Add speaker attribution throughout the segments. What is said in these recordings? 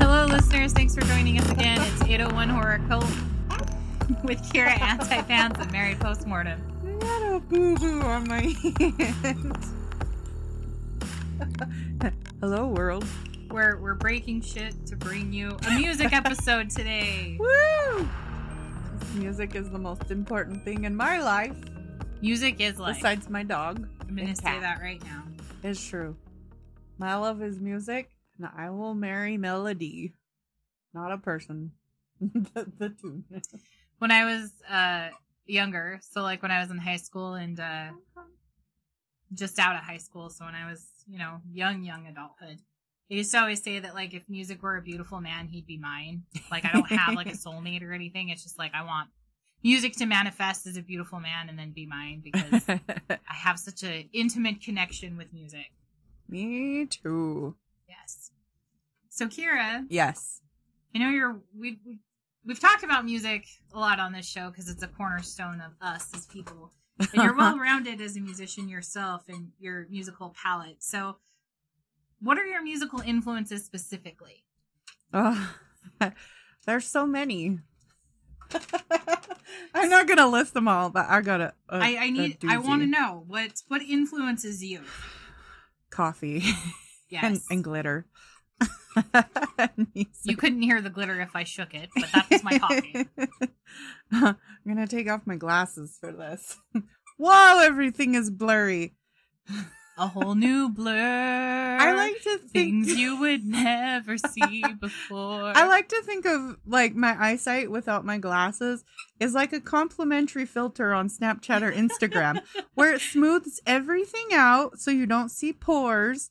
Speaker 1: listeners, thanks for joining us again. It's 801 Horror Cult with Kira Antipants and Mary Postmortem.
Speaker 2: I got a boo boo on my hand. Hello, world.
Speaker 1: We're, we're breaking shit to bring you a music episode today.
Speaker 2: Woo! This music is the most important thing in my life,
Speaker 1: Music is life.
Speaker 2: besides my dog.
Speaker 1: I'm going to
Speaker 2: and
Speaker 1: say
Speaker 2: cat.
Speaker 1: that right now.
Speaker 2: It's true. My love is music, and I will marry melody, not a person. the, the tune.
Speaker 1: When I was uh, younger, so like when I was in high school and uh, just out of high school, so when I was, you know, young, young adulthood, they used to always say that like if music were a beautiful man, he'd be mine. Like I don't have like a soulmate or anything. It's just like I want music to manifest as a beautiful man and then be mine because I have such an intimate connection with music.
Speaker 2: Me too.
Speaker 1: Yes. So Kira,
Speaker 2: Yes.
Speaker 1: I know you're we we we've talked about music a lot on this show because it's a cornerstone of us as people. And you're well-rounded as a musician yourself and your musical palette. So what are your musical influences specifically?
Speaker 2: Oh, there's so many. I'm not gonna list them all, but I gotta. uh, a-
Speaker 1: I, I
Speaker 2: a
Speaker 1: need I want to
Speaker 2: doozy.
Speaker 1: know what what influences you.
Speaker 2: coffee
Speaker 1: Yes.
Speaker 2: and, and glitter.
Speaker 1: you couldn't hear the glitter if I shook it, but that was my coffee.
Speaker 2: I'm gonna take off my glasses for this. Whoa, everything is blurry.
Speaker 1: A whole new blur. I
Speaker 2: I like to think.
Speaker 1: things you would never see before.
Speaker 2: I like to think of like my eyesight without my glasses is like a complimentary filter on Snapchat or Instagram where it smooths everything out so you don't see pores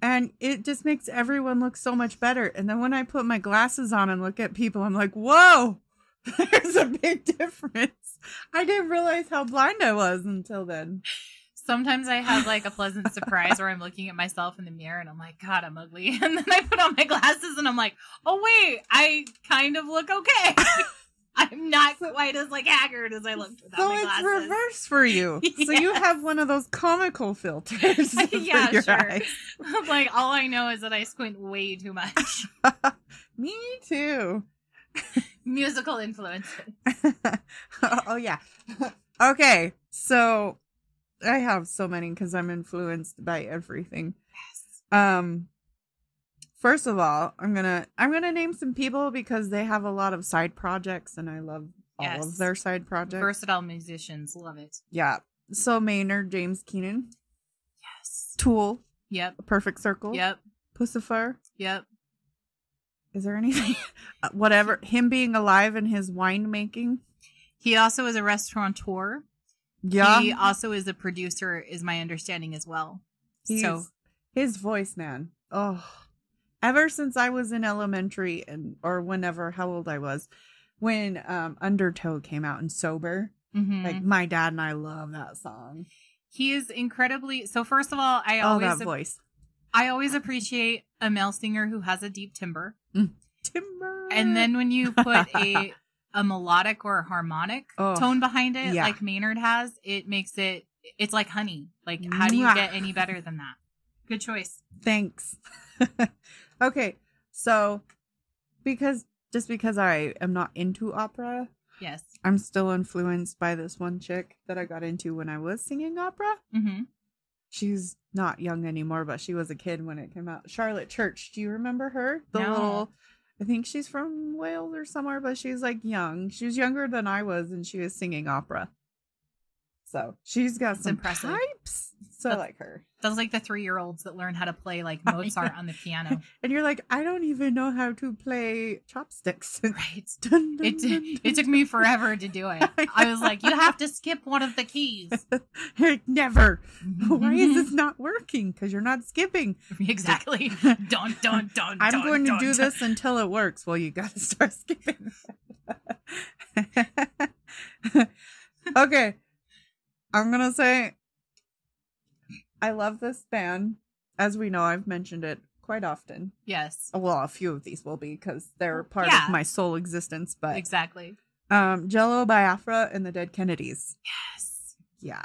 Speaker 2: and it just makes everyone look so much better. And then when I put my glasses on and look at people, I'm like, whoa, there's a big difference. I didn't realize how blind I was until then.
Speaker 1: Sometimes I have like a pleasant surprise where I'm looking at myself in the mirror and I'm like, God, I'm ugly. And then I put on my glasses and I'm like, oh, wait, I kind of look okay. I'm not quite as like haggard as I looked without
Speaker 2: So
Speaker 1: my
Speaker 2: it's
Speaker 1: glasses.
Speaker 2: reverse for you. So you have one of those comical filters. for
Speaker 1: Yeah,
Speaker 2: your
Speaker 1: sure.
Speaker 2: eyes.
Speaker 1: I'm like, all I know is that I squint way too much.
Speaker 2: Me too.
Speaker 1: Musical influence.
Speaker 2: oh yeah. okay, so I have so many because I'm influenced by everything.
Speaker 1: Yes.
Speaker 2: Um, first of all, I'm gonna I'm gonna name some people because they have a lot of side projects, and I love all
Speaker 1: Yes.
Speaker 2: of their side projects.
Speaker 1: Versatile musicians. Love it.
Speaker 2: yeah. So Maynard, James Keenan,
Speaker 1: Yes.
Speaker 2: Tool,
Speaker 1: Yep.
Speaker 2: A Perfect Circle,
Speaker 1: Yep.
Speaker 2: Pussifer.
Speaker 1: Yep.
Speaker 2: Is there anything? Uh, Whatever. Him being alive and his winemaking.
Speaker 1: He also is a restaurateur.
Speaker 2: Yeah.
Speaker 1: He also is a producer, is my understanding as well. so
Speaker 2: He's- his voice, man. Oh, ever since I was in elementary and or whenever, how old I was, when um, Undertow came out and Sober,
Speaker 1: mhm.
Speaker 2: like my dad and I love that song.
Speaker 1: he is incredibly so first of all, I
Speaker 2: Oh,
Speaker 1: always
Speaker 2: that voice,
Speaker 1: I always appreciate a male singer who has a deep timbre.
Speaker 2: Timber.
Speaker 1: And then when you put a a melodic or a harmonic
Speaker 2: Oh,
Speaker 1: tone behind it,
Speaker 2: yeah.
Speaker 1: like Maynard has, it makes it it's like honey. Like how do you
Speaker 2: Mwah.
Speaker 1: get any better than that? Good choice.
Speaker 2: thanks. okay, so because just because I am not into opera,
Speaker 1: Yes.
Speaker 2: I'm still influenced by this one chick that I got into when I was singing opera.
Speaker 1: hmm
Speaker 2: she's not young anymore, but she was a kid when it came out. Charlotte Church, do you remember her? The
Speaker 1: No.
Speaker 2: little I think she's from Wales or somewhere, but she's like young. She was younger than I was and she was singing opera. So she's got
Speaker 1: That's
Speaker 2: some
Speaker 1: impressive.
Speaker 2: pipes. So I
Speaker 1: That's-
Speaker 2: like her.
Speaker 1: That's like the three year olds that learn how to play like
Speaker 2: Oh, yeah.
Speaker 1: Mozart on the piano.
Speaker 2: And you're like, I don't even know how to play chopsticks.
Speaker 1: Right.
Speaker 2: Dun, dun,
Speaker 1: It
Speaker 2: dun,
Speaker 1: t- it
Speaker 2: dun.
Speaker 1: took me forever to do it. I was like, you have to skip one of the keys.
Speaker 2: Like, never. Why
Speaker 1: Mm-hmm.
Speaker 2: is this not working? Because you're not skipping.
Speaker 1: Exactly. Dun dun dun.
Speaker 2: I'm
Speaker 1: dun,
Speaker 2: going to
Speaker 1: dun,
Speaker 2: do
Speaker 1: dun.
Speaker 2: this until it works. Well, you got to start skipping. okay. I'm going to say I love this band. As we know, I've mentioned it quite often.
Speaker 1: Yes.
Speaker 2: Well, a few of these will be because they're part
Speaker 1: Yeah.
Speaker 2: of my soul existence. But
Speaker 1: Exactly.
Speaker 2: um, Jello Biafra and the Dead Kennedys.
Speaker 1: Yes.
Speaker 2: Yeah.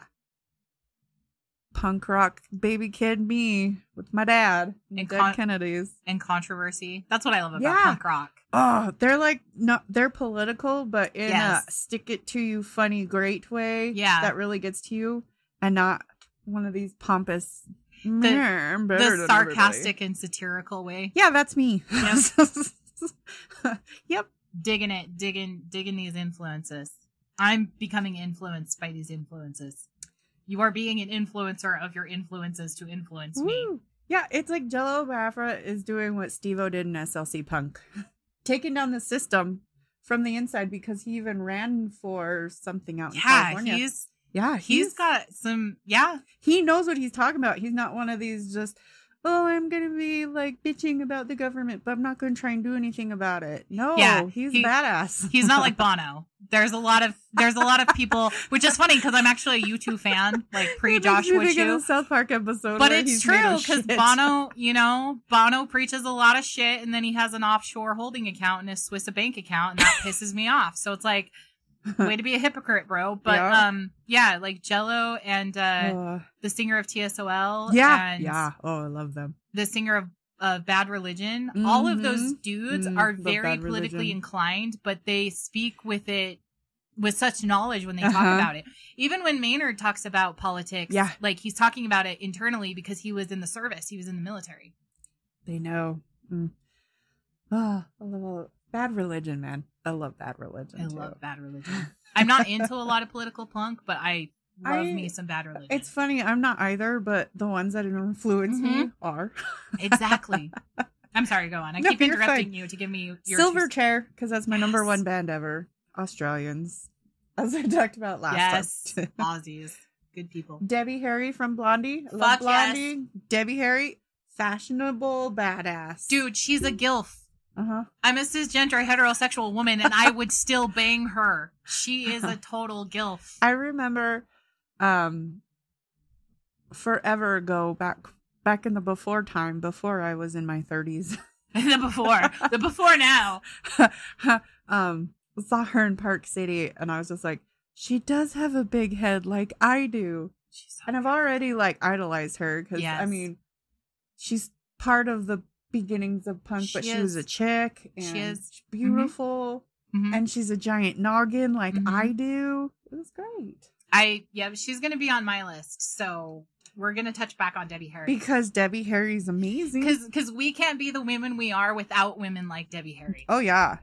Speaker 2: punk rock baby kid me with my dad and,
Speaker 1: And
Speaker 2: Dead
Speaker 1: con-
Speaker 2: Kennedys.
Speaker 1: and controversy. That's what I love about
Speaker 2: Yeah.
Speaker 1: punk rock.
Speaker 2: Oh, they're like not they're political, but in a
Speaker 1: Yes.
Speaker 2: stick it to you funny great way.
Speaker 1: Yeah.
Speaker 2: That really gets to you and not one of these pompous "Meh, I'm better
Speaker 1: The
Speaker 2: than
Speaker 1: sarcastic and satirical way.
Speaker 2: everybody." Yeah, that's me. yep.
Speaker 1: Digging it, digging, digging these influences. I'm becoming influenced by these influences. You are being an influencer of your influences to influence me.
Speaker 2: Woo. Yeah, it's like Jello Biafra is doing what Steve O did in SLC Punk. Taking down the system from the inside because he even ran for something out in
Speaker 1: Yeah,
Speaker 2: California.
Speaker 1: he's
Speaker 2: yeah,
Speaker 1: he's got some yeah,
Speaker 2: he knows what he's talking about. He's not one of these just, oh, I'm gonna be like bitching about the government, but I'm not gonna try and do anything about it. No,
Speaker 1: Yeah,
Speaker 2: he's
Speaker 1: he-
Speaker 2: badass.
Speaker 1: He's not like Bono. There's a lot of there's a lot of people, which is funny because I'm actually a U2 fan, like pre
Speaker 2: It makes me
Speaker 1: Joshua
Speaker 2: think of the
Speaker 1: Chu.
Speaker 2: South Park episode,
Speaker 1: But
Speaker 2: where
Speaker 1: it's
Speaker 2: he's
Speaker 1: true
Speaker 2: made of
Speaker 1: because
Speaker 2: shit.
Speaker 1: Bono, you know, Bono preaches a lot of shit, and then he has an offshore holding account and a Swiss bank account, and that pisses me off. So it's like, way to be a hypocrite, bro. But
Speaker 2: Yeah.
Speaker 1: um, yeah, like Jello and uh,
Speaker 2: Uh,
Speaker 1: the singer of TSOL,
Speaker 2: yeah,
Speaker 1: and
Speaker 2: yeah. Oh, I love them.
Speaker 1: the singer of uh, Bad Religion, all of those
Speaker 2: Mhm.
Speaker 1: dudes
Speaker 2: Mm,
Speaker 1: are
Speaker 2: love
Speaker 1: very
Speaker 2: Bad
Speaker 1: politically
Speaker 2: Religion.
Speaker 1: inclined, but they speak with it with such knowledge when they talk
Speaker 2: Uh-huh.
Speaker 1: about it. Even when Maynard talks about politics,
Speaker 2: Yeah.
Speaker 1: like he's talking about it internally because he was in the service, he was in the military.
Speaker 2: They know. Mm. Oh, I love all- bad religion, man. I love bad religion.
Speaker 1: I
Speaker 2: too.
Speaker 1: love Bad Religion. I'm not into a lot of political punk, but I love
Speaker 2: I-
Speaker 1: me some Bad Religion.
Speaker 2: It's funny. I'm not either, but the ones that influence
Speaker 1: Mm-hmm.
Speaker 2: me are
Speaker 1: exactly. I'm sorry, go on. I
Speaker 2: No,
Speaker 1: keep
Speaker 2: you're
Speaker 1: interrupting
Speaker 2: fine.
Speaker 1: you to give me your two-
Speaker 2: Silverchair, because that's my number
Speaker 1: Yes.
Speaker 2: one band ever. Australians, as I talked about last
Speaker 1: Yes,
Speaker 2: time.
Speaker 1: Aussies, good people.
Speaker 2: Debbie Harry from Blondie. I Love
Speaker 1: Fuck yes.
Speaker 2: Blondie. Debbie Harry, fashionable badass.
Speaker 1: Dude, she's a gilf.
Speaker 2: Uh huh.
Speaker 1: I'm a cisgender heterosexual woman and I would still bang her. She is a total gilf.
Speaker 2: I remember um forever ago back back in the before time, before I was in my thirties.
Speaker 1: the before, the before now.
Speaker 2: um saw her in Park City and I was just like, she does have a big head like I do.
Speaker 1: She's
Speaker 2: And I've already like idolized her because I
Speaker 1: Yes.
Speaker 2: mean she's part of the beginnings of punk, but
Speaker 1: She
Speaker 2: she was
Speaker 1: is.
Speaker 2: a chick and
Speaker 1: She is. Mm-hmm.
Speaker 2: she's beautiful.
Speaker 1: Mhm.
Speaker 2: and she's a giant noggin like
Speaker 1: Mhm.
Speaker 2: I do. It was great
Speaker 1: I yeah, she's gonna be on my list. So we're gonna touch back on Debbie Harry.
Speaker 2: because Debbie Harry's amazing.
Speaker 1: Because because we can't be the women we are without women like Debbie Harry.
Speaker 2: oh yeah,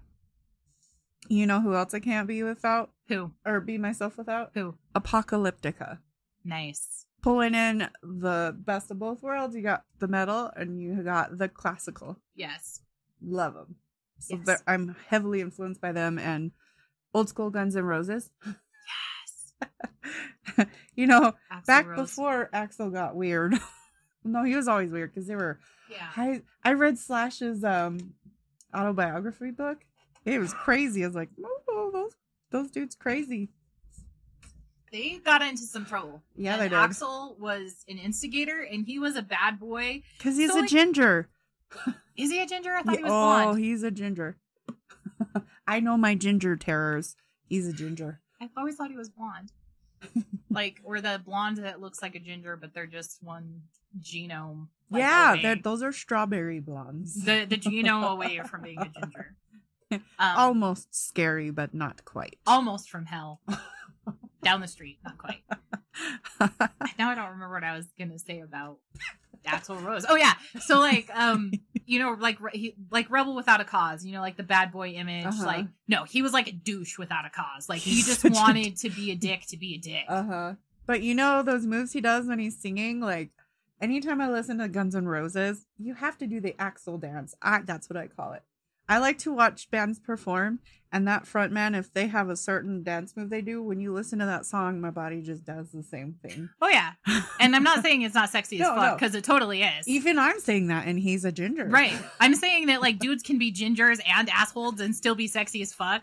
Speaker 2: you know who else I can't be without
Speaker 1: Who?
Speaker 2: or be myself without?
Speaker 1: Who?
Speaker 2: Apocalyptica.
Speaker 1: Nice.
Speaker 2: Pulling in the best of both worlds. You got the metal and you got the classical.
Speaker 1: Yes.
Speaker 2: Love them. So
Speaker 1: Yes.
Speaker 2: they're- I'm heavily influenced by them and old school Guns N' Roses.
Speaker 1: Yes.
Speaker 2: you know,
Speaker 1: Axl
Speaker 2: back
Speaker 1: Rose.
Speaker 2: before Axel got weird. no, he was always weird because they were
Speaker 1: Yeah.
Speaker 2: I I read Slash's um autobiography book. It was crazy. I was like, oh, those those dudes crazy.
Speaker 1: They got into some trouble.
Speaker 2: Yeah,
Speaker 1: and
Speaker 2: they did.
Speaker 1: Axel was an instigator and he was a bad boy.
Speaker 2: Cause he's
Speaker 1: So,
Speaker 2: a
Speaker 1: like,
Speaker 2: ginger.
Speaker 1: Is he a ginger? I thought he
Speaker 2: Yeah,
Speaker 1: was
Speaker 2: oh,
Speaker 1: blonde.
Speaker 2: he's a ginger. I know my ginger terrors. He's a ginger.
Speaker 1: I've always thought he was blonde. like, or the blonde that looks like a ginger, but they're just one genome. like, oh,
Speaker 2: yeah,
Speaker 1: away.
Speaker 2: they're- those are strawberry blondes.
Speaker 1: the the genome away from being a ginger. Um,
Speaker 2: Almost scary, but not quite.
Speaker 1: almost from hell. Down the street, not quite. Now I don't remember what I was gonna say about Axel Rose. Oh yeah, so like, um, you know, like re- he, like rebel without a cause. You know, like the bad boy image.
Speaker 2: Uh-huh.
Speaker 1: Like, no, he was like a douche without a cause. Like he
Speaker 2: He's
Speaker 1: just
Speaker 2: such a
Speaker 1: wanted to be a dick to be a dick.
Speaker 2: Uh huh. But you know those moves he does when he's singing. Like anytime I listen to Guns N' Roses, you have to do the axle dance. I that's what I call it. I like to watch bands perform, and that front man, if they have a certain dance move they do, when you listen to that song, my body just does the same thing.
Speaker 1: Oh yeah, and I'm not saying it's not sexy as
Speaker 2: No,
Speaker 1: fuck
Speaker 2: no.
Speaker 1: because it totally is.
Speaker 2: Even I'm saying that, and he's a ginger.
Speaker 1: right. I'm saying that like dudes can be gingers and assholes and still be sexy as fuck.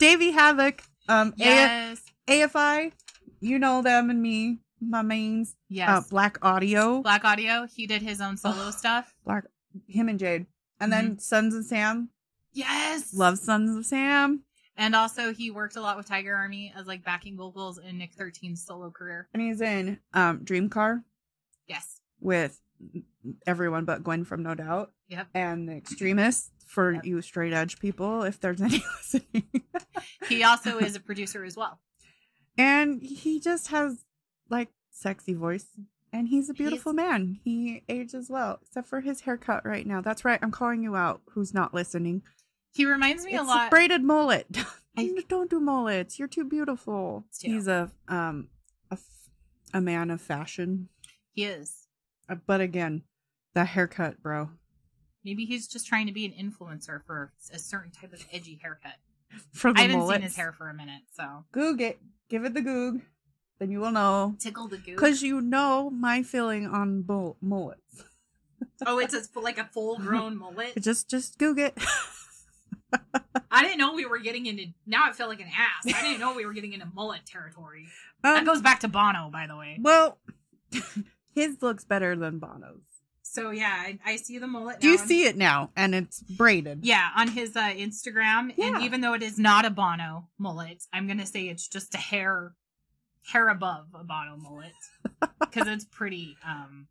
Speaker 2: Davey Havoc, um, A-
Speaker 1: Yes.
Speaker 2: AFI, you know them and me, my mains.
Speaker 1: yes.
Speaker 2: Uh, Black Audio,
Speaker 1: Black Audio. He did his own solo stuff.
Speaker 2: him and Jade, and then Sons of Sam.
Speaker 1: Yes.
Speaker 2: Love Sons of Sam.
Speaker 1: And also he worked a lot with Tiger Army as like backing vocals in Nick 13's solo career.
Speaker 2: and he's in um Dream Car.
Speaker 1: Yes.
Speaker 2: with everyone but Gwen from No Doubt
Speaker 1: Yep.
Speaker 2: and the extremists for
Speaker 1: Yep.
Speaker 2: you straight edge people, if there's any listening.
Speaker 1: He also is a producer as well.
Speaker 2: and he just has like sexy voice. And he's a beautiful man. He ages well, except for his haircut right now. That's right. I'm calling you out. Who's not listening?
Speaker 1: He reminds me
Speaker 2: it's
Speaker 1: a lot.
Speaker 2: braided mullet.
Speaker 1: I-
Speaker 2: Don't do mullets. You're too beautiful.
Speaker 1: Too.
Speaker 2: He's a um a, f- a man of fashion,
Speaker 1: He is.
Speaker 2: Uh, but again, the haircut, bro.
Speaker 1: Maybe he's just trying to be an influencer for a certain type of edgy haircut.
Speaker 2: For the
Speaker 1: I haven't
Speaker 2: mullets.
Speaker 1: seen his hair for a minute, so
Speaker 2: Goog it. Give it the goog. Then you will know.
Speaker 1: tickle the goop.
Speaker 2: Because you know my feeling on bull- mullets.
Speaker 1: Oh, it's a, like a full-grown mullet.
Speaker 2: Just just goog it.
Speaker 1: I didn't know we were getting into. Now I feel like an ass. I didn't know we were getting into mullet territory. That
Speaker 2: Um,
Speaker 1: goes back to Bono, by the way.
Speaker 2: well, his looks better than Bono's.
Speaker 1: So yeah, I, I see the mullet.
Speaker 2: Do you
Speaker 1: now.
Speaker 2: see it now? And it's braided.
Speaker 1: Yeah, on his uh, Instagram,
Speaker 2: Yeah.
Speaker 1: and even though it is not a Bono mullet, I'm gonna say it's just a hair, hair above a Bono mullet because it's pretty. um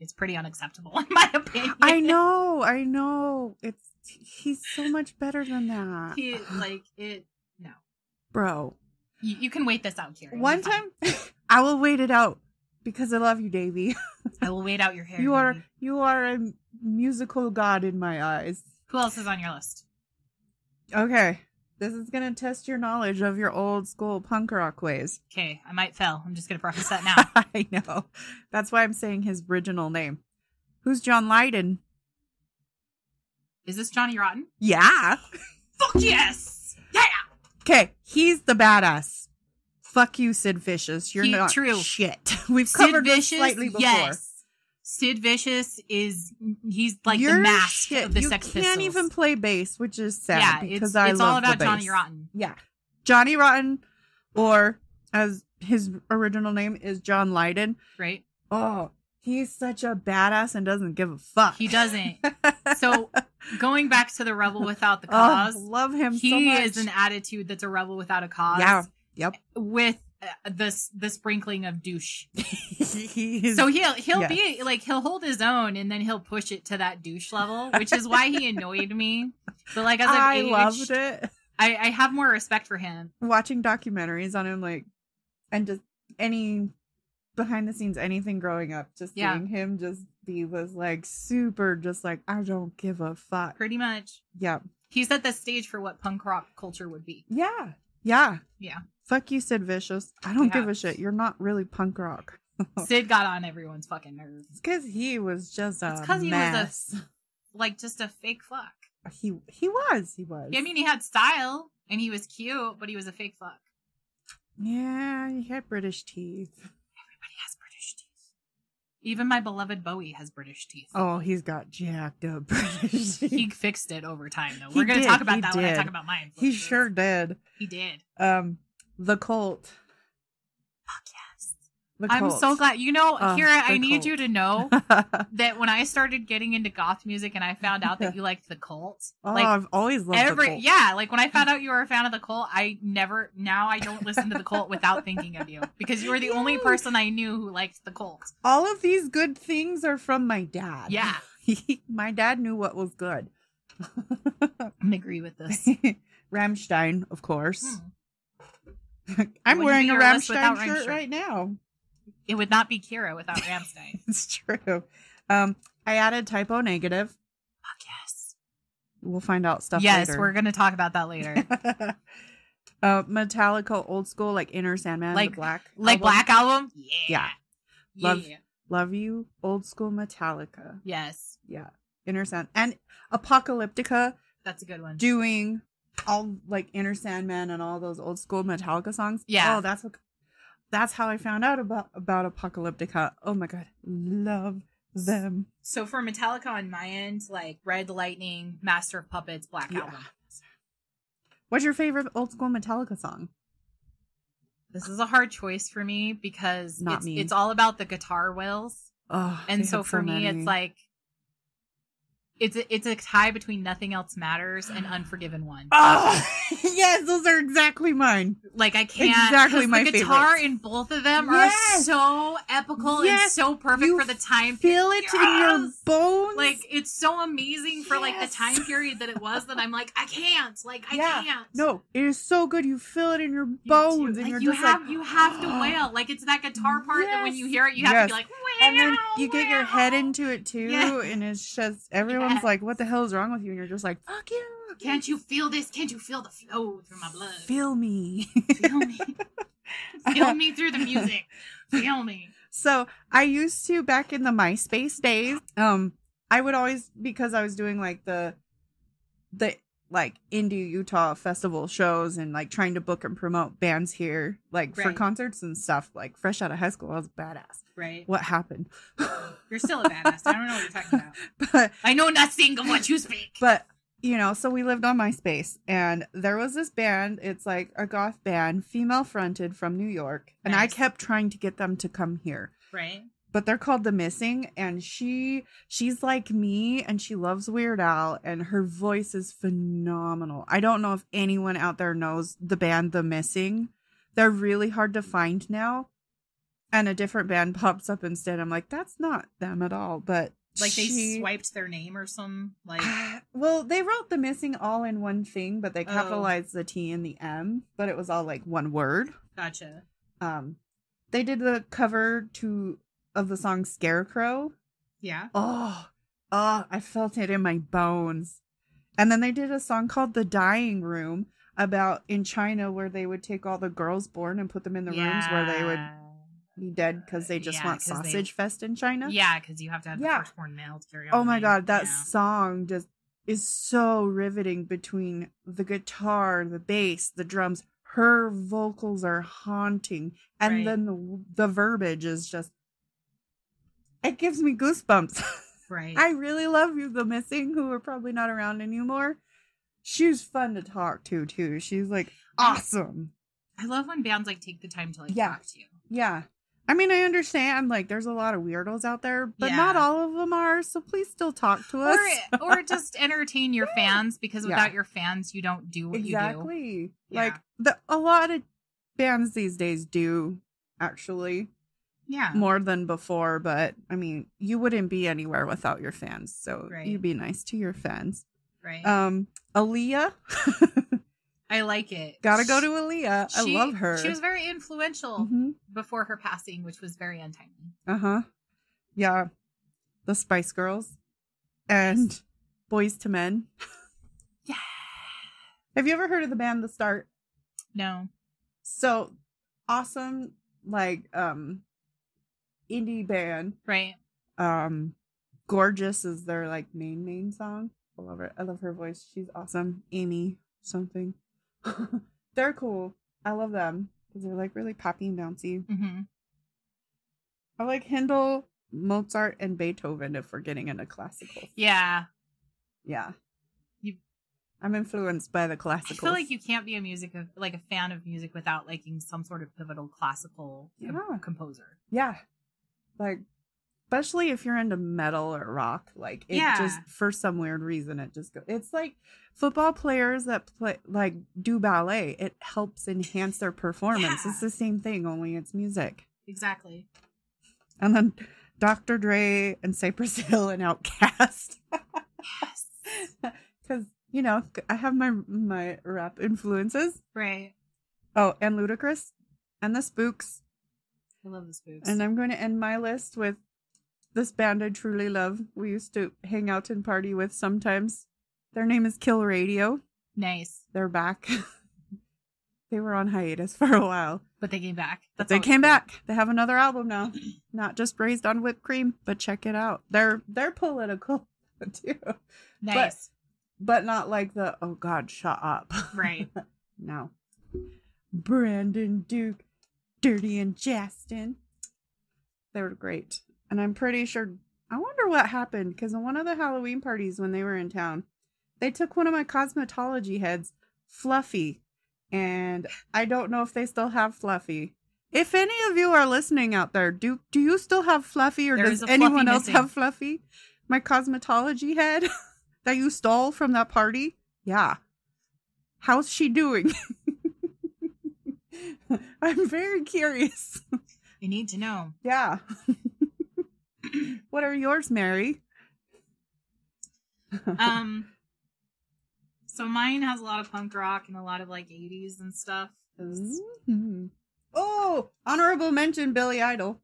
Speaker 1: It's pretty unacceptable in my opinion.
Speaker 2: I know. I know. It's he's so much better than that,
Speaker 1: He, like it. No,
Speaker 2: bro.
Speaker 1: you, you can wait this out, Kira. You'll
Speaker 2: One
Speaker 1: be fine.
Speaker 2: time, I will wait it out because I love you, Davy.
Speaker 1: I will wait out your hair.
Speaker 2: You are
Speaker 1: baby.
Speaker 2: you are a musical god in my eyes.
Speaker 1: Who else is on your list?
Speaker 2: Okay. This is going to test your knowledge of your old school punk rock ways.
Speaker 1: Okay, I might fail. I'm just gonna preface that now.
Speaker 2: I know. That's why I'm saying his original name. Who's John Lydon?
Speaker 1: Is this Johnny Rotten?
Speaker 2: Yeah.
Speaker 1: Fuck yes! Yeah!
Speaker 2: Okay. He's the badass. Fuck you, Sid Vicious. You're
Speaker 1: He-
Speaker 2: not
Speaker 1: true.
Speaker 2: shit. We've
Speaker 1: Sid
Speaker 2: covered this
Speaker 1: Vicious,
Speaker 2: slightly before.
Speaker 1: yes. Sid Vicious is, he's like
Speaker 2: You're
Speaker 1: the mask
Speaker 2: shit.
Speaker 1: of the
Speaker 2: you
Speaker 1: Sex
Speaker 2: can't
Speaker 1: Pistols.
Speaker 2: even play bass, which is sad
Speaker 1: yeah,
Speaker 2: because
Speaker 1: it's,
Speaker 2: I
Speaker 1: it's
Speaker 2: love
Speaker 1: all about
Speaker 2: the bass.
Speaker 1: Johnny Rotten.
Speaker 2: Yeah. Johnny Rotten, or as his original name is John Lydon.
Speaker 1: Right?
Speaker 2: Oh, he's such a badass and doesn't give a fuck.
Speaker 1: He doesn't. So going back to the Rebel Without the
Speaker 2: Oh,
Speaker 1: Cause,
Speaker 2: love him
Speaker 1: he
Speaker 2: so much.
Speaker 1: is an attitude that's a rebel without a cause.
Speaker 2: Yeah. Yep.
Speaker 1: With uh, this the sprinkling of douche.
Speaker 2: he is.
Speaker 1: So he'll he'll be like he'll hold his own and then he'll push it to that douche level, which is why he annoyed me. But like as I've
Speaker 2: I
Speaker 1: aged,
Speaker 2: loved it.
Speaker 1: I, I have more respect for him.
Speaker 2: Watching documentaries on him, like, and just any behind the scenes anything growing up, just
Speaker 1: Yeah.
Speaker 2: seeing him just be was like super, just like I don't give a fuck.
Speaker 1: Pretty much,
Speaker 2: Yeah.
Speaker 1: he's at the stage for what punk rock culture would be.
Speaker 2: Yeah. Yeah.
Speaker 1: Yeah.
Speaker 2: Fuck you, Sid Vicious. I don't
Speaker 1: Yeah.
Speaker 2: give a shit. You're not really punk rock.
Speaker 1: Sid got on everyone's fucking nerves,
Speaker 2: It's because he was just a
Speaker 1: It's 'cause he was a-
Speaker 2: mess.
Speaker 1: like just a fake fuck.
Speaker 2: He he was he was.
Speaker 1: I mean, he had style and he was cute, but he was a fake fuck.
Speaker 2: yeah, he had British teeth.
Speaker 1: Everybody has British teeth. Even my beloved Bowie has British teeth.
Speaker 2: Oh, he's got jacked up British teeth.
Speaker 1: He fixed it over time, though.
Speaker 2: He
Speaker 1: We're going
Speaker 2: did,
Speaker 1: to talk about
Speaker 2: he
Speaker 1: that when I
Speaker 2: did.
Speaker 1: talk about mine.
Speaker 2: He sure did.
Speaker 1: he did.
Speaker 2: Um, the cult.
Speaker 1: Fuck yes.
Speaker 2: The
Speaker 1: I'm
Speaker 2: cult.
Speaker 1: so glad. You know,
Speaker 2: Oh,
Speaker 1: Kira, I
Speaker 2: the
Speaker 1: need
Speaker 2: cult.
Speaker 1: you to know
Speaker 2: oh,
Speaker 1: that when I started getting into goth music and I found out that you liked the cult, like
Speaker 2: I've always loved
Speaker 1: every
Speaker 2: Oh, the cult.
Speaker 1: yeah, like when I found out you were a fan of the cult, I never now I don't listen to the cult without thinking of you because you were the only
Speaker 2: Yay.
Speaker 1: person I knew who liked the cult.
Speaker 2: All of these good things are from my dad.
Speaker 1: Yeah,
Speaker 2: my dad knew what was good.
Speaker 1: I agree with this.
Speaker 2: Ramstein, of course.
Speaker 1: Hmm.
Speaker 2: I'm
Speaker 1: Wouldn't
Speaker 2: wearing
Speaker 1: be
Speaker 2: a
Speaker 1: your list
Speaker 2: Ramstein
Speaker 1: without
Speaker 2: shirt
Speaker 1: Rammstein.
Speaker 2: right now.
Speaker 1: It would not be Kira without Ramstein.
Speaker 2: It's true. Um, I added typo negative.
Speaker 1: Fuck yes.
Speaker 2: We'll find out stuff
Speaker 1: yes, we're
Speaker 2: later.
Speaker 1: gonna talk about that later.
Speaker 2: Yes, uh, Metallica, old school, like Inner Sandman,
Speaker 1: Like-
Speaker 2: the black,
Speaker 1: like
Speaker 2: album.
Speaker 1: Black Album. Yeah.
Speaker 2: Yeah. Love-
Speaker 1: Yeah.
Speaker 2: Love you, old school Metallica.
Speaker 1: Yes,
Speaker 2: Yeah, Inner Sand and Apocalyptica
Speaker 1: that's a good one.
Speaker 2: doing all like Inner Sandman and all those old school Metallica songs.
Speaker 1: Yeah.
Speaker 2: oh, that's what, that's how I found out about about Apocalyptica. Oh my god, love them.
Speaker 1: So for Metallica on my end, like Red Lightning, Master of Puppets, Black
Speaker 2: Yeah.
Speaker 1: Album.
Speaker 2: What's your favorite old school Metallica song?
Speaker 1: This is a hard choice for me because
Speaker 2: Not
Speaker 1: it's,
Speaker 2: me.
Speaker 1: it's all about the guitar whales.
Speaker 2: Oh,
Speaker 1: And so for me, it's like it's a, it's a tie between Nothing Else Matters and Unforgiven One.
Speaker 2: Oh, yes, those are exactly mine.
Speaker 1: Like I can't
Speaker 2: Exactly
Speaker 1: 'cause
Speaker 2: my
Speaker 1: the guitar
Speaker 2: favorites.
Speaker 1: in both of them are
Speaker 2: Yes.
Speaker 1: so epical and
Speaker 2: Yes.
Speaker 1: so perfect
Speaker 2: You
Speaker 1: for the time.
Speaker 2: Feel it in your
Speaker 1: Yes!
Speaker 2: bones.
Speaker 1: Like it's so amazing for like the
Speaker 2: Yes.
Speaker 1: time period that it was that I'm like I can't. Like I
Speaker 2: Yeah.
Speaker 1: can't.
Speaker 2: no, it is so good. You feel it in your
Speaker 1: You do.
Speaker 2: bones, and
Speaker 1: Like,
Speaker 2: you're
Speaker 1: you
Speaker 2: just
Speaker 1: have
Speaker 2: like,
Speaker 1: you have to wail. Like it's that guitar part that when
Speaker 2: Yes.
Speaker 1: you hear it, you have to be
Speaker 2: Yes.
Speaker 1: like,
Speaker 2: and then you get your head
Speaker 1: "Wail."
Speaker 2: into it too,
Speaker 1: Yeah.
Speaker 2: and it's just everyone's
Speaker 1: Yeah.
Speaker 2: like, "What the hell is wrong with you?" And you're just like, "Fuck you!"
Speaker 1: Can't you feel this? Can't you feel the flow through my blood?
Speaker 2: Feel me.
Speaker 1: Feel me. Feel me through the music. Feel me.
Speaker 2: So I used to back in the MySpace days. Um, I would always because I was doing like the, the like indie Utah festival shows and like trying to book and promote bands here, like for
Speaker 1: Right.
Speaker 2: concerts and stuff. Like fresh out of high school, I was a badass.
Speaker 1: Right.
Speaker 2: What happened?
Speaker 1: You're still a badass. I don't know what you're talking about.
Speaker 2: but
Speaker 1: I know nothing of what you speak.
Speaker 2: but you know, so we lived on MySpace, and there was this band. It's like a goth band, female fronted from New York, and I
Speaker 1: Nice.
Speaker 2: kept trying to get them to come here.
Speaker 1: right.
Speaker 2: but they're called the missing and she she's like me and she loves weird al and her voice is phenomenal i don't know if anyone out there knows the band the missing they're really hard to find now and a different band pops up instead i'm like that's not them at all but
Speaker 1: Like they
Speaker 2: she- Ah.
Speaker 1: swiped their name or some like
Speaker 2: well they wrote the missing all in one thing but they capitalized the t and the m but it was all like one word
Speaker 1: gotcha.
Speaker 2: um they did the cover to of the song scarecrow
Speaker 1: Yeah.
Speaker 2: Oh, oh, I felt it in my bones. And then they did a song called The Dying Room about in China where they would take all the girls born and put them in the rooms where they would be dead because they just
Speaker 1: Yeah,
Speaker 2: want
Speaker 1: 'cause they-
Speaker 2: sausage fest in China.
Speaker 1: Yeah, because you have to have
Speaker 2: Yeah.
Speaker 1: the firstborn male to carry on.
Speaker 2: Oh
Speaker 1: the
Speaker 2: my
Speaker 1: name.
Speaker 2: god, that
Speaker 1: Yeah.
Speaker 2: song just is so riveting between the guitar, the bass, the drums. Her vocals are haunting, and
Speaker 1: Right.
Speaker 2: then the the verbiage is just it gives me goosebumps.
Speaker 1: right.
Speaker 2: I really love you, the missing, who are probably not around anymore. She's fun to talk to too. She's
Speaker 1: Mm.
Speaker 2: like awesome.
Speaker 1: I love when bands like take the time to like
Speaker 2: Yeah.
Speaker 1: talk to you.
Speaker 2: Yeah. I mean, I understand like there's a lot of weirdos out there, but
Speaker 1: Yeah.
Speaker 2: not all of them are, so please still talk to us.
Speaker 1: Or, or just entertain your fans because
Speaker 2: Yeah.
Speaker 1: without your fans, you don't do what you do.
Speaker 2: exactly.
Speaker 1: Yeah.
Speaker 2: Like the a lot of bands these days do actually
Speaker 1: Yeah.
Speaker 2: more than before, but I mean, you wouldn't be anywhere without your fans. So
Speaker 1: Right.
Speaker 2: you be nice to your fans.
Speaker 1: Right.
Speaker 2: Um Aaliyah
Speaker 1: I like it.
Speaker 2: Gotta go to Aaliyah. I
Speaker 1: She-
Speaker 2: love her.
Speaker 1: She was very influential
Speaker 2: hmm
Speaker 1: before her passing, which was very untimely.
Speaker 2: Uh huh. Yeah. The Spice Girls and Boys to Men.
Speaker 1: Yeah.
Speaker 2: Have you ever heard of the band The Start?
Speaker 1: No.
Speaker 2: So awesome, like um, indie band.
Speaker 1: Right.
Speaker 2: Um, Gorgeous is their like main main song. I love her. I love her voice. She's awesome. Amy something. they're cool. I love them because they're like really poppy and bouncy.
Speaker 1: hmm
Speaker 2: I like Handel, Mozart, and Beethoven if we're getting into classical.
Speaker 1: Yeah.
Speaker 2: Yeah.
Speaker 1: You-
Speaker 2: I'm influenced by the
Speaker 1: I
Speaker 2: classical.
Speaker 1: feel like you can't be a music of, like a fan of music without liking some sort of pivotal classical com-
Speaker 2: Yeah.
Speaker 1: composer.
Speaker 2: Yeah. Like especially if you're into metal or rock, like it
Speaker 1: Yeah.
Speaker 2: just for some weird reason it just go it's like football players that play like do ballet. It helps enhance their performance.
Speaker 1: Yeah.
Speaker 2: It's the same thing, only it's music.
Speaker 1: Exactly.
Speaker 2: And then Dr. Dre and Cypress Hill and Outkast.
Speaker 1: Yes.
Speaker 2: Because, you know, I have my my rap influences.
Speaker 1: Right.
Speaker 2: Oh, and Ludacris and the Spooks.
Speaker 1: I love the spooks.
Speaker 2: And I'm going to end my list with this band I truly love. We used to hang out and party with sometimes. Their name is Kill Radio.
Speaker 1: nice.
Speaker 2: They're back. they were on hiatus for a while.
Speaker 1: But they came back.
Speaker 2: But they
Speaker 1: always
Speaker 2: came
Speaker 1: cool.
Speaker 2: back. They have another album now. Not just raised on whipped cream, but check it out. They're they're political too.
Speaker 1: Nice.
Speaker 2: But not like the oh god, shut up.
Speaker 1: right.
Speaker 2: No. Brandon Duke, Dirty and Justin. They were great. And I'm pretty sure I wonder what happened because in one of the Halloween parties when they were in town, they took one of my cosmetology heads, Fluffy. And I don't know if they still have Fluffy. If any of you are listening out there, do do you still have Fluffy or
Speaker 1: There
Speaker 2: does
Speaker 1: is a Fluffy
Speaker 2: anyone else
Speaker 1: missing.
Speaker 2: have Fluffy? My cosmetology head. that you stole from that party? Yeah. How's she doing? I'm very curious.
Speaker 1: You need to know.
Speaker 2: Yeah. what are yours, Mary?
Speaker 1: Um, so mine has a lot of punk rock and a lot of like 80s and stuff. 'cause-
Speaker 2: Oh, honorable mention Billy Idol.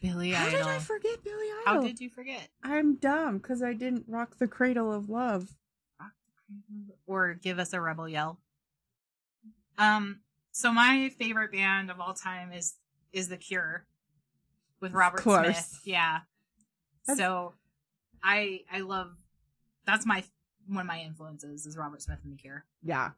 Speaker 1: Billy
Speaker 2: How
Speaker 1: Idol.
Speaker 2: did I forget Billy Idol?
Speaker 1: How did you forget?
Speaker 2: I'm dumb because I didn't rock the cradle of love.
Speaker 1: Or give us a rebel yell. Um, so my favorite band of all time is is The Cure with Robert
Speaker 2: course.
Speaker 1: Smith. Yeah.
Speaker 2: That's-
Speaker 1: So I I love that's my one of my influences is Robert Smith and The Cure.
Speaker 2: Yeah.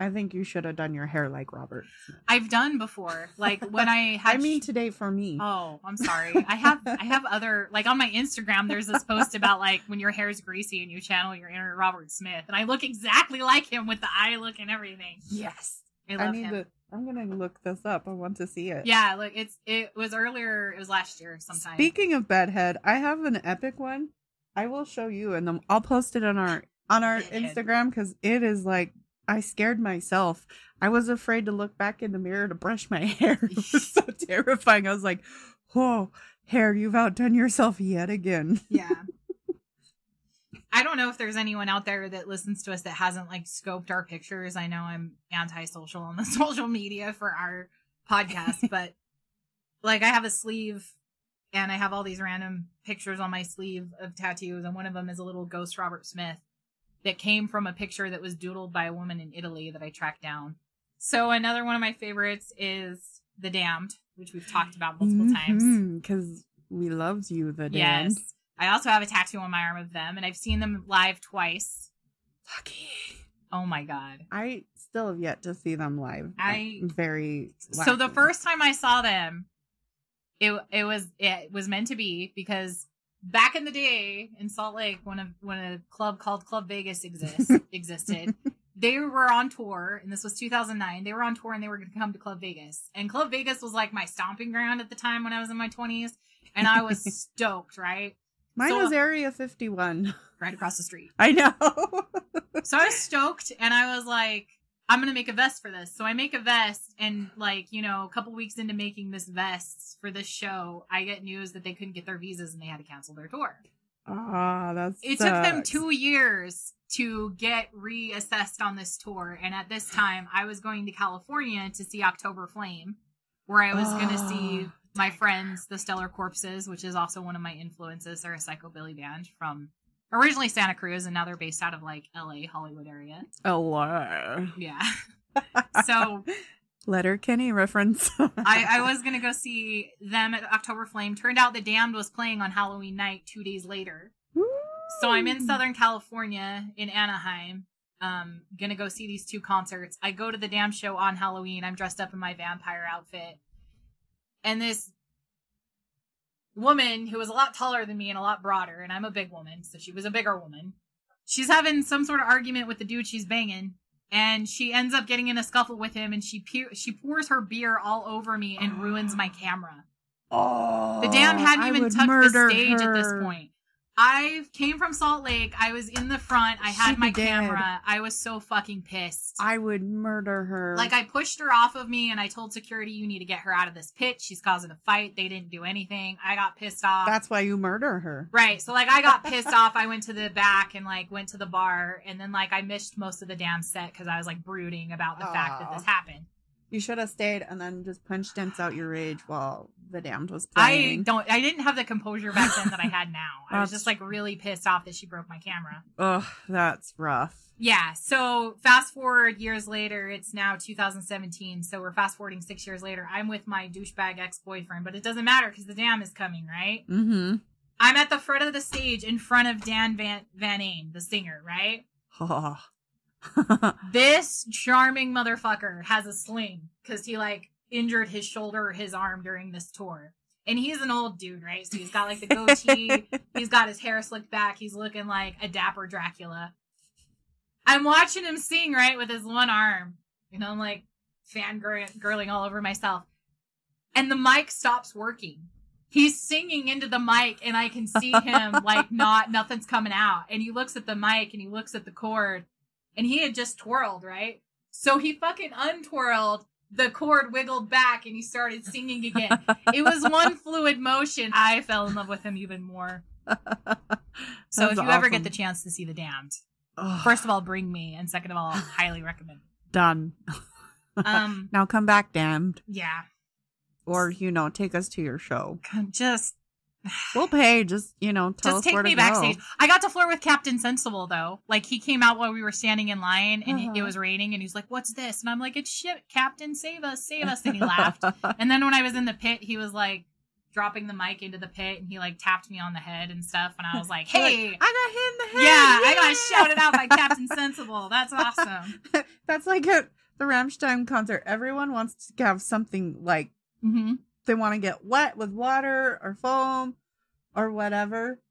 Speaker 2: I think you should have done your hair like Robert.
Speaker 1: I've done before. Like when I had
Speaker 2: I mean, today for me.
Speaker 1: Oh, I'm sorry. I have I have other like on my Instagram. There's this post about like when your hair is greasy and you channel your inner Robert Smith, and I look exactly like him with the eye look and everything.
Speaker 2: yes.
Speaker 1: I
Speaker 2: I
Speaker 1: love
Speaker 2: need
Speaker 1: him.
Speaker 2: to. I'm gonna look this up. I want to see it.
Speaker 1: Yeah, look, it's it was earlier. It was last year sometime.
Speaker 2: Speaking of bedhead, I have an epic one. I will show you, and then I'll post it on our on our
Speaker 1: Bedhead.
Speaker 2: Instagram because it is like I scared myself. I was afraid to look back in the mirror to brush my hair. It was so terrifying. I was like, "Whoa, hair, you've outdone yourself yet again."
Speaker 1: yeah. I don't know if there's anyone out there that listens to us that hasn't like scoped our pictures. I know I'm antisocial on the social media for our podcast, but like I have a sleeve and I have all these random pictures on my sleeve of tattoos, and one of them is a little ghost Robert Smith that came from a picture that was doodled by a woman in Italy that I tracked down. So another one of my favorites is The Damned, which we've talked about multiple times.
Speaker 2: Mm-hmm. because we loved you the day.
Speaker 1: Yes. I also have a tattoo on my arm of them, and I've seen them live twice.
Speaker 2: Lucky.
Speaker 1: Oh my god.
Speaker 2: I still have yet to see them live.
Speaker 1: I-
Speaker 2: I'm very
Speaker 1: So the
Speaker 2: lacking.
Speaker 1: first time I saw them, it it was it was meant to be because back in the day in Salt Lake, when a when a club called Club Vegas exists existed, they were on tour, and this was 2009. They were on tour, and they were going to come to Club Vegas, and Club Vegas was like my stomping ground at the time when I was in my 20s, and I was stoked, right,
Speaker 2: mine
Speaker 1: so-
Speaker 2: was Area 51.
Speaker 1: right across the street.
Speaker 2: I know.
Speaker 1: so I was stoked and I was like, I'm gonna make a vest for this. So I make a vest and like, you know, a couple weeks into making this vest for this show, I get news that they couldn't get their visas and they had to cancel their tour.
Speaker 2: Ah, that's
Speaker 1: It took them two years to get reassessed on this tour. And at this time I was going to California to see October Flame, where I was gonna see
Speaker 2: Ah,
Speaker 1: my friends, the Stellar Corpses, which is also one of my influences. They're a psychobilly band from originally Santa Cruz and now they're based out of like LA, Hollywood area.
Speaker 2: Hello.
Speaker 1: Yeah. so
Speaker 2: Letter Kenny reference.
Speaker 1: I, I was gonna go see them at October Flame. Turned out the Damned was playing on Halloween night two days later. So I'm
Speaker 2: Hmm.
Speaker 1: in Southern California in Anaheim. Um, gonna go see these two concerts. I go to the Damned show on Halloween. I'm dressed up in my vampire outfit, and this woman who was a lot taller than me and a lot broader, and I'm a big woman, so she was a bigger woman. She's having some sort of argument with the dude she's banging, and she ends up getting in a scuffle with him, and she pu- she pours her beer all over me and ruins my camera.
Speaker 2: Oh,
Speaker 1: The damn hadn't
Speaker 2: I
Speaker 1: even
Speaker 2: would
Speaker 1: touched the
Speaker 2: murder
Speaker 1: stage at this
Speaker 2: her.
Speaker 1: point. I came from Salt Lake. I was in the front. I had
Speaker 2: She'd be
Speaker 1: my
Speaker 2: dead.
Speaker 1: camera. I was so fucking pissed.
Speaker 2: I would murder her.
Speaker 1: Like I pushed her off of me and I told security you need to get her out of this pit. She's causing a fight. They didn't do anything. I got pissed off.
Speaker 2: That's why you murder her.
Speaker 1: Right. So like I got pissed off. I went to the back and like went to the bar and then like I missed most of the damn set because I was like brooding about the fact that
Speaker 2: Aw.
Speaker 1: this happened.
Speaker 2: You should have stayed and then just punched dents out your rage while the damned was
Speaker 1: I
Speaker 2: playing.
Speaker 1: don't I didn't have the composure back then that I had now. I was
Speaker 2: That's-
Speaker 1: just like really pissed off that she broke my camera.
Speaker 2: Ugh, that's rough.
Speaker 1: Yeah. So fast forward years later, it's now 2017. So we're fast forwarding six years later. I'm with my douchebag ex boyfriend, but it doesn't matter because the dam is coming, right?
Speaker 2: Mm-hmm.
Speaker 1: I'm at the front of the stage in front of Dan Van Van Ayn, the singer, right? This charming motherfucker has a sling because he like injured his shoulder or his arm during this tour. And he's an old dude, right? So he's got like the goatee. He's got his hair slicked back. He's looking like a dapper Dracula. I'm watching him sing, right, with his one arm. And I'm like fangirling all over myself. And the mic stops working. he's singing into the mic and I can see him like not nothing's coming out. And he looks at the mic and he looks at the cord and he had just twirled, right? So he fucking untwirled, the cord wiggled back and he started singing again. it was one fluid motion. I fell in love with him even more. So if
Speaker 2: That's
Speaker 1: you ever get
Speaker 2: awesome.
Speaker 1: the chance to see The Damned,
Speaker 2: Ugh,
Speaker 1: first of all, bring me and second of all, highly recommend.
Speaker 2: done.
Speaker 1: Um
Speaker 2: Now come back, damned,
Speaker 1: yeah,
Speaker 2: or you know, take us to your show.
Speaker 1: come- just
Speaker 2: We'll pay. Just you know, tell us
Speaker 1: just take
Speaker 2: where
Speaker 1: me
Speaker 2: to
Speaker 1: backstage.
Speaker 2: go.
Speaker 1: I got to flirt with Captain Sensible though. Like he came out while we were standing in line, and he- it
Speaker 2: Uh-huh.
Speaker 1: was raining, and he's like, "What's this?" And I'm like, "It's shit, Captain, save us, save us!" And he laughed. And then when I was in the pit, he was like dropping the mic into the pit, and he like tapped me on the head and stuff, and I was like,
Speaker 2: You're like, "Ah,
Speaker 1: "Hey."
Speaker 2: I got hit in the
Speaker 1: yeah,
Speaker 2: head.
Speaker 1: I got shouted out by Captain Sensible. That's awesome.
Speaker 2: shouted. That's like at the Ramstein concert. Everyone wants to have something like Mm-hmm.
Speaker 1: hmm
Speaker 2: they want to get wet with water or foam or whatever.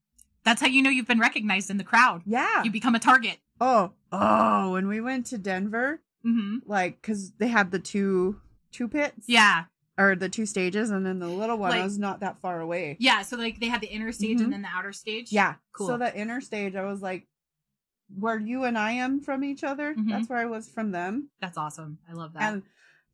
Speaker 1: That's how you know you've been recognized in the crowd.
Speaker 2: Yeah.
Speaker 1: You become a target.
Speaker 2: Oh, oh, when we went to Denver,
Speaker 1: hmm
Speaker 2: like cuz they had the two two pits.
Speaker 1: Yeah,
Speaker 2: Or the two stages and then the little one
Speaker 1: Like-
Speaker 2: I was not that far away.
Speaker 1: yeah. So like they had the inner stage
Speaker 2: Mhm.
Speaker 1: and then the outer stage.
Speaker 2: Yeah.
Speaker 1: Cool.
Speaker 2: So the inner stage I was like where you and I am from each other,
Speaker 1: Mhm.
Speaker 2: that's where I was from them.
Speaker 1: that's awesome. I love that.
Speaker 2: And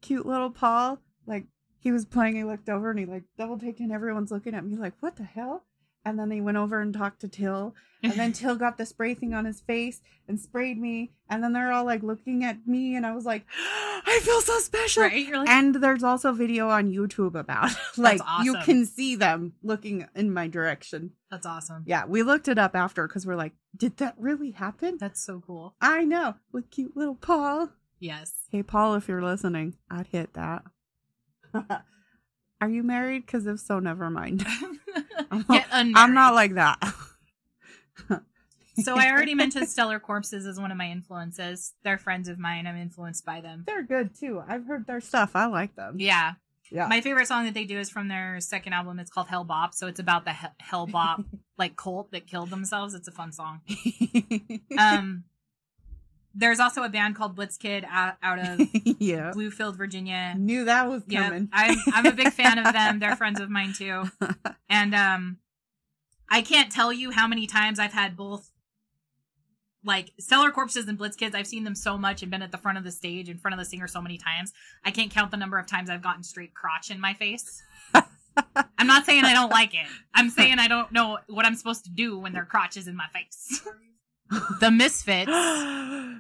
Speaker 2: cute little Paul, like he was playing, he looked over and he like double taken, everyone's looking at me like, What the hell? And then he went over and talked to Till And then Till got the spray thing on his face and sprayed me. And then they're all like looking at me. And I was like, I feel so special.
Speaker 1: right, you're like,
Speaker 2: And there's also video on YouTube about it. like you
Speaker 1: awesome.
Speaker 2: can see them looking in my direction.
Speaker 1: That's awesome.
Speaker 2: Yeah, we looked it up after because we're like, did that really happen?
Speaker 1: That's so cool.
Speaker 2: I know. With cute little Paul.
Speaker 1: Yes.
Speaker 2: Hey, Paul, if you're listening, I'd hit that. Are you married? Because if so, never mind. I'm
Speaker 1: Get
Speaker 2: not,
Speaker 1: unmarried.
Speaker 2: I'm not like that.
Speaker 1: so I already mentioned Stellar Corpses as one of my influences. They're friends of mine. I'm influenced by them.
Speaker 2: They're good too. I've heard their stuff. I like them.
Speaker 1: Yeah.
Speaker 2: Yeah.
Speaker 1: My favorite song that they do is from their second album. It's called Hell Bop. So it's about the he- Hell Bop like cult that killed themselves. It's a fun song. Um, there's also a band called Blitzkid out, out of
Speaker 2: yeah.
Speaker 1: Bluefield, Virginia.
Speaker 2: Knew that was
Speaker 1: Yeah,
Speaker 2: coming.
Speaker 1: I'm I'm a big fan of them. They're friends of mine too. And um I can't tell you how many times I've had both like Stellar Corpses and Blitzkids. I've seen them so much and been at the front of the stage in front of the singer so many times. I can't count the number of times I've gotten straight crotch in my face. I'm not saying I don't like it. I'm saying I don't know what I'm supposed to do when their crotch is in my face. the Misfits,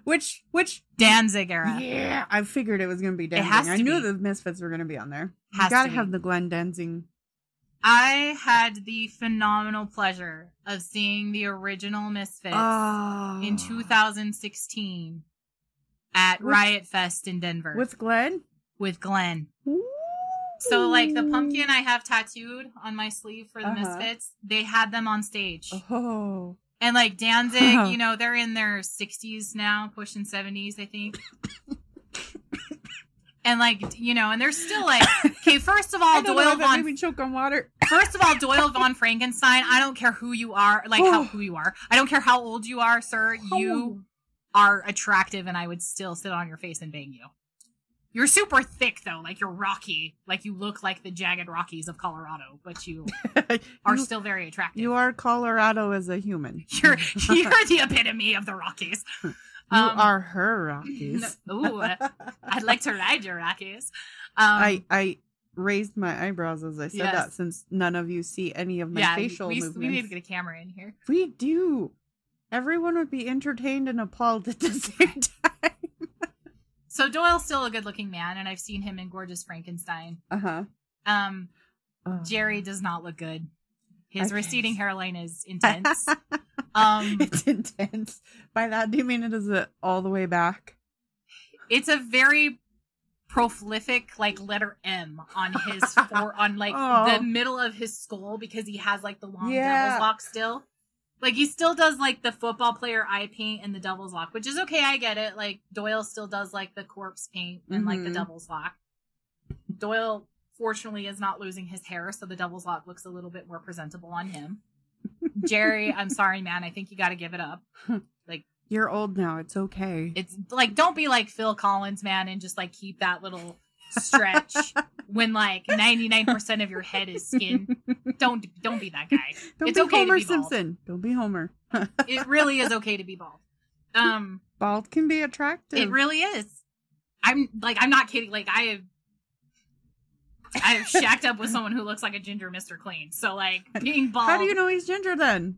Speaker 2: which, which,
Speaker 1: Danzig era.
Speaker 2: yeah, I figured it was going to be Danzig.
Speaker 1: has
Speaker 2: I
Speaker 1: to
Speaker 2: knew
Speaker 1: be.
Speaker 2: the Misfits were going to be on there.
Speaker 1: Has
Speaker 2: you got to
Speaker 1: to
Speaker 2: have
Speaker 1: be.
Speaker 2: the Glenn Danzig.
Speaker 1: I had the phenomenal pleasure of seeing the original Misfits
Speaker 2: Oh.
Speaker 1: in 2016 at
Speaker 2: With-
Speaker 1: Riot Fest in Denver with,
Speaker 2: With Glenn?
Speaker 1: Glenn. So, like the pumpkin I have tattooed on my sleeve for the
Speaker 2: Uh-huh.
Speaker 1: Misfits, they had them on stage.
Speaker 2: Oh. Uh-huh.
Speaker 1: And like Danzig, you know, they're in their 60s now, pushing 70s, I think. and like, you know, and they're still like, okay, first of all,
Speaker 2: I don't know
Speaker 1: Doyle
Speaker 2: if that
Speaker 1: Von
Speaker 2: made me choke on water.
Speaker 1: First of all, Doyle von Frankenstein, I don't care who you are, like
Speaker 2: Oh.
Speaker 1: how who you are. I don't care how old you are, sir. You are attractive and I would still sit on your face and bang you. You're super thick though, like you're rocky. Like you look like the jagged Rockies of Colorado, but you are
Speaker 2: you,
Speaker 1: still very attractive.
Speaker 2: you are Colorado as a human.
Speaker 1: you're you're the epitome of the Rockies. Um,
Speaker 2: You are her, Rockies.
Speaker 1: Ooh, I'd like to ride your Rockies. Um,
Speaker 2: I I raised my eyebrows as I said
Speaker 1: Yes.
Speaker 2: that since none of you see any of my
Speaker 1: Um, yeah,
Speaker 2: facial
Speaker 1: we,
Speaker 2: movements.
Speaker 1: we need to get a camera in here.
Speaker 2: We do. Everyone would be entertained and appalled at the same time.
Speaker 1: So Doyle's still a good-looking man, and I've seen him in Gorgeous Frankenstein.
Speaker 2: Uh huh.
Speaker 1: Um,
Speaker 2: Oh.
Speaker 1: Jerry does not look good. His
Speaker 2: Okay.
Speaker 1: receding hairline is intense. um,
Speaker 2: it's intense. By that, do you mean it is it all the way back?
Speaker 1: it's a very prolific like letter M on his fore on like
Speaker 2: Oh.
Speaker 1: the middle of his skull because he has like the long
Speaker 2: Yeah.
Speaker 1: devil's lock still. Like he still does like the football player eye paint and the devil's lock, which is okay, I get it. Like Doyle still does like the corpse paint and like the
Speaker 2: Mhm.
Speaker 1: devil's lock. Doyle fortunately is not losing his hair, so the devil's lock looks a little bit more presentable on him. Jerry, I'm sorry, man. I think you got to give it up.
Speaker 2: You're old now. It's okay.
Speaker 1: It's like don't be like Phil Collins, man, and just like keep that little stretch when like 99% of your head is skin. Don't don't be that guy.
Speaker 2: Don't
Speaker 1: It's
Speaker 2: be
Speaker 1: okay to
Speaker 2: Homer
Speaker 1: be bald.
Speaker 2: Simpson. Don't be Homer.
Speaker 1: It really is okay to be bald. Um
Speaker 2: Bald can be attractive.
Speaker 1: it really is. I'm like I'm not kidding. Like I have I have shacked up with someone who looks like a ginger Mr. Clean. So like being bald
Speaker 2: How do you know he's ginger then?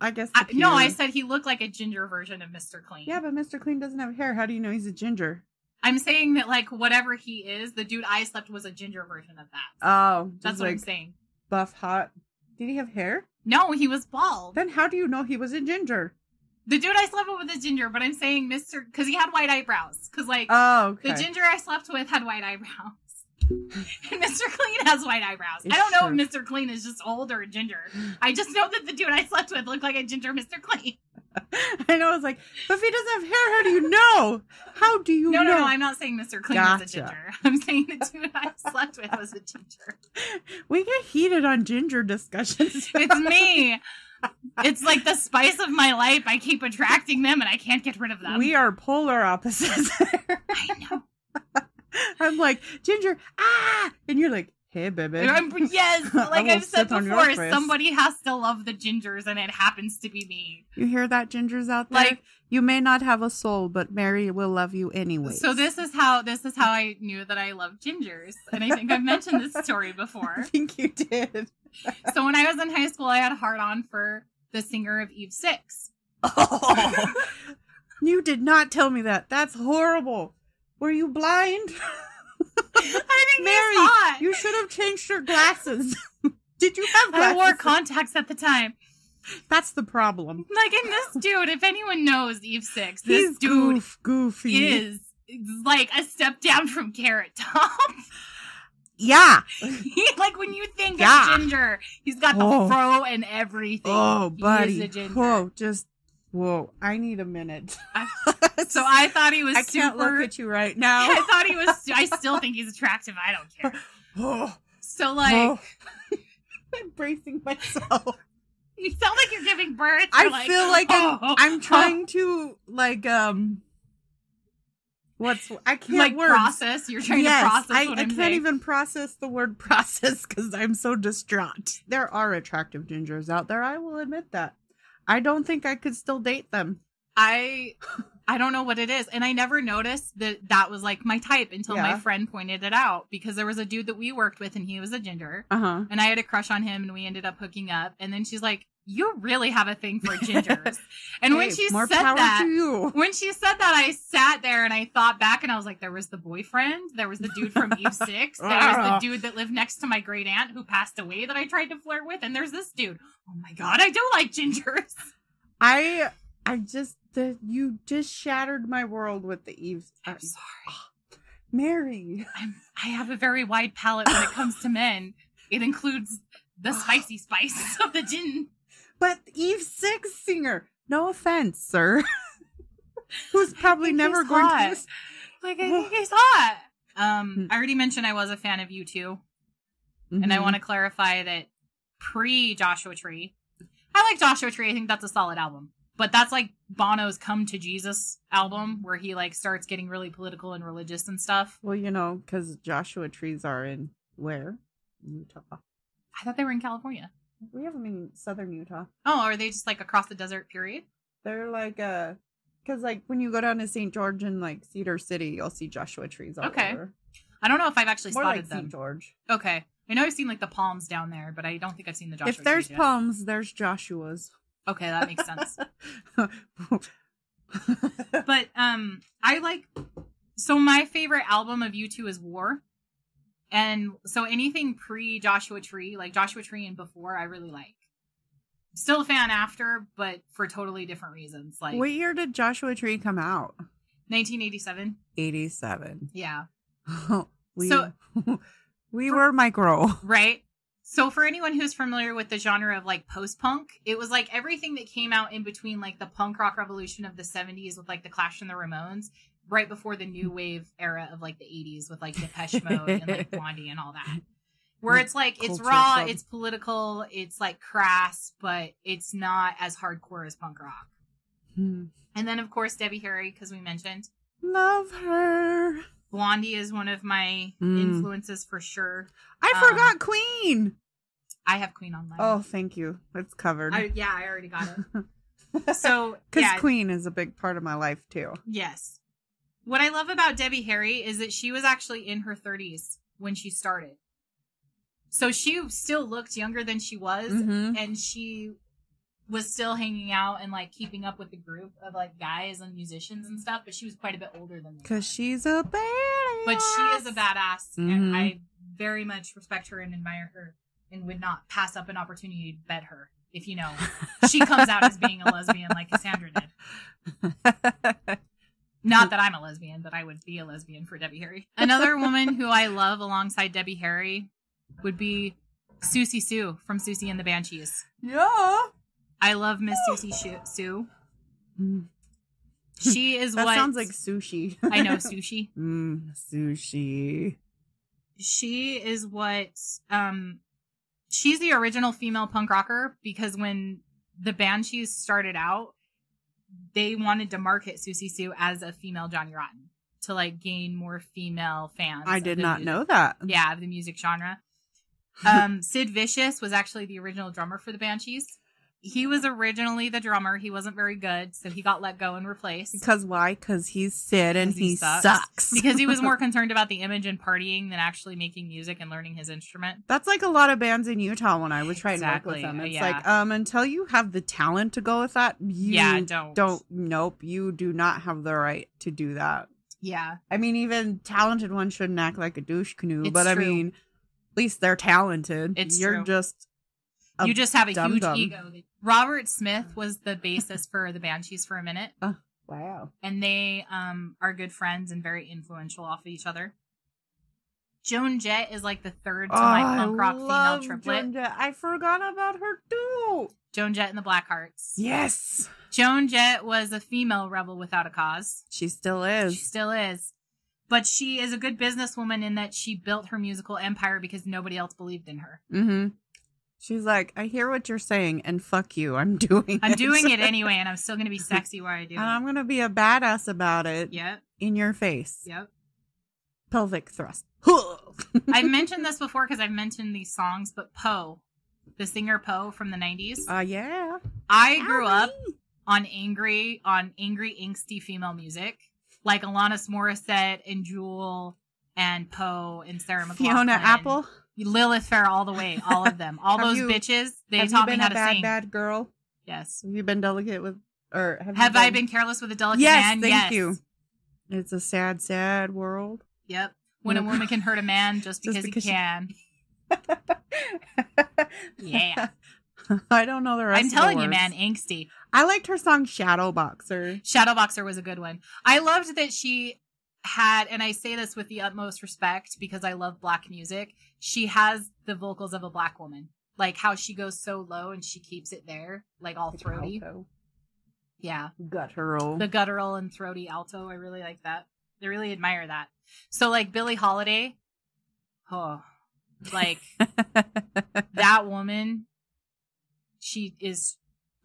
Speaker 2: I guess.
Speaker 1: I,
Speaker 2: the
Speaker 1: no, I
Speaker 2: pube.
Speaker 1: said he looked like a ginger version of Mr. Clean.
Speaker 2: Yeah, but Mr. Clean doesn't have hair. How do you know he's a ginger?
Speaker 1: I'm saying that like whatever he is, the dude I slept was a ginger version of that.
Speaker 2: Oh, just
Speaker 1: That's what
Speaker 2: like
Speaker 1: I'm saying.
Speaker 2: buff, hot. Did he have hair?
Speaker 1: No, he was bald.
Speaker 2: Then how do you know he was a ginger?
Speaker 1: the dude I slept with was a ginger, but I'm saying Mr. because he had white eyebrows. Because like
Speaker 2: Oh, okay.
Speaker 1: the ginger I slept with had white eyebrows, and Mr. Clean has white eyebrows.
Speaker 2: It's
Speaker 1: I don't know
Speaker 2: true.
Speaker 1: if Mr. Clean is just old or a ginger. I just know that the dude I slept with looked like a ginger Mr. Clean.
Speaker 2: I know. I was like, but if he doesn't have hair, how do you know? How do you
Speaker 1: No,
Speaker 2: know?
Speaker 1: no, no, I'm not saying Mr. Clean was a
Speaker 2: Gotcha.
Speaker 1: ginger. I'm saying the dude I slept with was a ginger.
Speaker 2: we get heated on ginger discussions.
Speaker 1: It's me. It's like the spice of my life. I keep attracting them, and I can't get rid of them.
Speaker 2: we are polar opposites.
Speaker 1: I know.
Speaker 2: I'm like ginger, ah, and you're like, hey, baby.
Speaker 1: I'm- yes,
Speaker 2: I
Speaker 1: like
Speaker 2: will
Speaker 1: I've said
Speaker 2: sit on your
Speaker 1: before,
Speaker 2: face.
Speaker 1: somebody has to love the gingers, and it happens to be me.
Speaker 2: You hear that, gingers out there?
Speaker 1: Like,
Speaker 2: you may not have a soul, but Mary will love you anyway.
Speaker 1: so this is how this is how I knew that I love gingers, and I think I've mentioned this story
Speaker 2: I
Speaker 1: before.
Speaker 2: think you did.
Speaker 1: So when I was in high school, I had a hard on for the singer of Eve Six.
Speaker 2: Oh, you did not tell me that. That's horrible. Were you blind?
Speaker 1: I think
Speaker 2: Mary,
Speaker 1: he's hot.
Speaker 2: You should have changed your glasses. did you have
Speaker 1: I
Speaker 2: glasses?
Speaker 1: wore contacts at the time.
Speaker 2: That's the problem.
Speaker 1: Like in this dude, if anyone knows Eve Six, this
Speaker 2: He's
Speaker 1: dude
Speaker 2: goof, goofy.
Speaker 1: is like a step down from Carrot Top.
Speaker 2: Yeah.
Speaker 1: He- like when you think
Speaker 2: Yeah.
Speaker 1: of Ginger, he's got the
Speaker 2: Oh.
Speaker 1: fro and everything.
Speaker 2: Oh,
Speaker 1: He is
Speaker 2: buddy.
Speaker 1: a ginger.
Speaker 2: Whoa, just whoa. I need a minute.
Speaker 1: I- So I thought he was
Speaker 2: I
Speaker 1: super.
Speaker 2: can't look at you right
Speaker 1: I
Speaker 2: now.
Speaker 1: thought he was. I still think he's attractive. I don't care.
Speaker 2: Oh,
Speaker 1: So like,
Speaker 2: oh. I'm bracing myself.
Speaker 1: you sound like you're giving birth.
Speaker 2: I
Speaker 1: You're like,
Speaker 2: feel like I'm-
Speaker 1: oh, oh,
Speaker 2: I'm trying to like um what's I
Speaker 1: oh,
Speaker 2: can't
Speaker 1: like
Speaker 2: words.
Speaker 1: process. You're trying
Speaker 2: yes,
Speaker 1: to process.
Speaker 2: I,
Speaker 1: what
Speaker 2: I
Speaker 1: I'm
Speaker 2: can't
Speaker 1: saying.
Speaker 2: even process the word process because I'm so distraught. There are attractive gingers out there. I will admit that. I don't think I could still date them.
Speaker 1: I I don't know what it is, and I never noticed that that was like my type until my
Speaker 2: Yeah.
Speaker 1: friend pointed it out because there was a dude that we worked with, and he was a ginger.
Speaker 2: Uh huh.
Speaker 1: and I had a crush on him, and we ended up hooking up. And then she's like, "You really have a thing for gingers." And when she
Speaker 2: more
Speaker 1: said
Speaker 2: power
Speaker 1: that,
Speaker 2: to you.
Speaker 1: when she said that, I sat there and I thought back, and I was like, "There was the boyfriend, there was the dude from Eve Six, there was the
Speaker 2: Ah.
Speaker 1: dude that lived next to my great aunt who passed away that I tried to flirt with, and there's this dude. Oh my god, I do like gingers.
Speaker 2: I I just the, you just shattered my world with the Eve's
Speaker 1: I'm sorry,
Speaker 2: Mary.
Speaker 1: I'm, I have a very wide palette when it comes to men. It includes the spicy spice of the gin."
Speaker 2: But Eve Six singer. No offense, sir. Who's probably
Speaker 1: think
Speaker 2: never
Speaker 1: he's
Speaker 2: going
Speaker 1: hot.
Speaker 2: to listen.
Speaker 1: Like I think he's hot. Um, I already mentioned I was a fan of you 2 and I
Speaker 2: Mhm.
Speaker 1: want to clarify that pre Joshua Tree, I like Joshua Tree. I think that's a solid album, but that's like Bono's "Come to Jesus" album, where he like starts getting really political and religious and stuff.
Speaker 2: Well, you know, because Joshua trees are in where? Utah.
Speaker 1: I thought they were in California.
Speaker 2: We have them in southern Utah.
Speaker 1: Oh, are they just like across the desert? Period.
Speaker 2: They're like uh because like when you go down to St. George and like Cedar City, you'll see Joshua trees all
Speaker 1: Okay.
Speaker 2: over.
Speaker 1: I don't know if I've actually
Speaker 2: More
Speaker 1: spotted
Speaker 2: like
Speaker 1: them.
Speaker 2: St. George.
Speaker 1: Okay, I know I've seen like the palms down there, but I don't think I've seen the Joshua.
Speaker 2: if there's
Speaker 1: trees yet.
Speaker 2: palms, there's Joshua's.
Speaker 1: okay, that makes sense. but um i like so my favorite album of u2 is war and so anything pre joshua tree like joshua tree and before i really like still a fan after but for totally different reasons like
Speaker 2: what year did Joshua Tree come out?
Speaker 1: 1987
Speaker 2: 87.
Speaker 1: yeah
Speaker 2: we
Speaker 1: So-
Speaker 2: we were micro.
Speaker 1: right so for anyone who's familiar with the genre of like post-punk it was like everything that came out in between like the punk rock revolution of the 70s with like the clash and the ramones right before the new wave era of like the 80s with like depeche mode and like blondie and all that where it's like it's
Speaker 2: Culture
Speaker 1: raw
Speaker 2: Club.
Speaker 1: it's political it's like crass but it's not as hardcore as punk rock
Speaker 2: Hmm.
Speaker 1: and then of course debbie harry because we mentioned
Speaker 2: Love her.
Speaker 1: Blondie is one of my
Speaker 2: Mm.
Speaker 1: influences for sure.
Speaker 2: I
Speaker 1: Um,
Speaker 2: forgot Queen.
Speaker 1: I have Queen on my.
Speaker 2: Oh, thank you. It's covered.
Speaker 1: I, yeah, I already got it. So
Speaker 2: Because
Speaker 1: yeah,
Speaker 2: Queen is a big part of my life too.
Speaker 1: yes. What I love about Debbie Harry is that she was actually in her 30s when she started, so she still looked younger than she was,
Speaker 2: Mhm.
Speaker 1: and she was still hanging out and like keeping up with the group of like guys and musicians and stuff. But she was quite a bit older than them.
Speaker 2: Cause she's a badass.
Speaker 1: but she is a badass
Speaker 2: Mhm.
Speaker 1: and i very much respect her and admire her and would not pass up an opportunity to bet her if you know she comes out as being a lesbian like cassandra did not that i'm a lesbian but i would be a lesbian for debbie harry another woman who i love alongside debbie harry would be susie sue from susie and the banshees
Speaker 2: yeah.
Speaker 1: i love miss susie Shu- sue
Speaker 2: Mm,
Speaker 1: she is
Speaker 2: That
Speaker 1: what
Speaker 2: sounds like sushi.
Speaker 1: i know sushi
Speaker 2: Mm, sushi.
Speaker 1: she is what um she's the original female punk rocker because when the banshees started out they wanted to market susie sue as a female johnny rotten to like gain more female fans
Speaker 2: I
Speaker 1: of
Speaker 2: did
Speaker 1: the
Speaker 2: not
Speaker 1: mu-
Speaker 2: know that.
Speaker 1: yeah of the music genre um sid vicious was actually the original drummer for the banshees he was originally the drummer he wasn't very good so he got let go and replaced
Speaker 2: Because why? Because he's Sid and
Speaker 1: 'Cause
Speaker 2: he,
Speaker 1: he
Speaker 2: sucks.
Speaker 1: sucks. because he was more concerned about the image and partying than actually making music and learning his instrument
Speaker 2: That's like a lot of bands in Utah when I would try
Speaker 1: Exactly,
Speaker 2: and work with them. It's
Speaker 1: yeah.
Speaker 2: like, um, until you have the talent to go with that, you
Speaker 1: yeah don't
Speaker 2: don't, nope, you do not have the right to do that.
Speaker 1: Yeah.
Speaker 2: I mean, even talented ones shouldn't act like a douche canoe,
Speaker 1: It's
Speaker 2: but I
Speaker 1: true.
Speaker 2: mean, at least they're talented.
Speaker 1: It's
Speaker 2: You're
Speaker 1: true.
Speaker 2: just a
Speaker 1: you just have a huge
Speaker 2: dum-dum.
Speaker 1: ego. Robert Smith was the basis for the Banshees for a minute,
Speaker 2: wow.
Speaker 1: and they um, are good friends and very influential off of each other. Joan Jett is like the third to my
Speaker 2: Oh, I
Speaker 1: punk rock female
Speaker 2: love
Speaker 1: triplet.
Speaker 2: Joan Jett. I forgot about her too.
Speaker 1: Joan Jett and the Blackhearts.
Speaker 2: Yes,
Speaker 1: Joan Jett was a female rebel without a cause.
Speaker 2: she still
Speaker 1: She
Speaker 2: is.
Speaker 1: still is. But she is a good businesswoman in that she built her musical empire because nobody else believed in her.
Speaker 2: Mm-hmm. She's like, I hear what you're saying, and fuck you, I'm doing.
Speaker 1: I'm doing it anyway, and I'm still going to be sexy while I do
Speaker 2: and I'm
Speaker 1: it.
Speaker 2: gonna be a badass about it.
Speaker 1: Yep,
Speaker 2: In your face,
Speaker 1: yep.
Speaker 2: pelvic thrust.
Speaker 1: I've mentioned this before because I've mentioned these songs, but Poe, the singer Poe from the 90s,
Speaker 2: uh, yeah.
Speaker 1: I grew up on angry, on angry, angsty female music, like Alanis Morissette and Jewel and Poe and Sarah McLaughlin.
Speaker 2: Fiona Apple.
Speaker 1: Lilith Fair, all the way, all of them. All
Speaker 2: Have
Speaker 1: those
Speaker 2: you-
Speaker 1: bitches, they
Speaker 2: have you
Speaker 1: taught
Speaker 2: been
Speaker 1: me how
Speaker 2: a
Speaker 1: to
Speaker 2: bad
Speaker 1: sing.
Speaker 2: bad girl?
Speaker 1: Yes.
Speaker 2: Have you been delicate with, or have,
Speaker 1: Have
Speaker 2: you
Speaker 1: I been careless with a delicate
Speaker 2: yes,
Speaker 1: man?
Speaker 2: thank
Speaker 1: yes.
Speaker 2: you. It's a sad, sad world.
Speaker 1: Yep. When a woman can hurt a man just
Speaker 2: Just
Speaker 1: because,
Speaker 2: because she-
Speaker 1: he can. Yeah.
Speaker 2: I don't know the rest.
Speaker 1: I'm
Speaker 2: of the
Speaker 1: telling you,
Speaker 2: words.
Speaker 1: man, angsty.
Speaker 2: I liked her song "Shadow Boxer."
Speaker 1: Shadowboxer was a good one. I loved that she had, and I say this with the utmost respect because I love black music. She has the vocals of a black woman, like how she goes so low and she keeps it there, like all throaty.
Speaker 2: Alto.
Speaker 1: Yeah,
Speaker 2: Guttural.
Speaker 1: the guttural and throaty alto. I really like that. I really admire that. So like Billie Holiday, oh, like that woman, she is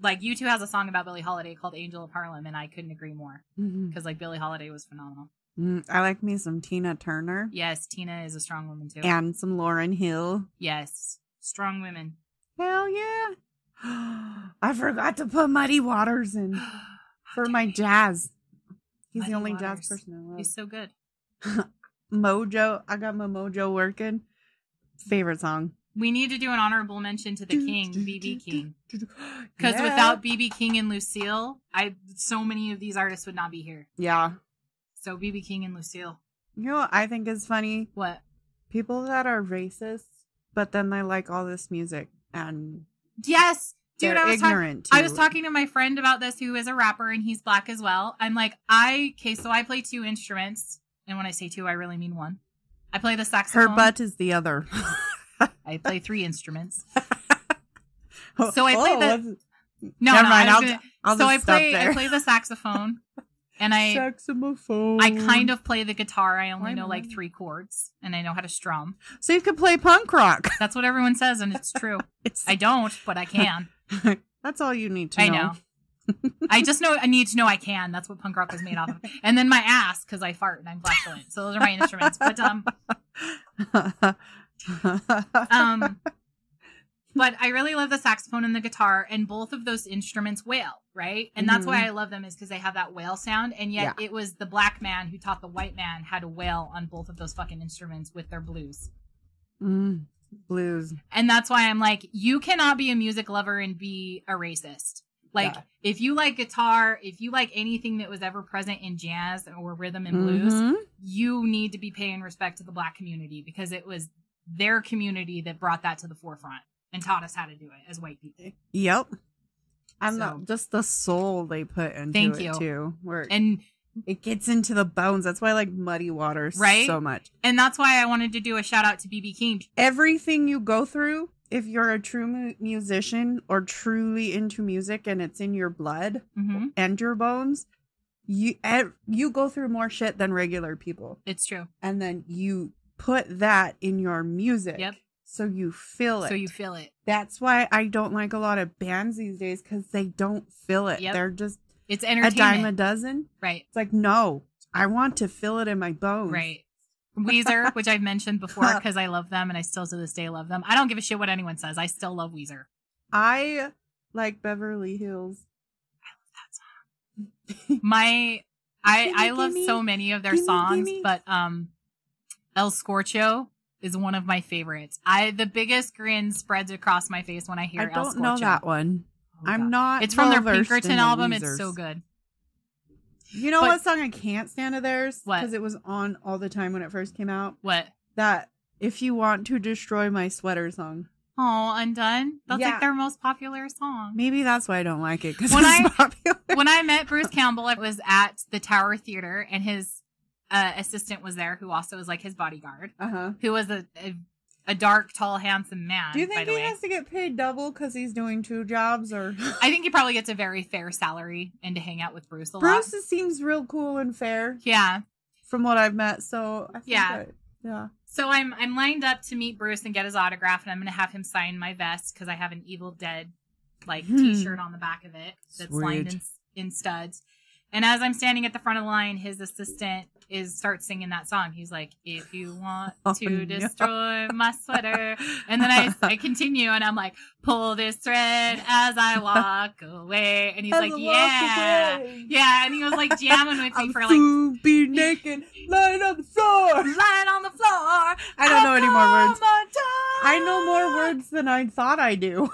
Speaker 1: like U2 has a song about Billie Holiday called Angel of Harlem, and I couldn't agree more
Speaker 2: Mhm.
Speaker 1: because like Billie Holiday was phenomenal.
Speaker 2: Mm, I like me some Tina Turner
Speaker 1: Yes, Tina is a strong woman too.
Speaker 2: and some Lauren Hill.
Speaker 1: Yes, strong women.
Speaker 2: Hell yeah! I forgot to put Muddy Waters in for
Speaker 1: How
Speaker 2: my
Speaker 1: dare you.
Speaker 2: jazz. He's
Speaker 1: Muddy
Speaker 2: the only jazz
Speaker 1: Waters.
Speaker 2: person I love.
Speaker 1: He's so good.
Speaker 2: Mojo. I got my Mojo working. Favorite song.
Speaker 1: We need to do an honorable mention to the King, BB King, because
Speaker 2: Yeah.
Speaker 1: without BB King and Lucille, I so many of these artists would not be here.
Speaker 2: yeah,
Speaker 1: So BB King and Lucille.
Speaker 2: you know what I think is funny
Speaker 1: What?
Speaker 2: people that are racist, but then they like all this music and
Speaker 1: Yes, dude.
Speaker 2: they're
Speaker 1: I was talking.
Speaker 2: ignorant.
Speaker 1: I
Speaker 2: to
Speaker 1: was
Speaker 2: it.
Speaker 1: talking to my friend about this who is a rapper and he's black as well. I'm like, I okay, so I play two instruments, and when I say two, I really mean one. I play the
Speaker 2: Her
Speaker 1: saxophone.
Speaker 2: butt is the other.
Speaker 1: I play three instruments. So I play the-
Speaker 2: that's-
Speaker 1: No,
Speaker 2: Never
Speaker 1: no,
Speaker 2: mind.
Speaker 1: I
Speaker 2: I'll,
Speaker 1: was gonna-
Speaker 2: Oh, I'll
Speaker 1: so
Speaker 2: just
Speaker 1: I play
Speaker 2: stop there.
Speaker 1: I play the saxophone and I
Speaker 2: Saxophone.
Speaker 1: I kind of play the guitar. I only
Speaker 2: Why
Speaker 1: know like
Speaker 2: not?
Speaker 1: three chords and I know how to strum.
Speaker 2: So you could play punk rock.
Speaker 1: That's what everyone says and it's true.
Speaker 2: It's,
Speaker 1: I don't, but I can.
Speaker 2: that's all you need to
Speaker 1: I know. I just know I need to know I can. That's what punk rock was made off of. And then my ass because I fart and I'm flatulent. So those are my instruments. But um, um, but I really love the saxophone and the guitar, and both of those instruments wail, right? And that's why I love them is because they have that wail sound. And yet it was the black man who taught the white man how to wail on both of those fucking instruments with their blues.
Speaker 2: Mm, blues.
Speaker 1: And that's why I'm like, you cannot be a music lover and be a racist. Like,
Speaker 2: Yeah.
Speaker 1: if you like guitar, if you like anything that was ever present in jazz or rhythm and blues,
Speaker 2: Mhm.
Speaker 1: you need to be paying respect to the black community because it was their community that brought that to the forefront and taught us how to do it as white people.
Speaker 2: Yep. And
Speaker 1: So-
Speaker 2: the, just the soul they put into
Speaker 1: Thank
Speaker 2: it
Speaker 1: you.
Speaker 2: too, where
Speaker 1: And
Speaker 2: it gets into the bones. That's why I like muddy water
Speaker 1: Right?
Speaker 2: so much.
Speaker 1: and that's why I wanted to do a shout out to BB King.
Speaker 2: Everything you go through, if you're a true mu- musician or truly into music and it's in your blood
Speaker 1: hmm
Speaker 2: and your bones, you ev- you go through more shit than regular people,
Speaker 1: It's true.
Speaker 2: and then you put that in your music.
Speaker 1: Yep.
Speaker 2: So you feel it.
Speaker 1: So you feel it.
Speaker 2: That's why I don't like a lot of bands these days because they don't feel it.
Speaker 1: Yep.
Speaker 2: They're just
Speaker 1: It's
Speaker 2: a
Speaker 1: entertainment.
Speaker 2: dime a dozen.
Speaker 1: right.
Speaker 2: It's like, no, I want to feel it in my bones.
Speaker 1: Right. Weezer, which I've mentioned before because I love them and I still to this day love them. I don't give a shit what anyone says. I still love Weezer.
Speaker 2: I like Beverly Hills.
Speaker 1: My I
Speaker 2: Gimme,
Speaker 1: I love
Speaker 2: gimme,
Speaker 1: so many of their
Speaker 2: gimme,
Speaker 1: songs,
Speaker 2: gimme.
Speaker 1: but um El Scorcho is one of my favorites. I the biggest grin spreads across my face when I hear
Speaker 2: I
Speaker 1: El
Speaker 2: don't
Speaker 1: Scorcho.
Speaker 2: know that one.
Speaker 1: Oh,
Speaker 2: I'm
Speaker 1: God.
Speaker 2: not.
Speaker 1: It's from their
Speaker 2: well-versed in
Speaker 1: Pinkerton
Speaker 2: the
Speaker 1: album. It's so
Speaker 2: Weezers.
Speaker 1: good.
Speaker 2: You know
Speaker 1: But-
Speaker 2: what song I can't stand of theirs?
Speaker 1: What?
Speaker 2: Because it was on all the time when it first came out.
Speaker 1: What?
Speaker 2: That if you want to destroy my sweater song.
Speaker 1: Oh, Undone. That's
Speaker 2: Yeah.
Speaker 1: like their most popular song.
Speaker 2: Maybe that's why I don't like it because it's
Speaker 1: When I-
Speaker 2: popular.
Speaker 1: when I met Bruce Campbell, I was at the Tower Theater, and his uh, assistant was there, who also was like his bodyguard,
Speaker 2: Uh huh.
Speaker 1: who was a a, a dark, tall, handsome man.
Speaker 2: Do you
Speaker 1: by
Speaker 2: think
Speaker 1: the
Speaker 2: he
Speaker 1: way,
Speaker 2: has to get paid double because he's doing two jobs, or
Speaker 1: I think he probably gets a very fair salary and to hang out with Bruce a
Speaker 2: Bruce
Speaker 1: lot.
Speaker 2: seems real cool and fair
Speaker 1: Yeah.
Speaker 2: from what I've met? So I think
Speaker 1: Yeah.
Speaker 2: that- yeah.
Speaker 1: So I'm I'm lined up to meet Bruce and get his autograph, and I'm gonna have him sign my vest because I have an Evil Dead like
Speaker 2: Hmm.
Speaker 1: T-shirt on the back of it that's lined
Speaker 2: Sweet.
Speaker 1: in, in studs. And as I'm standing at the front of the line, his assistant is starts singing that song. He's like, "If you want
Speaker 2: Oh,
Speaker 1: to
Speaker 2: no.
Speaker 1: destroy my sweater," and then I I continue, and I'm like, "Pull this thread as I walk away," and he's
Speaker 2: As I
Speaker 1: like,
Speaker 2: walk
Speaker 1: "Yeah,
Speaker 2: away.
Speaker 1: yeah," and he was like jamming with me
Speaker 2: I'm
Speaker 1: for like
Speaker 2: to be naked, lying on the floor.
Speaker 1: lying on the floor.
Speaker 2: I don't know any more words. I
Speaker 1: I
Speaker 2: know more words than I thought I do.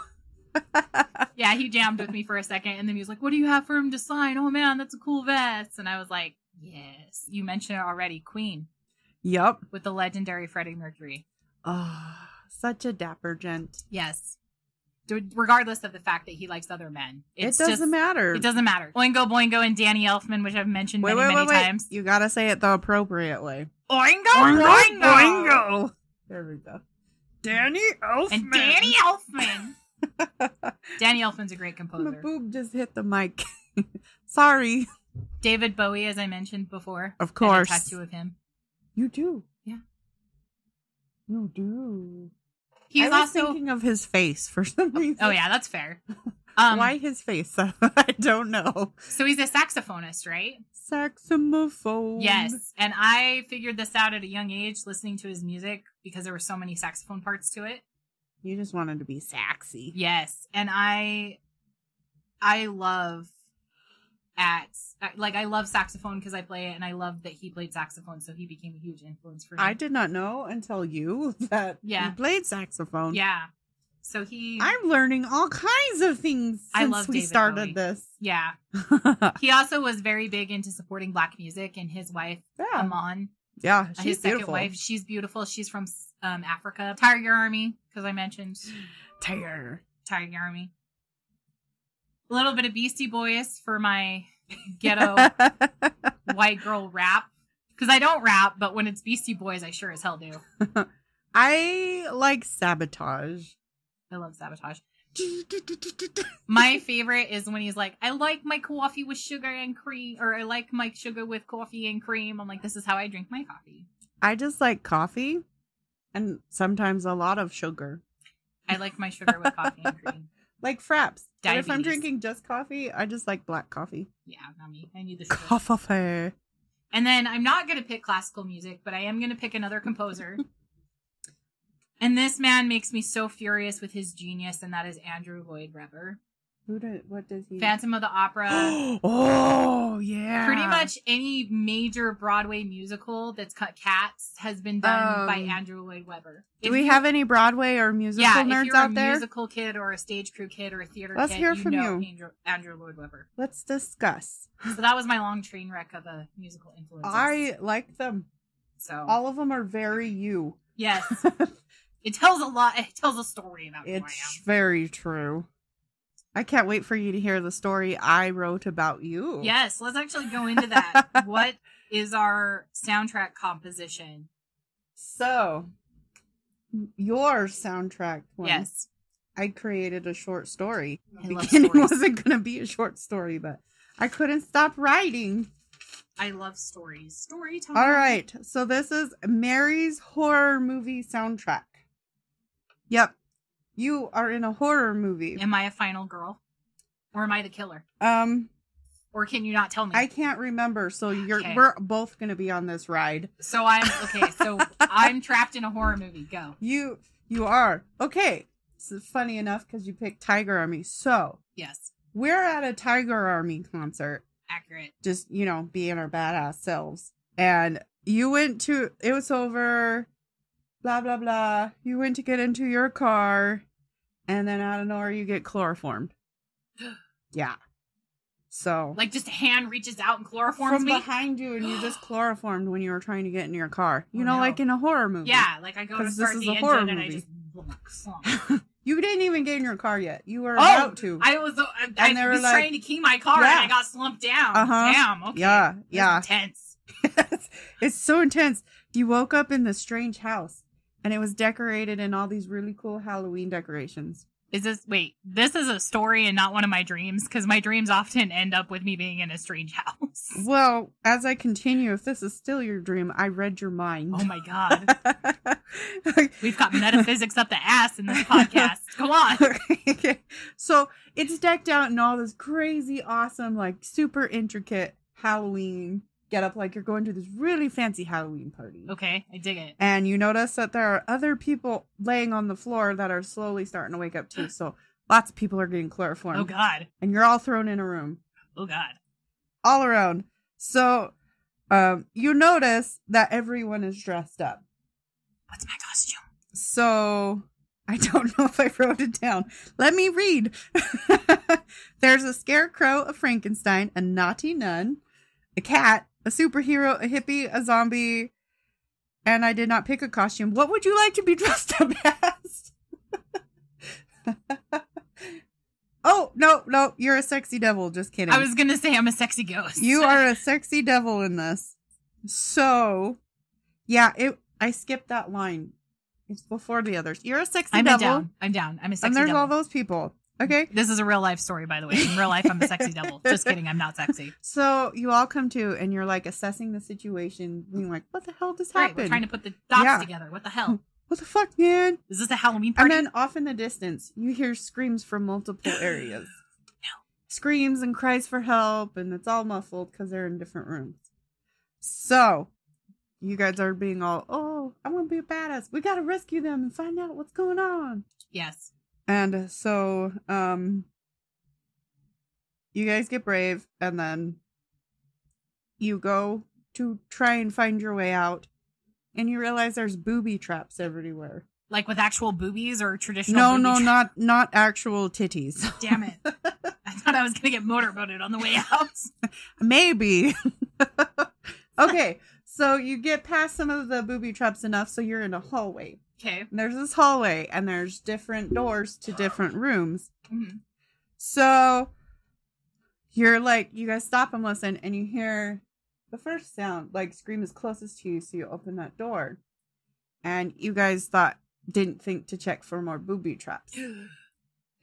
Speaker 1: Yeah, he jammed with me for a second, and then he was like, "What do you have for him to sign? Oh man, that's a cool vest." And I was like, "Yes, you mentioned it already, Queen
Speaker 2: Yep.
Speaker 1: with the legendary Freddie Mercury."
Speaker 2: Oh, such a dapper gent.
Speaker 1: Yes, D- regardless of the fact that he likes other men,
Speaker 2: It
Speaker 1: it's
Speaker 2: doesn't
Speaker 1: just,
Speaker 2: matter.
Speaker 1: It doesn't matter. Oingo Boingo and Danny Elfman, which I've mentioned
Speaker 2: wait,
Speaker 1: many,
Speaker 2: wait,
Speaker 1: many
Speaker 2: wait, wait.
Speaker 1: times.
Speaker 2: You gotta say it the appropriate way.
Speaker 1: Oingo
Speaker 2: Boingo,
Speaker 1: Boingo,
Speaker 2: boingo. There we go. Danny Elfman.
Speaker 1: and Danny Elfman. Danny Elfman's a great
Speaker 2: My
Speaker 1: composer.
Speaker 2: boob just hit the mic. Sorry.
Speaker 1: David Bowie, as I mentioned before, I
Speaker 2: Of
Speaker 1: had a
Speaker 2: course.
Speaker 1: tattoo of him.
Speaker 2: You do.
Speaker 1: Yeah.
Speaker 2: You do.
Speaker 1: He's
Speaker 2: I was
Speaker 1: also
Speaker 2: thinking of his face for some reason.
Speaker 1: Oh yeah, that's fair. Um,
Speaker 2: Why his face? I don't know.
Speaker 1: So he's a saxophonist, right?
Speaker 2: Saxophone.
Speaker 1: Yes. And I figured this out at a young age, listening to his music because there were so many saxophone parts to it.
Speaker 2: You just wanted to be sexy.
Speaker 1: Yes, and I, I love at like I love saxophone because I play it, and I love that he played saxophone, so he became a huge influence for me.
Speaker 2: I did not know until you that
Speaker 1: Yeah.
Speaker 2: you played saxophone.
Speaker 1: Yeah. So he.
Speaker 2: I'm learning all kinds of things since
Speaker 1: I love
Speaker 2: we
Speaker 1: David
Speaker 2: started
Speaker 1: Bowie.
Speaker 2: this.
Speaker 1: yeah.
Speaker 2: yeah.
Speaker 1: He also was very big into supporting black music, and his wife, Amon,
Speaker 2: yeah.
Speaker 1: Uh,
Speaker 2: She's
Speaker 1: his second
Speaker 2: beautiful.
Speaker 1: wife. She's beautiful. She's from um, Africa. Tiger Army, because I mentioned
Speaker 2: Tiger.
Speaker 1: Tiger Army. A little bit of Beastie Boys for my ghetto white girl rap. Because I don't rap, but when it's Beastie Boys, I sure as hell do.
Speaker 2: I like sabotage.
Speaker 1: I love Sabotage. My favorite is when he's like, I like my coffee with sugar and cream, or I like my sugar with coffee and cream. I'm like, this is how I drink my coffee.
Speaker 2: I just like coffee and sometimes a lot of sugar,
Speaker 1: I like my sugar with coffee and cream.
Speaker 2: like fraps. But if I'm
Speaker 1: Diabetes.
Speaker 2: drinking just coffee, I just like black coffee.
Speaker 1: yeah, not me. I need the sugar.
Speaker 2: Coffee.
Speaker 1: And then I'm not going to pick classical music, but I am going to pick another composer. and this man makes me so furious with his genius, and that is Andrew Lloyd Webber.
Speaker 2: Who did? What does he?
Speaker 1: Phantom of the Opera.
Speaker 2: oh yeah.
Speaker 1: Pretty much any major Broadway musical that's cut Cats has been done
Speaker 2: Um,
Speaker 1: by Andrew Lloyd Webber.
Speaker 2: Do
Speaker 1: If
Speaker 2: we
Speaker 1: you-
Speaker 2: have any Broadway or musical
Speaker 1: yeah, if
Speaker 2: nerds
Speaker 1: you're a
Speaker 2: out there?
Speaker 1: musical kid or a stage crew kid or a theater
Speaker 2: Let's
Speaker 1: kid,
Speaker 2: hear
Speaker 1: you
Speaker 2: from
Speaker 1: know
Speaker 2: you.
Speaker 1: Andrew, Andrew Lloyd Webber.
Speaker 2: Let's discuss.
Speaker 1: So that was my long train wreck of a musical influence.
Speaker 2: I like them.
Speaker 1: so
Speaker 2: All of them are very you.
Speaker 1: yes, it tells a lot. It tells a story about who I am.
Speaker 2: It's very true. I can't wait for you to hear the story I wrote about you.
Speaker 1: Yes, let's actually go into that. what is our soundtrack composition?
Speaker 2: So, your soundtrack one.
Speaker 1: Yes.
Speaker 2: I created a short story.
Speaker 1: I
Speaker 2: The
Speaker 1: love
Speaker 2: beginning
Speaker 1: stories.
Speaker 2: wasn't going to be a short story, but I couldn't stop writing.
Speaker 1: I love stories. Story time.
Speaker 2: All right. So, this is Mary's horror movie soundtrack. Yep. You are in a horror movie.
Speaker 1: Am I a final girl? Or am I the killer?
Speaker 2: Um,
Speaker 1: Or can you not tell me?
Speaker 2: I can't remember, so you're
Speaker 1: Okay.
Speaker 2: we're both going to be on this ride.
Speaker 1: So I'm okay, so I'm trapped in a horror movie. Go.
Speaker 2: You you are. Okay. This is funny enough cuz you picked Tiger Army. So,
Speaker 1: Yes.
Speaker 2: we're at a Tiger Army concert,
Speaker 1: Accurate.
Speaker 2: just, you know, being our badass selves. And you went to it was over blah blah blah. You went to get into your car and then out of nowhere you get chloroformed. Yeah. So
Speaker 1: Like just a hand reaches out and chloroforms
Speaker 2: from
Speaker 1: me.
Speaker 2: behind you and you just chloroformed when you were trying to get in your car. You
Speaker 1: Oh,
Speaker 2: know,
Speaker 1: no.
Speaker 2: like in a horror movie.
Speaker 1: Yeah, like I go to
Speaker 2: 'Cause
Speaker 1: start
Speaker 2: this is
Speaker 1: the
Speaker 2: a horror
Speaker 1: engine and I
Speaker 2: movie.
Speaker 1: just slump.
Speaker 2: You didn't even get in your car yet. You were
Speaker 1: Oh,
Speaker 2: about to.
Speaker 1: I was uh, I,
Speaker 2: And they
Speaker 1: I
Speaker 2: were
Speaker 1: was
Speaker 2: like-
Speaker 1: trying to key my car and
Speaker 2: Yeah.
Speaker 1: I got slumped down.
Speaker 2: Uh-huh.
Speaker 1: Damn. Okay.
Speaker 2: Yeah,
Speaker 1: This is
Speaker 2: yeah.
Speaker 1: Intense.
Speaker 2: it's so intense. You woke up in this strange house and it was decorated in all these really cool Halloween decorations.
Speaker 1: Is this wait? This is a story and not one of my dreams because my dreams often end up with me being in a strange house.
Speaker 2: Well, as I continue, if this is still your dream, I read your mind.
Speaker 1: Oh my god, we've got metaphysics up the ass in this podcast. Go on.
Speaker 2: Okay. so it's decked out in all this crazy, awesome, like super intricate Halloween get up, like you're going to this really fancy Halloween party.
Speaker 1: Okay, I dig it.
Speaker 2: And you notice that there are other people laying on the floor that are slowly starting to wake up too. So lots of people are getting chloroformed.
Speaker 1: Oh god,
Speaker 2: And you're all thrown in a room
Speaker 1: oh god.
Speaker 2: all around. So um, you notice that everyone is dressed up.
Speaker 1: What's my costume?
Speaker 2: So I don't know if I wrote it down. Let me read. There's a scarecrow, a Frankenstein, a naughty nun, a cat, a superhero, a hippie, a zombie, and I did not pick a costume. What would you like to be dressed up as? oh, no, no, you're a sexy devil. Just kidding.
Speaker 1: I was gonna say I'm a sexy ghost.
Speaker 2: You are a sexy devil in this. So, yeah, it. I skipped that line. It's before the others. You're a sexy
Speaker 1: I'm a
Speaker 2: devil,
Speaker 1: down. I'm down. I'm a sexy
Speaker 2: and there's
Speaker 1: devil.
Speaker 2: all those people. Okay,
Speaker 1: This is a real life story, by the way. In real life, I'm a sexy devil. Just kidding. I'm not sexy.
Speaker 2: so you all come to, and you're like assessing the situation, being like, "What the hell just
Speaker 1: Right,
Speaker 2: happened?
Speaker 1: we're trying to put the dots
Speaker 2: Yeah.
Speaker 1: together. What the hell?
Speaker 2: what the fuck, man?"
Speaker 1: Is this a Halloween party?
Speaker 2: And then off in the distance, you hear screams from multiple areas. Screams and cries for help, and it's all muffled because they're in different rooms. So, you guys are being all, oh, I'm going to be a badass. We got to rescue them and find out what's going on.
Speaker 1: yes.
Speaker 2: And so, um, you guys get brave, and then you go to try and find your way out, and you realize there's booby traps everywhere
Speaker 1: Like with actual boobies or traditional.
Speaker 2: no
Speaker 1: booby
Speaker 2: no
Speaker 1: traps?
Speaker 2: not not actual titties
Speaker 1: Damn it. I thought I was going to get motorboated on the way out.
Speaker 2: maybe okay so you get past some of the booby traps enough so you're in a hallway
Speaker 1: Okay.
Speaker 2: And there's this hallway and there's different doors to different rooms
Speaker 1: Mhm.
Speaker 2: so you're like you guys stop and listen and you hear the first sound like scream is closest to you so you open that door and you guys thought didn't think to check for more booby traps
Speaker 1: Is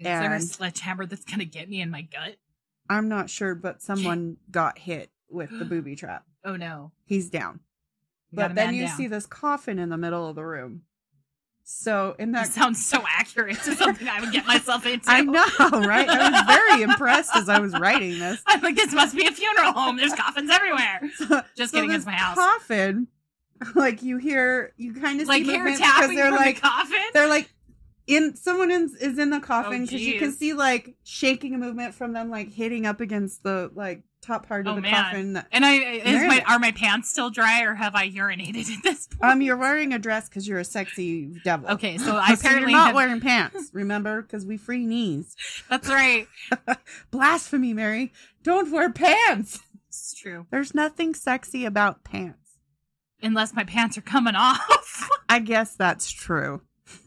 Speaker 1: there a
Speaker 2: And-
Speaker 1: sledgehammer that's going to get me in my gut?
Speaker 2: i'm not sure but someone got hit with the booby trap
Speaker 1: Oh, no.
Speaker 2: he's down.
Speaker 1: We got a
Speaker 2: But then
Speaker 1: man
Speaker 2: you
Speaker 1: down.
Speaker 2: see this coffin in the middle of the room. So in
Speaker 1: That
Speaker 2: that
Speaker 1: sounds so accurate to something I would get myself into.
Speaker 2: I know, right? I was very impressed as I was writing this.
Speaker 1: I'm like, this must be a funeral home. There's coffins everywhere.
Speaker 2: So,
Speaker 1: Just
Speaker 2: so
Speaker 1: kidding,
Speaker 2: this
Speaker 1: it's my house.
Speaker 2: Coffin, like you hear, you kind of
Speaker 1: Like
Speaker 2: see
Speaker 1: hair
Speaker 2: movement
Speaker 1: tapping
Speaker 2: because
Speaker 1: from
Speaker 2: they're like
Speaker 1: the coffin.
Speaker 2: they're like in someone in, is in the coffin
Speaker 1: Oh,
Speaker 2: because you can
Speaker 1: geez.
Speaker 2: see like shaking movement from them like hitting up against the like top part of
Speaker 1: Oh,
Speaker 2: the
Speaker 1: man.
Speaker 2: coffin.
Speaker 1: And I is
Speaker 2: Mary-
Speaker 1: my, are my pants still dry or have I urinated at this point?
Speaker 2: Um, you're wearing a dress because you're a sexy devil.
Speaker 1: okay, so I
Speaker 2: so you're
Speaker 1: apparently
Speaker 2: not
Speaker 1: have-
Speaker 2: wearing pants, remember? Because we free knees.
Speaker 1: that's right.
Speaker 2: Blasphemy, Mary! Don't wear pants.
Speaker 1: It's true.
Speaker 2: There's nothing sexy about pants.
Speaker 1: Unless my pants are coming off.
Speaker 2: I guess that's true.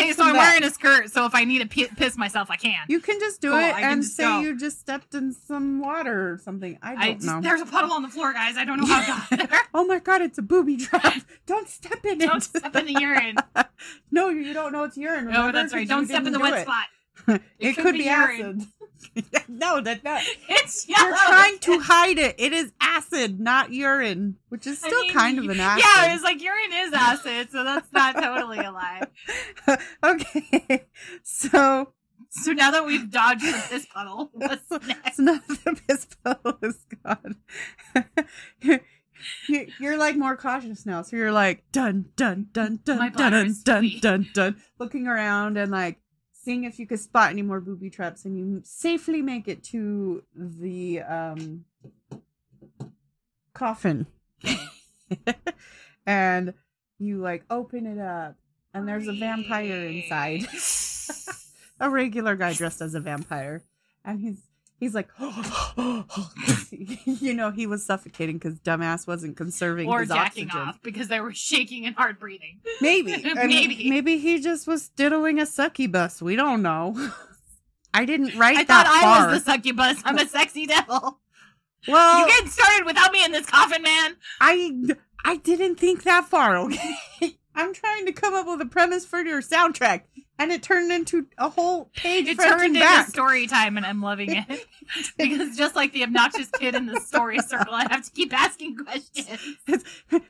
Speaker 1: okay, so
Speaker 2: from
Speaker 1: I'm
Speaker 2: that,
Speaker 1: wearing a skirt, so if I need to p- piss myself, I can.
Speaker 2: you can just do
Speaker 1: Cool,
Speaker 2: it
Speaker 1: I can
Speaker 2: and
Speaker 1: just
Speaker 2: say
Speaker 1: go.
Speaker 2: you just stepped in some water or something. I don't
Speaker 1: I just,
Speaker 2: know.
Speaker 1: there's a puddle on the floor, guys. I don't know how I got there.
Speaker 2: Oh my god, it's a booby trap. Don't step in
Speaker 1: Don't
Speaker 2: it.
Speaker 1: step in the urine.
Speaker 2: no, you don't know it's urine.
Speaker 1: No,
Speaker 2: remember?
Speaker 1: that's right.
Speaker 2: 'Cause
Speaker 1: Don't
Speaker 2: you
Speaker 1: step in
Speaker 2: didn't
Speaker 1: the
Speaker 2: do
Speaker 1: wet
Speaker 2: it.
Speaker 1: spot.
Speaker 2: It, could, be, acid. no, that's not.
Speaker 1: It's yellow.
Speaker 2: You're trying to hide it. It is acid, not urine, which is
Speaker 1: I
Speaker 2: still
Speaker 1: mean,
Speaker 2: kind of an acid.
Speaker 1: Yeah, it's like urine is acid, so that's not totally a lie.
Speaker 2: okay. So
Speaker 1: So now that we've dodged the piss puddle, what's next?
Speaker 2: it's not the piss pill is gone. You- you're like more cautious now, so you're like dun dun dun dun
Speaker 1: My
Speaker 2: dun
Speaker 1: bladder
Speaker 2: dun
Speaker 1: is
Speaker 2: dun,
Speaker 1: free.
Speaker 2: dun dun, looking around and like seeing if you could spot any more booby traps, and you safely make it to the um coffin, and you like open it up, and there's a vampire inside a regular guy dressed as a vampire, and he's he's like, you know, he was suffocating because dumbass wasn't conserving
Speaker 1: or
Speaker 2: his
Speaker 1: jacking
Speaker 2: oxygen.
Speaker 1: off because they were shaking and hard breathing.
Speaker 2: Maybe, I mean,
Speaker 1: Maybe.
Speaker 2: maybe he just was diddling a succubus. We don't know. I didn't write
Speaker 1: I
Speaker 2: that
Speaker 1: thought I
Speaker 2: far.
Speaker 1: was the succubus. I'm a sexy devil.
Speaker 2: well,
Speaker 1: You getting started without me in this coffin, man?
Speaker 2: I I didn't think that far. Okay, I'm trying to come up with a premise for your soundtrack, and it turned into a whole page.
Speaker 1: It
Speaker 2: front and
Speaker 1: turned into
Speaker 2: back.
Speaker 1: story time, and I'm loving it because just like the obnoxious kid in the story circle, I have to keep asking questions.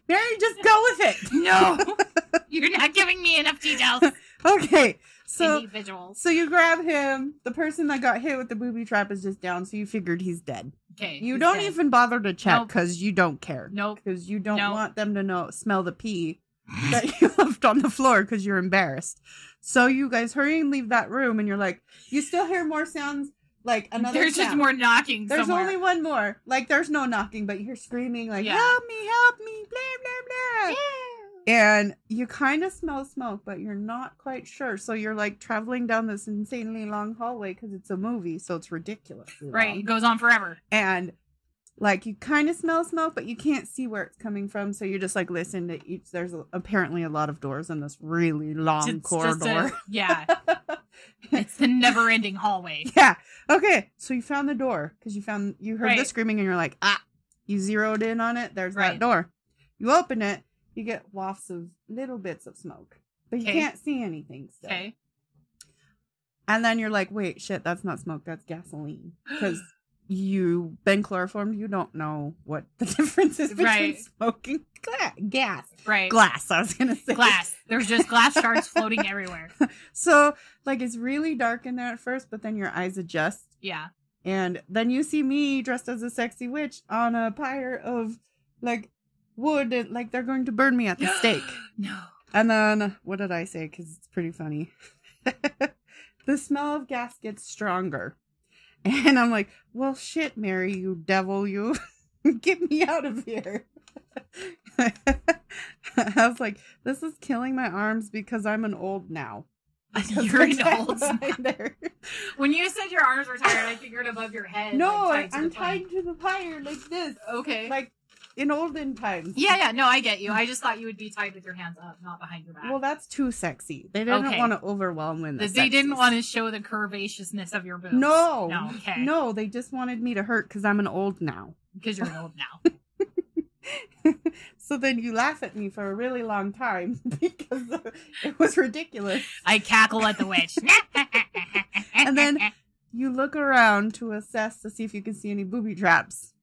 Speaker 2: Mary, just go with it.
Speaker 1: No, you're not giving me enough details.
Speaker 2: Okay, so
Speaker 1: individuals.
Speaker 2: So you grab him. The person that got hit with the booby trap is just down, so you figured he's dead.
Speaker 1: Okay,
Speaker 2: You
Speaker 1: he's
Speaker 2: don't
Speaker 1: dead.
Speaker 2: even bother to check
Speaker 1: Nope.
Speaker 2: because you don't care.
Speaker 1: Nope.
Speaker 2: Because you don't
Speaker 1: Nope.
Speaker 2: want them to know, smell the pee that you left on the floor because you're embarrassed. So you guys hurry and leave that room, and you're like, you still hear more sounds like another.
Speaker 1: There's just
Speaker 2: sound.
Speaker 1: more knocking
Speaker 2: There's
Speaker 1: somewhere.
Speaker 2: only one more. Like there's no knocking, but you hear screaming like,
Speaker 1: Yeah.
Speaker 2: "Help me! Help me!" Blah blah blah. And you kind of smell smoke, but you're not quite sure. So you're like traveling down this insanely long hallway because it's a movie, so it's ridiculous.
Speaker 1: right, it goes on forever.
Speaker 2: And like you kind of smell smoke, but you can't see where it's coming from. So you just like listen to each. There's a- apparently a lot of doors in this really long
Speaker 1: It's just a-
Speaker 2: corridor.
Speaker 1: yeah, it's the never-ending hallway.
Speaker 2: yeah. Okay. So you found the door because you found you heard the
Speaker 1: Right.
Speaker 2: screaming and you're like, ah. You zeroed in on it. There's that
Speaker 1: Right.
Speaker 2: door. You open it. You get wafts of little bits of smoke, but you
Speaker 1: Okay.
Speaker 2: can't see anything. Still.
Speaker 1: Okay,
Speaker 2: And then you're like, wait, shit, that's not smoke, that's gasoline. Because you've been chloroformed, you don't know what the difference is between
Speaker 1: Right.
Speaker 2: smoke and gla- gas.
Speaker 1: right.
Speaker 2: Glass, I was going to say.
Speaker 1: Glass. There's just glass shards floating everywhere.
Speaker 2: So, like, it's really dark in there at first, but then your eyes adjust.
Speaker 1: Yeah.
Speaker 2: And then you see me dressed as a sexy witch on a pyre of, like, wood. And, like, they're going to burn me at the stake.
Speaker 1: No.
Speaker 2: And then, what did I say? Because it's pretty funny. the smell of gas gets stronger. And I'm like, well, shit, Mary, you devil, you get me out of here. I was like, this is killing my arms because I'm an old now.
Speaker 1: You're an old.
Speaker 2: spider.
Speaker 1: When you said your arms were tired, I figured above your head.
Speaker 2: No,
Speaker 1: like,
Speaker 2: I'm
Speaker 1: to the plane.
Speaker 2: tied to the pyre like this,
Speaker 1: Okay.
Speaker 2: like in olden times.
Speaker 1: yeah, yeah. No, I get you. I just thought you would be tied with your hands up, not behind your back.
Speaker 2: Well, that's too sexy. They didn't
Speaker 1: Okay.
Speaker 2: want to overwhelm when
Speaker 1: they didn't want to show the curvaceousness of your boobs.
Speaker 2: No.
Speaker 1: No. Okay.
Speaker 2: No, they just wanted me to hurt because I'm an old now.
Speaker 1: Because you're an old now.
Speaker 2: So then you laugh at me for a really long time because it was ridiculous.
Speaker 1: I cackle at the witch.
Speaker 2: And then- You look around to assess to see if you can see any booby traps.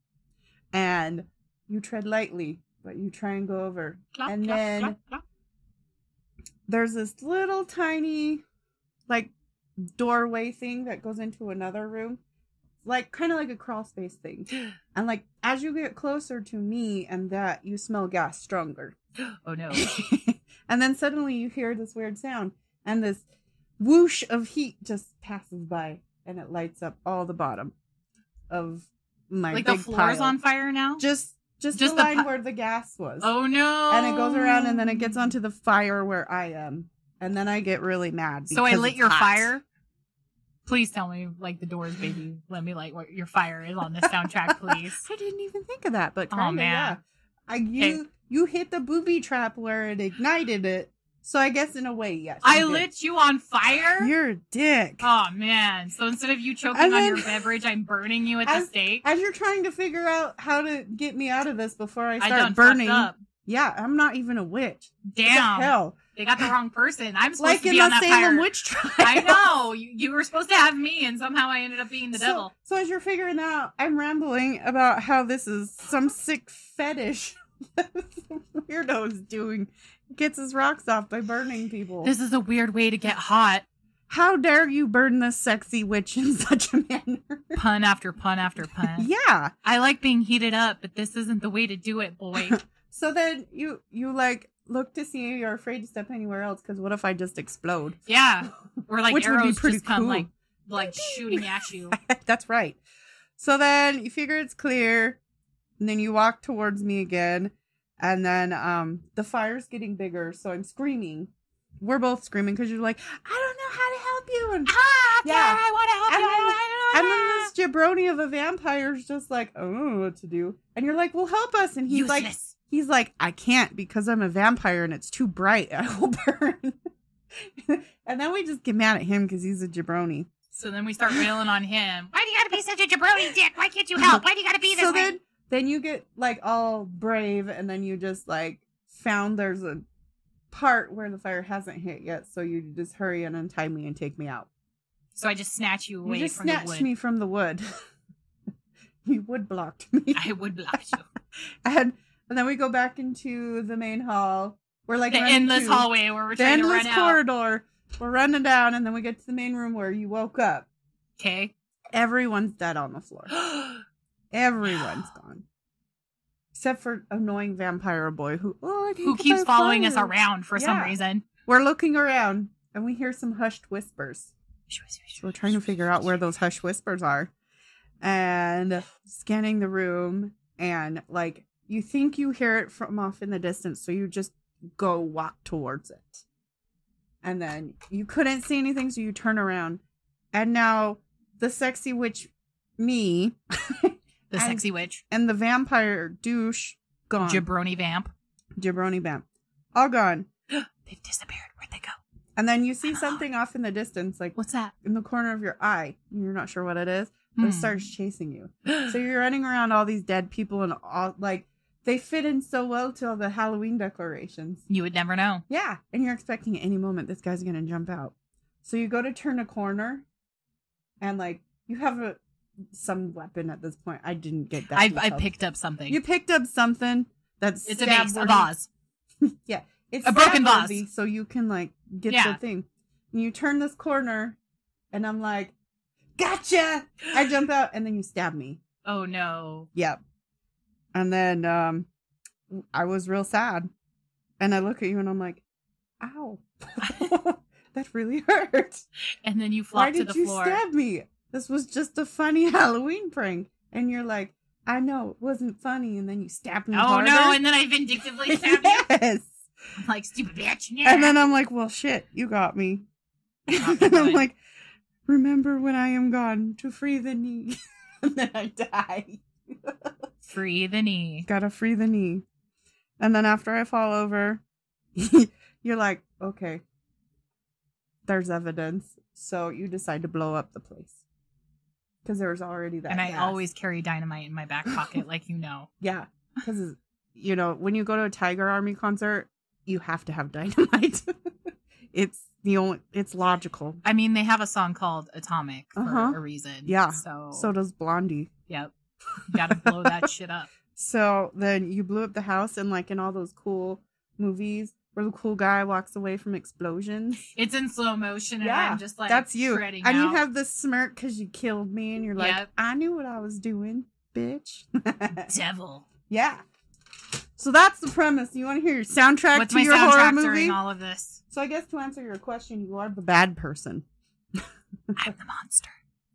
Speaker 2: And you tread lightly, but you try and go over.
Speaker 1: Clop,
Speaker 2: and
Speaker 1: clop,
Speaker 2: then-
Speaker 1: clop, clop.
Speaker 2: there's this little tiny like doorway thing that goes into another room like kind of like a crawl space thing and like as you get closer to me and that you smell gas stronger
Speaker 1: Oh no.
Speaker 2: and then suddenly you hear this weird sound and this whoosh of heat just passes by and it lights up all the bottom of my
Speaker 1: like the
Speaker 2: big
Speaker 1: floor's
Speaker 2: pile.
Speaker 1: on fire now?
Speaker 2: just just,
Speaker 1: Just
Speaker 2: the,
Speaker 1: the
Speaker 2: line
Speaker 1: pi-
Speaker 2: where the gas was
Speaker 1: oh no.
Speaker 2: and it goes around and then it
Speaker 1: Um.
Speaker 2: gets onto the fire where I am. And then I get really mad.
Speaker 1: So I
Speaker 2: because
Speaker 1: lit
Speaker 2: it's
Speaker 1: your
Speaker 2: hot.
Speaker 1: fire. Please tell me, like the doors, baby. Let me like what your fire is on the soundtrack, please.
Speaker 2: I didn't even think of that, but
Speaker 1: Aw,
Speaker 2: kinda,
Speaker 1: Oh, man.
Speaker 2: yeah. I you you hit the booby trap where it ignited it. So I guess in a way, yes.
Speaker 1: I
Speaker 2: you did.
Speaker 1: lit you on fire.
Speaker 2: You're a dick.
Speaker 1: oh man! So instead of you choking
Speaker 2: And
Speaker 1: on
Speaker 2: then-
Speaker 1: your beverage, I'm burning you at the
Speaker 2: As-
Speaker 1: stake.
Speaker 2: As you're trying to figure out how to get me out of this before I
Speaker 1: I
Speaker 2: start
Speaker 1: done fucked
Speaker 2: burning,
Speaker 1: up.
Speaker 2: yeah, I'm not even a witch. What the
Speaker 1: Damn!
Speaker 2: hell,
Speaker 1: They got the wrong person. I'm supposed
Speaker 2: like
Speaker 1: to
Speaker 2: in
Speaker 1: be on
Speaker 2: the
Speaker 1: that
Speaker 2: Salem
Speaker 1: fire.
Speaker 2: witch trial.
Speaker 1: I know you, you were supposed to have me, and somehow I ended up being the
Speaker 2: so,
Speaker 1: devil.
Speaker 2: So as you're figuring out, I'm rambling about how this is some sick fetish that some weirdo's doing. Gets his rocks off by burning people.
Speaker 1: This is a weird way to get hot.
Speaker 2: how dare you burn this sexy witch in such a manner?
Speaker 1: Pun after pun after pun.
Speaker 2: yeah.
Speaker 1: I like being heated up, but this isn't the way to do it, boy.
Speaker 2: So then you you like look to see you're afraid to step anywhere else because what if I just explode?
Speaker 1: Yeah, or like
Speaker 2: Which would be
Speaker 1: arrows
Speaker 2: pretty
Speaker 1: just come
Speaker 2: cool.
Speaker 1: like like shooting at you.
Speaker 2: That's right. So then you figure it's clear, and then you walk towards me again, and then um the fire's getting bigger, so I'm screaming. We're both screaming because you're like, I don't know how to help you, and
Speaker 1: ah,
Speaker 2: Yeah.
Speaker 1: Tara, I want to help
Speaker 2: And
Speaker 1: you.
Speaker 2: then-
Speaker 1: I
Speaker 2: and
Speaker 1: don't know.
Speaker 2: then this jabroni of a vampire's just like, I don't know what to do, and you're like, Well, help us, and he's like,
Speaker 1: Useless.
Speaker 2: He's like, I can't because I'm a vampire and it's too bright. I will burn. and then we just get mad at him because he's a jabroni.
Speaker 1: So then we start railing on him. Why do you gotta be such a jabroni dick? Why can't you help? Why do you gotta be this
Speaker 2: so
Speaker 1: way?
Speaker 2: then then you get like all brave and then you just like found there's a part where the fire hasn't hit yet so you just hurry and untie me and take me out
Speaker 1: so I just snatch you away
Speaker 2: you just
Speaker 1: from the
Speaker 2: snatched
Speaker 1: wood.
Speaker 2: me from the wood you wood blocked me
Speaker 1: I would block you.
Speaker 2: and and then we go back into the main hall we're like
Speaker 1: the
Speaker 2: running
Speaker 1: endless
Speaker 2: to-
Speaker 1: hallway where we're
Speaker 2: the
Speaker 1: trying to
Speaker 2: endless
Speaker 1: run out.
Speaker 2: corridor we're running down and then we get to the main room where you woke up
Speaker 1: Okay.
Speaker 2: everyone's dead on the floor Everyone's gone. Except for annoying vampire boy who oh, I can't
Speaker 1: Who
Speaker 2: get
Speaker 1: keeps
Speaker 2: my
Speaker 1: following us
Speaker 2: fire."
Speaker 1: around for some
Speaker 2: Yeah.
Speaker 1: reason?
Speaker 2: We're looking around and we hear some hushed whispers. So we're trying to figure out where those hushed whispers are. And scanning the room and like you think you hear it from off in the distance, so you just go walk towards it. And then you couldn't see anything, so you turn around. And now the sexy witch me
Speaker 1: the
Speaker 2: I'm-
Speaker 1: sexy witch,
Speaker 2: and the vampire douche gone.
Speaker 1: jabroni vamp.
Speaker 2: Jabroni Bam. All gone.
Speaker 1: They've disappeared. Where'd they go?
Speaker 2: And then you see something off in the distance, like
Speaker 1: What's that?
Speaker 2: in the corner of your eye. You're not sure what it is, but
Speaker 1: Hmm.
Speaker 2: it starts chasing you. So you're running around all these dead people and all like they fit in so well to all the Halloween decorations.
Speaker 1: you would never know.
Speaker 2: Yeah. And you're expecting at any moment this guy's gonna jump out. So you go to turn a corner and like you have a some weapon at this point. I didn't get that.
Speaker 1: I, I
Speaker 2: detailed.
Speaker 1: picked up something.
Speaker 2: you picked up something that's
Speaker 1: it's a vase, a
Speaker 2: stab-worthy.
Speaker 1: vase.
Speaker 2: It's
Speaker 1: A broken vase.
Speaker 2: stab-worthy, so you can like get
Speaker 1: Yeah.
Speaker 2: the thing. And you turn this corner, and I'm like, "Gotcha!" I jump out, and then you stab me.
Speaker 1: Oh no.
Speaker 2: Yep. And then um, I was real sad, and I look at you, and I'm like, "Ow, that really hurt.
Speaker 1: And then you flop
Speaker 2: Why
Speaker 1: to
Speaker 2: did
Speaker 1: the
Speaker 2: you
Speaker 1: floor.
Speaker 2: stab me? This was just a funny Halloween prank." And you're like, "I know it wasn't funny," and then you stabbed me.
Speaker 1: oh
Speaker 2: harder.
Speaker 1: no, and then I vindictively stabbed you.
Speaker 2: yes.
Speaker 1: I'm like, stupid bitch.
Speaker 2: And then I'm like, well, shit, you got me.
Speaker 1: Not
Speaker 2: and I'm
Speaker 1: good.
Speaker 2: like, remember when I am gone to free the knee. and then I die.
Speaker 1: free the knee.
Speaker 2: Gotta free the knee. And then after I fall over, you're like, okay, there's evidence. So you decide to blow up the place. Because there was already that.
Speaker 1: And I
Speaker 2: gas.
Speaker 1: always carry dynamite in my back pocket, like you know.
Speaker 2: Yeah. Because, you know, when you go to a Tiger Army concert, you have to have dynamite. it's the only, it's logical.
Speaker 1: I mean, they have a song called Atomic for
Speaker 2: Uh-huh.
Speaker 1: a reason.
Speaker 2: Yeah.
Speaker 1: So,
Speaker 2: So does Blondie.
Speaker 1: yep. Gotta blow that shit up.
Speaker 2: So then you blew up the house and like in all those cool movies where the cool guy walks away from explosions.
Speaker 1: It's in slow motion, and
Speaker 2: Yeah,
Speaker 1: I'm just like,
Speaker 2: That's you. And
Speaker 1: shredding
Speaker 2: you
Speaker 1: out.
Speaker 2: have this smirk because you killed me, and you're like,
Speaker 1: Yep.
Speaker 2: I knew what I was doing, bitch.
Speaker 1: devil.
Speaker 2: yeah. So that's the premise. You want to hear your soundtrack
Speaker 1: What's
Speaker 2: to
Speaker 1: my
Speaker 2: your
Speaker 1: soundtrack
Speaker 2: horror movie?
Speaker 1: during all of this?
Speaker 2: so I guess to answer your question, you are the bad person.
Speaker 1: I'm the monster.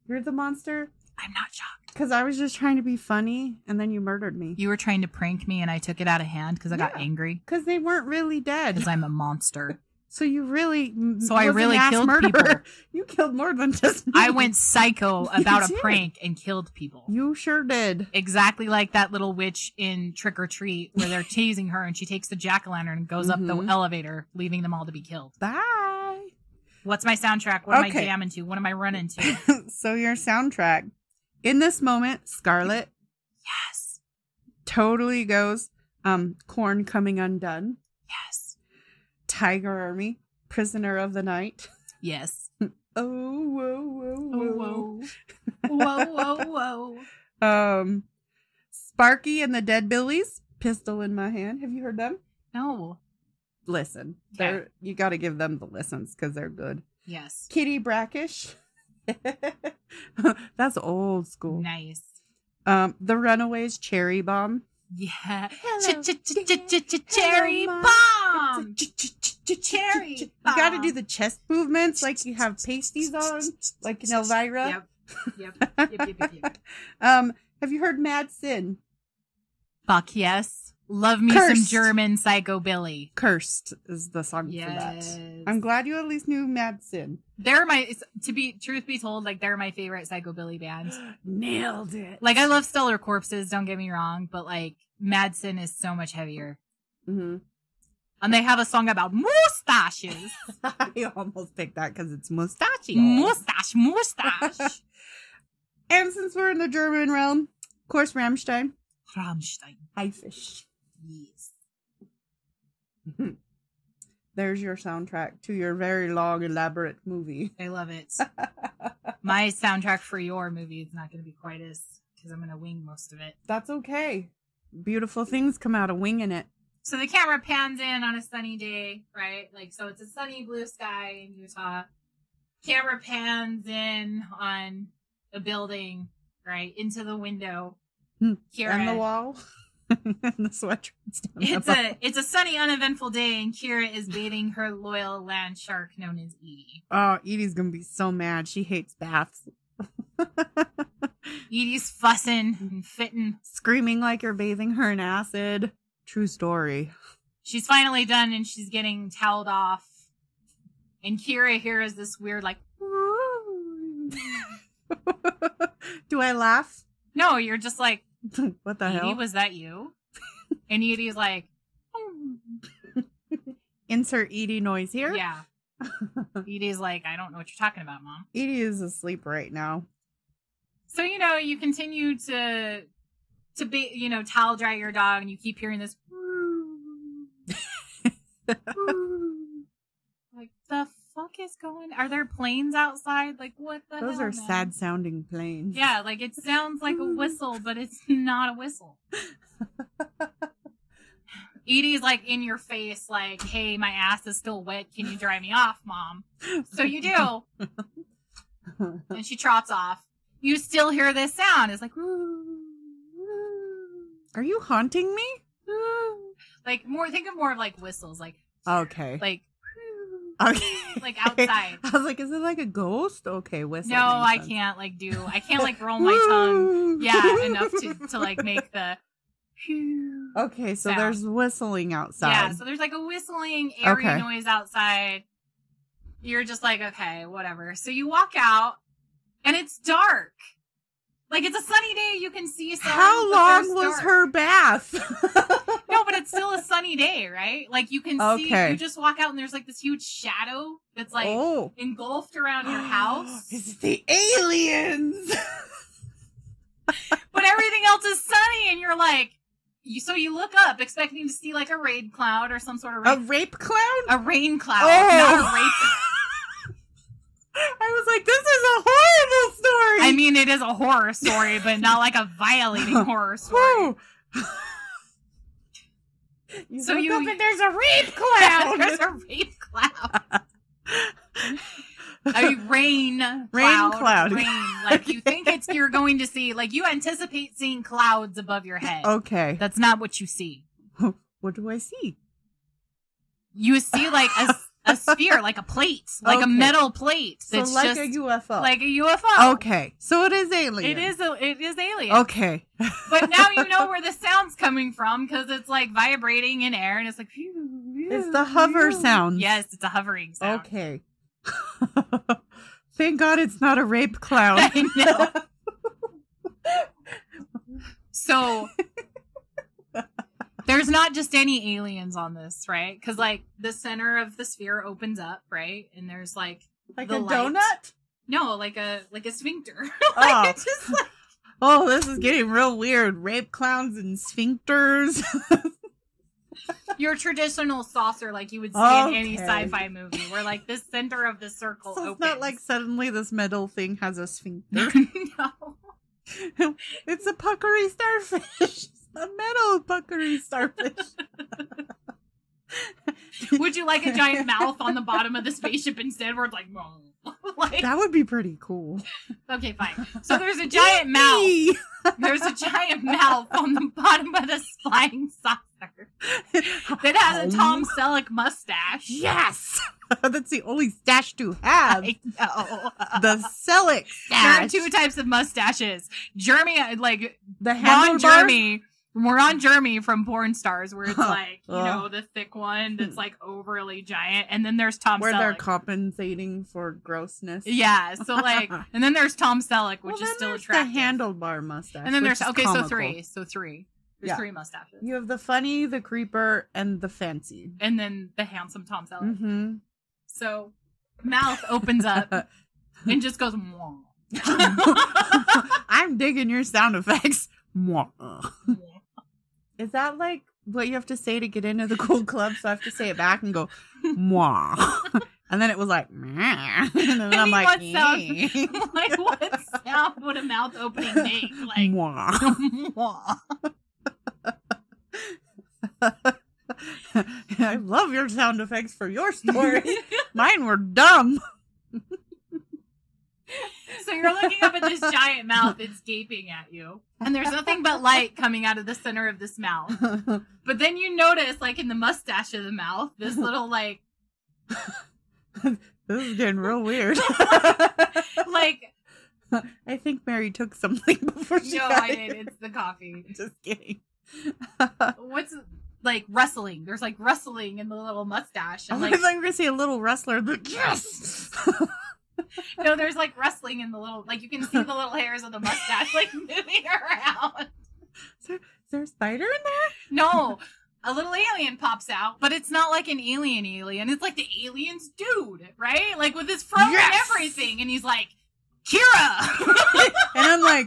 Speaker 2: You're the monster
Speaker 1: I'm not shocked.
Speaker 2: because I was just trying to be funny, and then you murdered me
Speaker 1: You were trying to prank me, and I took it out of hand because I got
Speaker 2: Yeah.
Speaker 1: angry
Speaker 2: because they weren't really dead.
Speaker 1: because I'm a monster.
Speaker 2: So you really,
Speaker 1: So I
Speaker 2: was an
Speaker 1: really
Speaker 2: ass
Speaker 1: killed
Speaker 2: murderer.
Speaker 1: people.
Speaker 2: You killed more than just. Me.
Speaker 1: I went psycho
Speaker 2: You
Speaker 1: about a
Speaker 2: did.
Speaker 1: prank and killed people.
Speaker 2: You sure did.
Speaker 1: exactly like that little witch in Trick or Treat, where they're teasing her and she takes the jack o' lantern and goes up
Speaker 2: Mhm.
Speaker 1: the elevator, leaving them all to be killed.
Speaker 2: Bye.
Speaker 1: What's my soundtrack? What am I
Speaker 2: Okay.
Speaker 1: jamming to? What am I running to?
Speaker 2: so your soundtrack in this moment scarlet
Speaker 1: yes,
Speaker 2: totally goes um corn coming undone
Speaker 1: yes,
Speaker 2: tiger army prisoner of the night
Speaker 1: yes.
Speaker 2: oh whoa whoa whoa,
Speaker 1: Whoa, whoa, whoa, Oh, whoa.
Speaker 2: um sparky and the dead billies pistol in my hand have you heard them
Speaker 1: No.
Speaker 2: listen
Speaker 1: Okay.
Speaker 2: they're you got to give them the listens because they're good
Speaker 1: Yes.
Speaker 2: kitty brackish that's old school
Speaker 1: Nice.
Speaker 2: um the runaways cherry bomb
Speaker 1: Yeah.
Speaker 2: Hello,
Speaker 1: Cherry
Speaker 2: Hello,
Speaker 1: bomb.
Speaker 2: Cherry.
Speaker 1: cherry
Speaker 2: You gotta
Speaker 1: bomb.
Speaker 2: do the chest movements like you have pasties on, like in Elvira.
Speaker 1: Yep. Yep. Yep. Yep. Yep. yep.
Speaker 2: Um, have you heard Mad Sin?
Speaker 1: Fuck yes. Love me some
Speaker 2: Cursed.
Speaker 1: German psychobilly.
Speaker 2: Cursed is the song
Speaker 1: Yes.
Speaker 2: for that. I'm glad you at least knew Mad Sin.
Speaker 1: They're my it's- to be truth be told, like they're my favorite psychobilly band.
Speaker 2: Nailed it.
Speaker 1: Like I love Stellar Corpses, don't get me wrong, but like Madsen is so much heavier.
Speaker 2: hmm
Speaker 1: And they have a song about mustaches.
Speaker 2: I almost picked that because it's mustachio.
Speaker 1: mustache, mustache.
Speaker 2: and since we're in the German realm, of course, Rammstein.
Speaker 1: Rammstein.
Speaker 2: Haifisch.
Speaker 1: Yes.
Speaker 2: There's your soundtrack to your very long, elaborate movie.
Speaker 1: I love it. my soundtrack for your movie is not going to be quite as because I'm going to wing most of it.
Speaker 2: That's okay. Beautiful things come out of winging it.
Speaker 1: So the camera pans in on a sunny day, right? Like, so it's a sunny blue sky in Utah. Camera pans in on a building, right? Into the window.
Speaker 2: Hmm.
Speaker 1: Kira,
Speaker 2: and the wall and the sweatshirts down the
Speaker 1: it's
Speaker 2: bottom.
Speaker 1: a it's a sunny, uneventful day, and Kira is bathing her loyal land shark known as Edie.
Speaker 2: oh edie's gonna be so mad she hates baths
Speaker 1: Edie's fussing and fitting.
Speaker 2: screaming like you're bathing her in acid true story
Speaker 1: She's finally done, and she's getting toweled off. And Kira hears this weird, like,
Speaker 2: do i laugh
Speaker 1: no, you're just like,
Speaker 2: what the
Speaker 1: Edie,
Speaker 2: hell
Speaker 1: was that you? and Edie's like,
Speaker 2: insert edie noise here
Speaker 1: Yeah. Edie's like, I don't know what you're talking about, mom.
Speaker 2: edie is asleep right now
Speaker 1: So you know, you continue to to be, you know, towel dry your dog, and you keep hearing this. like the fuck is going? Are there planes outside? Like what the?
Speaker 2: those
Speaker 1: hell,
Speaker 2: are
Speaker 1: man?
Speaker 2: sad sounding planes
Speaker 1: Yeah, like it sounds like a whistle, but it's not a whistle. Edie's like in your face, like, "Hey, my ass is still wet. Can you dry me off, mom?" So you do. and she trots off. You still hear this sound. It's like,
Speaker 2: are you haunting me
Speaker 1: like more. Think of more of like whistles, like
Speaker 2: okay
Speaker 1: like
Speaker 2: okay
Speaker 1: like outside.
Speaker 2: I was like, is it like a ghost? Okay, whistle.
Speaker 1: No, I can't like do. I can't like roll my tongue. Yeah, enough to to like make the.
Speaker 2: Okay, so
Speaker 1: sound.
Speaker 2: there's whistling outside.
Speaker 1: Yeah, so there's like a whistling airy
Speaker 2: Okay.
Speaker 1: noise outside. You're just like, okay, whatever. So you walk out, and it's dark. Like it's a sunny day, you can see. Some,
Speaker 2: How
Speaker 1: but there's
Speaker 2: long was
Speaker 1: dark.
Speaker 2: her bath?
Speaker 1: No, but it's still a sunny day, right? Like you can see,
Speaker 2: Okay.
Speaker 1: you just walk out and there's like this huge shadow that's like
Speaker 2: oh,
Speaker 1: engulfed around your house,
Speaker 2: It's the aliens.
Speaker 1: but everything else is sunny, and you're like, you, so you look up expecting to see like a rain cloud or some sort of
Speaker 2: a
Speaker 1: rain,
Speaker 2: rape clown?
Speaker 1: a, rain cloud,
Speaker 2: Oh.
Speaker 1: not a rape.
Speaker 2: I was like, this is a horrible story.
Speaker 1: I mean, it is a horror story, but not like a violating horror story.
Speaker 2: Whew. You
Speaker 1: So
Speaker 2: look
Speaker 1: you-
Speaker 2: up and there's a rape cloud.
Speaker 1: There's a rain cloud. A rain rain
Speaker 2: cloud.
Speaker 1: Rain. Like you think it's you're going to see. Like you anticipate seeing clouds above your head.
Speaker 2: okay.
Speaker 1: That's not what you see.
Speaker 2: What do I see?
Speaker 1: You see like a, a sphere, like a plate, like
Speaker 2: Okay.
Speaker 1: a metal plate.
Speaker 2: So
Speaker 1: That's
Speaker 2: like
Speaker 1: just
Speaker 2: a UFO.
Speaker 1: like a UFO.
Speaker 2: okay. So it is alien.
Speaker 1: It is a, it is alien.
Speaker 2: Okay.
Speaker 1: But now you know where the sound's coming from because it's like vibrating in air and it's like
Speaker 2: It's
Speaker 1: It's
Speaker 2: the hover sounds.
Speaker 1: Yes, it's a hovering sound.
Speaker 2: Okay. Thank God it's not a rape cloud.
Speaker 1: I know. so there's not just any aliens on this, right? Because like the center of the sphere opens up, right? And there's like
Speaker 2: like
Speaker 1: The
Speaker 2: a
Speaker 1: light.
Speaker 2: donut?
Speaker 1: no, like a like a sphincter. like
Speaker 2: Oh.
Speaker 1: it's just like
Speaker 2: Oh, this is getting real weird. Rape clowns and sphincters.
Speaker 1: your traditional saucer, like you would see in any
Speaker 2: Okay.
Speaker 1: sci-fi movie, where like the center of the circle
Speaker 2: so
Speaker 1: opens.
Speaker 2: it's not like suddenly this metal thing has a sphincter.
Speaker 1: no.
Speaker 2: it's a puckery starfish. It's a metal puckery starfish.
Speaker 1: Would you like a giant mouth on the bottom of the spaceship instead, where it's like, like
Speaker 2: that would be pretty cool.
Speaker 1: okay, fine. So there's a giant mouth.
Speaker 2: Eee!
Speaker 1: There's a giant mouth on the bottom of this flying saucer that has a Tom
Speaker 2: Oh.
Speaker 1: Selleck mustache.
Speaker 2: Yes! That's the only stash to have.
Speaker 1: I know.
Speaker 2: the Selleck
Speaker 1: There are
Speaker 2: stash.
Speaker 1: two types of mustaches. Jeremy, like
Speaker 2: the
Speaker 1: Ron
Speaker 2: handlebar.
Speaker 1: Jeremy. We're on Jeremy from Porn Stars, where it's
Speaker 2: Huh.
Speaker 1: like you
Speaker 2: Uh.
Speaker 1: know the thick one that's like overly giant, and then there's Tom
Speaker 2: where they're
Speaker 1: Selleck.
Speaker 2: compensating for grossness.
Speaker 1: yeah, so like, and then there's Tom Selleck,
Speaker 2: Well,
Speaker 1: which is
Speaker 2: then
Speaker 1: still
Speaker 2: there's
Speaker 1: attractive.
Speaker 2: the handlebar mustache.
Speaker 1: and then
Speaker 2: which
Speaker 1: there's
Speaker 2: is
Speaker 1: okay,
Speaker 2: comical.
Speaker 1: so three, so three. There's
Speaker 2: Yeah.
Speaker 1: three mustaches,
Speaker 2: You have the funny, the creeper, and the fancy.
Speaker 1: and then the handsome Tom Selleck.
Speaker 2: Mm-hmm.
Speaker 1: So mouth opens up and just goes "Mwah,
Speaker 2: I'm digging your sound effects. Mwah.
Speaker 1: mwah."
Speaker 2: Is that like what you have to say to get into the cool club? So I have to say it back and go mwah. And then it was like, meh. and then
Speaker 1: I mean,
Speaker 2: I'm like,
Speaker 1: what sound-
Speaker 2: eh.
Speaker 1: like what sound would a mouth opening make? Like
Speaker 2: mwah.
Speaker 1: mwah.
Speaker 2: I love your sound effects for your story. Mine were dumb.
Speaker 1: so you're looking up at this giant mouth that's gaping at you. And there's nothing but light coming out of the center of this mouth. But then you notice like in the mustache of the mouth, this little like
Speaker 2: This is getting real weird.
Speaker 1: like
Speaker 2: I think Mary took something before she
Speaker 1: no,
Speaker 2: got
Speaker 1: I
Speaker 2: here.
Speaker 1: did. It's the coffee.
Speaker 2: Just kidding.
Speaker 1: What's like rustling? There's like rustling in the little mustache.
Speaker 2: I
Speaker 1: And
Speaker 2: thought
Speaker 1: like
Speaker 2: you were gonna say a little wrestler, but yes.
Speaker 1: No, there's like rustling in the little, like you can see the little hairs of the mustache like moving around.
Speaker 2: Is there a spider in there?
Speaker 1: No, a little alien pops out, but it's not like an alien alien. It's like the alien's dude, right? Like with his fro
Speaker 2: Yes!
Speaker 1: and everything, and he's like, "Kira,
Speaker 2: And I'm like,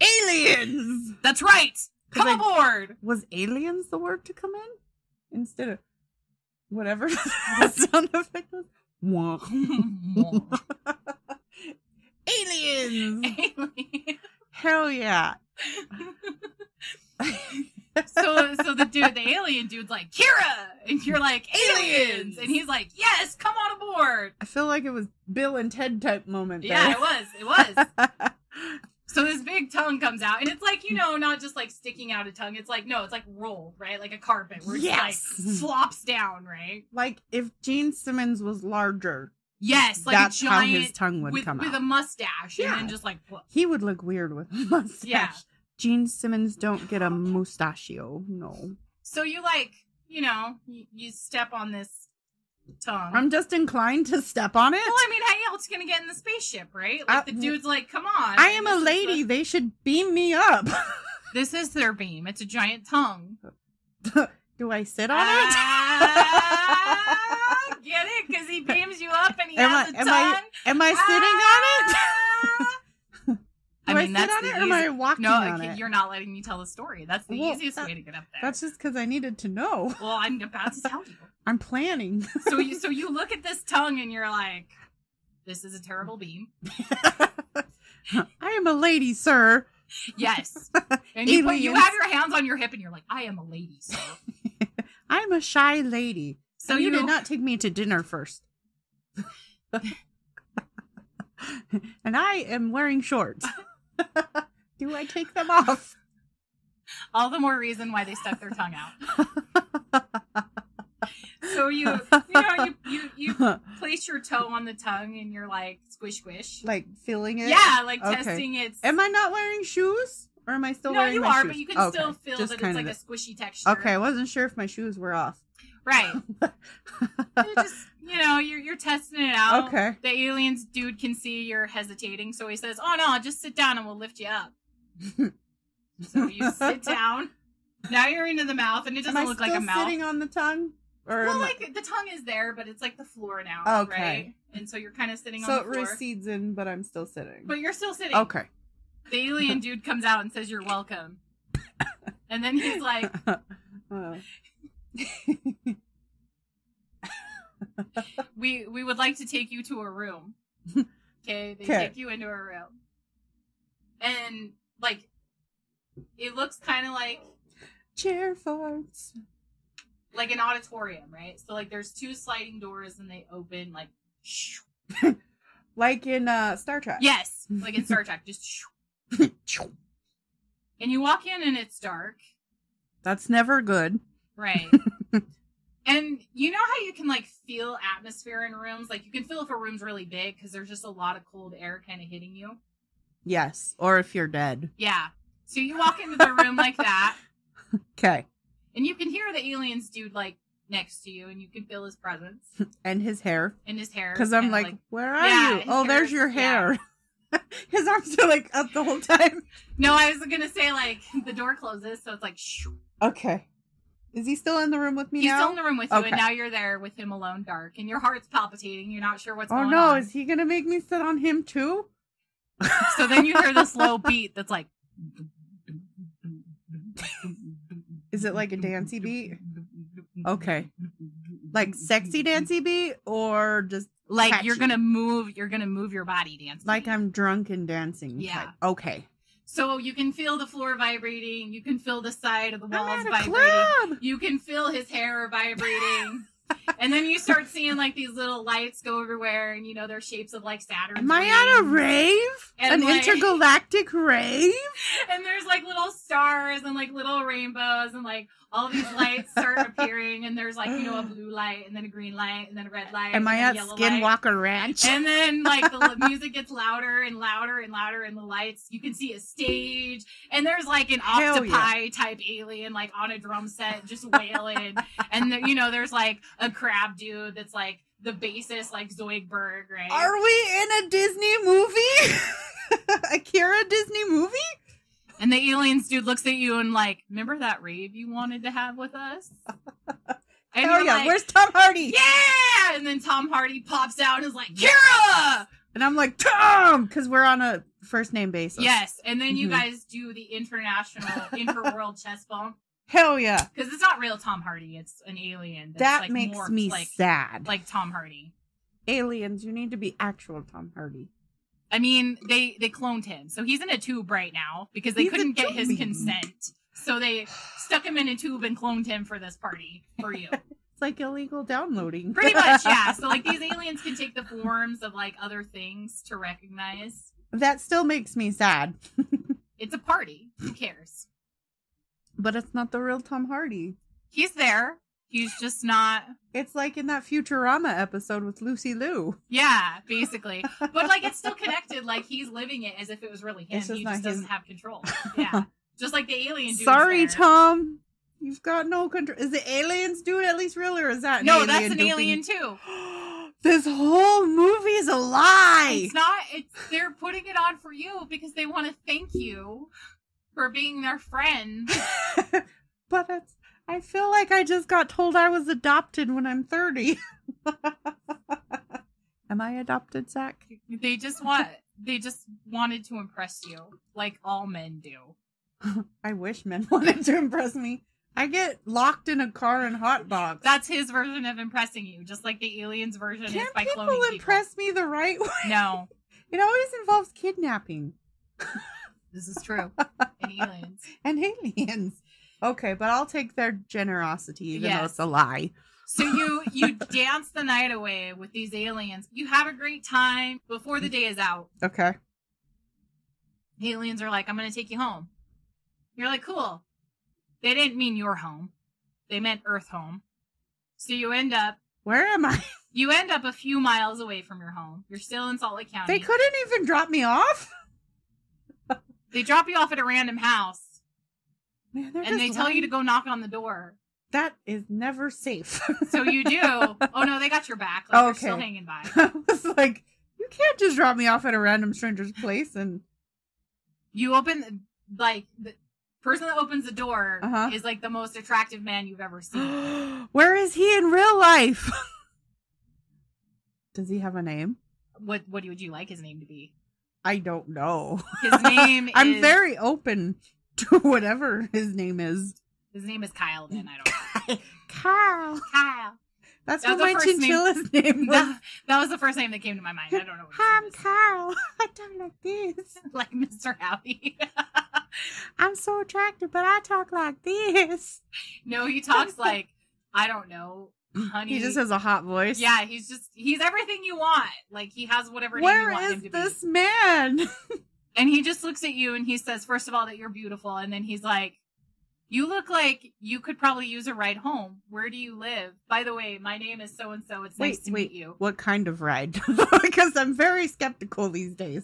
Speaker 2: aliens.
Speaker 1: that's right, come
Speaker 2: I-
Speaker 1: aboard."
Speaker 2: Was aliens the word to come in instead of whatever the sound effect was? Wah. Aliens.
Speaker 1: Alien.
Speaker 2: Hell yeah.
Speaker 1: so, so the dude, the alien dude's like, "Kira," and you're like, "Aliens," and he's like, "Yes, come on aboard."
Speaker 2: I feel like it was Bill and Ted type moment.
Speaker 1: Yeah, it was. It was.
Speaker 2: there.
Speaker 1: So this big tongue comes out, and it's like you know, not just like sticking out a tongue. It's like no, it's like rolled, right? Like a carpet where
Speaker 2: Yes.
Speaker 1: it's like flops down, right?
Speaker 2: like if Gene Simmons was larger,
Speaker 1: Yes, like
Speaker 2: that's
Speaker 1: a
Speaker 2: how
Speaker 1: giant
Speaker 2: his tongue would
Speaker 1: with,
Speaker 2: come
Speaker 1: with
Speaker 2: out.
Speaker 1: a mustache,
Speaker 2: Yeah.
Speaker 1: and then just like wha-
Speaker 2: he would look weird with a mustache.
Speaker 1: Yeah.
Speaker 2: Gene Simmons don't get a mustachio. No.
Speaker 1: so you like you know you, you step on this tongue.
Speaker 2: I'm just inclined to step on it.
Speaker 1: well, I mean, how else gonna get in the spaceship, right? Like
Speaker 2: I-
Speaker 1: the dude's like, "Come on,
Speaker 2: Uh, I am a
Speaker 1: this is the-
Speaker 2: lady. They should beam me up.
Speaker 1: this is their beam. It's a giant tongue.
Speaker 2: Do I sit on it?
Speaker 1: Ah, get it? Because he beams you up, and he
Speaker 2: Am
Speaker 1: has
Speaker 2: I-
Speaker 1: a tongue.
Speaker 2: am I Am I
Speaker 1: Ah.
Speaker 2: sitting
Speaker 1: I
Speaker 2: on it?
Speaker 1: mean,
Speaker 2: Do I, sit
Speaker 1: that's
Speaker 2: on
Speaker 1: the
Speaker 2: it or am I
Speaker 1: easy-
Speaker 2: walking
Speaker 1: no,
Speaker 2: on
Speaker 1: okay,
Speaker 2: it?
Speaker 1: you're not letting me tell the story. That's the
Speaker 2: Well,
Speaker 1: easiest
Speaker 2: that-
Speaker 1: way to get up there.
Speaker 2: That's just because I needed to know.
Speaker 1: well, I'm about to tell you.
Speaker 2: I'm planning.
Speaker 1: So you, so you look at this tongue and you're like, "This is a terrible beam."
Speaker 2: I am a lady, sir.
Speaker 1: Yes, and you, put- you
Speaker 2: Aliens.
Speaker 1: have your hands on your hip and you're like, "I am a lady." So
Speaker 2: I'm a shy lady.
Speaker 1: So
Speaker 2: So you
Speaker 1: you
Speaker 2: did
Speaker 1: know-
Speaker 2: not take me to dinner first. and I am wearing shorts. Do I take them off?
Speaker 1: All the more reason why they stuck their tongue out. So you, you know, you, you, you place your toe on the tongue and you're like squish squish.
Speaker 2: like feeling it?
Speaker 1: yeah, like
Speaker 2: Okay.
Speaker 1: testing its.
Speaker 2: Am I not wearing shoes? Or am I still
Speaker 1: no,
Speaker 2: wearing
Speaker 1: you
Speaker 2: my
Speaker 1: are,
Speaker 2: shoes?
Speaker 1: but you can
Speaker 2: Okay,
Speaker 1: still feel
Speaker 2: just
Speaker 1: that it's
Speaker 2: kind
Speaker 1: like
Speaker 2: of
Speaker 1: a
Speaker 2: the-
Speaker 1: swishy texture.
Speaker 2: Okay, I wasn't sure if my shoes were off.
Speaker 1: right. You just, you know, you're you're testing it out.
Speaker 2: okay.
Speaker 1: The aliens dude can see you're hesitating, so he says, "Oh no, just sit down and we'll lift you up." So you sit down. Now you're into the mouth, and it doesn't
Speaker 2: am I
Speaker 1: look
Speaker 2: still
Speaker 1: like a mouth.
Speaker 2: sitting on the tongue? Or
Speaker 1: well,
Speaker 2: am I-
Speaker 1: like the tongue is there, but it's like the floor now,
Speaker 2: Okay.
Speaker 1: right? And so you're kind of sitting
Speaker 2: so
Speaker 1: on
Speaker 2: it
Speaker 1: the floor,
Speaker 2: recedes in, but I'm still sitting.
Speaker 1: but you're still sitting.
Speaker 2: okay.
Speaker 1: The alien dude comes out and says, "You're welcome," and then he's like,
Speaker 2: Oh.
Speaker 1: "We we would like to take you to a room." Okay, they
Speaker 2: 'Kay.
Speaker 1: take you into a room, and like it looks kind of like
Speaker 2: Chair farts.
Speaker 1: like an auditorium, right? So like there's two sliding doors and they open like shoo.
Speaker 2: Like in uh, Star Trek.
Speaker 1: yes, like in Star Trek, just shoo. and you walk in and it's dark,
Speaker 2: That's never good.
Speaker 1: right? and you know how you can like feel atmosphere in rooms, like you can feel if a room's really big because there's just a lot of cold air kind of hitting you.
Speaker 2: Yes. Or if you're dead.
Speaker 1: Yeah, so you walk into the room like that,
Speaker 2: Okay.
Speaker 1: and you can hear the aliens dude like next to you, and you can feel his presence
Speaker 2: And his hair.
Speaker 1: and his hair.
Speaker 2: Because I'm
Speaker 1: kinda,
Speaker 2: like, where are
Speaker 1: Yeah,
Speaker 2: you?
Speaker 1: his
Speaker 2: Oh, there's
Speaker 1: hair-
Speaker 2: your
Speaker 1: yeah.
Speaker 2: hair. his arms are like up the whole time.
Speaker 1: no, I was gonna say like the door closes, so it's like shoo.
Speaker 2: Okay. Is he still in the room with me
Speaker 1: He's
Speaker 2: now?
Speaker 1: still in the room with you,
Speaker 2: Okay.
Speaker 1: and now you're there with him alone, dark, and your heart's palpitating. You're not sure what's
Speaker 2: oh
Speaker 1: going
Speaker 2: no,
Speaker 1: on.
Speaker 2: is he gonna make me sit on him too?
Speaker 1: So then you hear this low beat that's like.
Speaker 2: Is it like a dancey beat? Okay. Like sexy dancy beat or just
Speaker 1: Like you're
Speaker 2: catchy?
Speaker 1: gonna move. You're gonna move your body dance.
Speaker 2: like
Speaker 1: beat.
Speaker 2: I'm drunk and dancing.
Speaker 1: Yeah.
Speaker 2: type? Okay.
Speaker 1: So you can feel the floor vibrating. You can feel the side of the walls
Speaker 2: I'm at a
Speaker 1: vibrating.
Speaker 2: club.
Speaker 1: You can feel his hair vibrating. and then you start seeing like these little lights go everywhere, and you know they're shapes of like Saturn.
Speaker 2: Am I at a rave?
Speaker 1: And,
Speaker 2: An
Speaker 1: like-
Speaker 2: intergalactic rave?
Speaker 1: and there's like little stars and like little rainbows and like all these lights start appearing and there's like you know a blue light and then a green light and then a red light
Speaker 2: Am
Speaker 1: and
Speaker 2: I
Speaker 1: then a
Speaker 2: at
Speaker 1: yellow light.
Speaker 2: Skinwalker Ranch?
Speaker 1: and then like the l- music gets louder and louder and louder and the lights you can see a stage and there's like an
Speaker 2: Hell yeah.
Speaker 1: octopi type alien like on a drum set just wailing and there, you know there's like a crab dude that's like the bassist like Zoidberg right
Speaker 2: Are we in a Disney movie? Akira Disney movie?
Speaker 1: and the aliens dude looks at you and like remember that rave you wanted to have with us and
Speaker 2: Hell
Speaker 1: you're
Speaker 2: yeah.
Speaker 1: like,
Speaker 2: Where's Tom Hardy?
Speaker 1: Yeah! And then Tom Hardy pops out and is like, Kira!
Speaker 2: And I'm like, Tom! Because we're on a first name basis.
Speaker 1: Yes. And then you
Speaker 2: Mhm.
Speaker 1: guys do the international interworld chest bump.
Speaker 2: Hell yeah.
Speaker 1: Because it's not real Tom Hardy, it's an alien. That's
Speaker 2: That
Speaker 1: like
Speaker 2: makes
Speaker 1: morphed
Speaker 2: me
Speaker 1: like,
Speaker 2: sad.
Speaker 1: like Tom Hardy.
Speaker 2: Aliens, you need to be actual Tom Hardy.
Speaker 1: I mean, they they cloned him. So he's in a tube right now because they
Speaker 2: He's a
Speaker 1: couldn't get his
Speaker 2: tubie.
Speaker 1: consent. So they stuck him in a tube and cloned him for this party for you.
Speaker 2: It's like illegal downloading.
Speaker 1: Pretty much, yeah. So like these aliens can take the forms of like other things to recognize.
Speaker 2: that still makes me sad.
Speaker 1: It's a party. Who cares?
Speaker 2: But it's not the real Tom Hardy.
Speaker 1: he's there. He's just not.
Speaker 2: It's like in that Futurama episode with Lucy Liu.
Speaker 1: Yeah, basically. But like, it's still connected. Like he's living it as if it was really him.
Speaker 2: It's just
Speaker 1: he
Speaker 2: not
Speaker 1: just doesn't
Speaker 2: his-
Speaker 1: have control. Yeah, just like the alien. Dude
Speaker 2: Sorry,
Speaker 1: there.
Speaker 2: Tom. You've got no control. Is the aliens dude at least real or is that an
Speaker 1: No,
Speaker 2: alien
Speaker 1: that's an
Speaker 2: duping?
Speaker 1: alien too.
Speaker 2: this whole movie's a lie.
Speaker 1: It's not. It's they're putting it on for you because they want to thank you for being their friend.
Speaker 2: but it's, I feel like I just got told I was adopted when I'm 30. Am I adopted, Zach?
Speaker 1: They just want. They just wanted to impress you, like all men do.
Speaker 2: I wish men wanted to impress me. I get locked in a car and hot box.
Speaker 1: That's his version of impressing you, just like the aliens' version
Speaker 2: Can
Speaker 1: is by
Speaker 2: people
Speaker 1: cloning
Speaker 2: impress me the right way?
Speaker 1: people. No,
Speaker 2: It always involves kidnapping
Speaker 1: This is true. And aliens.
Speaker 2: and aliens. Okay, but I'll take their generosity, even though
Speaker 1: Yes.
Speaker 2: it's a lie.
Speaker 1: So you you dance the night away with these aliens. You have a great time before the day is out.
Speaker 2: Okay.
Speaker 1: The aliens are like, "I'm going to take you home." You're like, "Cool." They didn't mean your home. They meant Earth home. So you end up
Speaker 2: Where am I?
Speaker 1: you end up a few miles away from your home. You're still in Salt Lake County.
Speaker 2: They couldn't even drop me off.
Speaker 1: They drop you off at a random house
Speaker 2: Man, they're
Speaker 1: and they
Speaker 2: just
Speaker 1: tell you
Speaker 2: lying.
Speaker 1: to go knock on the door.
Speaker 2: That is never safe.
Speaker 1: So you do. oh no, they got your back. Like, They're still
Speaker 2: Okay.
Speaker 1: hanging by.
Speaker 2: I was like, you can't just drop me off at a random stranger's place and
Speaker 1: you open like the person that opens the door
Speaker 2: Uh-huh.
Speaker 1: is like the most attractive man you've ever seen.
Speaker 2: where is he in real life? Does he have a name?
Speaker 1: what what would you like his name to be?
Speaker 2: I don't know.
Speaker 1: His name
Speaker 2: I'm
Speaker 1: is
Speaker 2: very open to whatever his name is.
Speaker 1: his name is Kyle then I don't know.
Speaker 2: Kyle.
Speaker 1: Kyle.
Speaker 2: That's,
Speaker 1: That's
Speaker 2: what
Speaker 1: the
Speaker 2: my
Speaker 1: first name.
Speaker 2: chinchilla's name was.
Speaker 1: That, that was the first name that came to my mind. I don't know what his name
Speaker 2: I'm
Speaker 1: is.
Speaker 2: Kyle. I talk like this.
Speaker 1: like Mr. Happy.
Speaker 2: I'm so attractive, but I talk like this.
Speaker 1: no, he talks like I don't know, honey.
Speaker 2: He just has a hot voice.
Speaker 1: Yeah, he's just he's everything you want. Like he has whatever name you
Speaker 2: Where
Speaker 1: want him to
Speaker 2: is
Speaker 1: be.
Speaker 2: this man?
Speaker 1: And he just looks at you and he says, first of all, that you're beautiful. And then he's like, you look like you could probably use a ride home. Where do you live? By the way, my name is so and so. It's nice
Speaker 2: Wait,
Speaker 1: to
Speaker 2: wait.
Speaker 1: meet you.
Speaker 2: What kind of ride? because I'm very skeptical these days.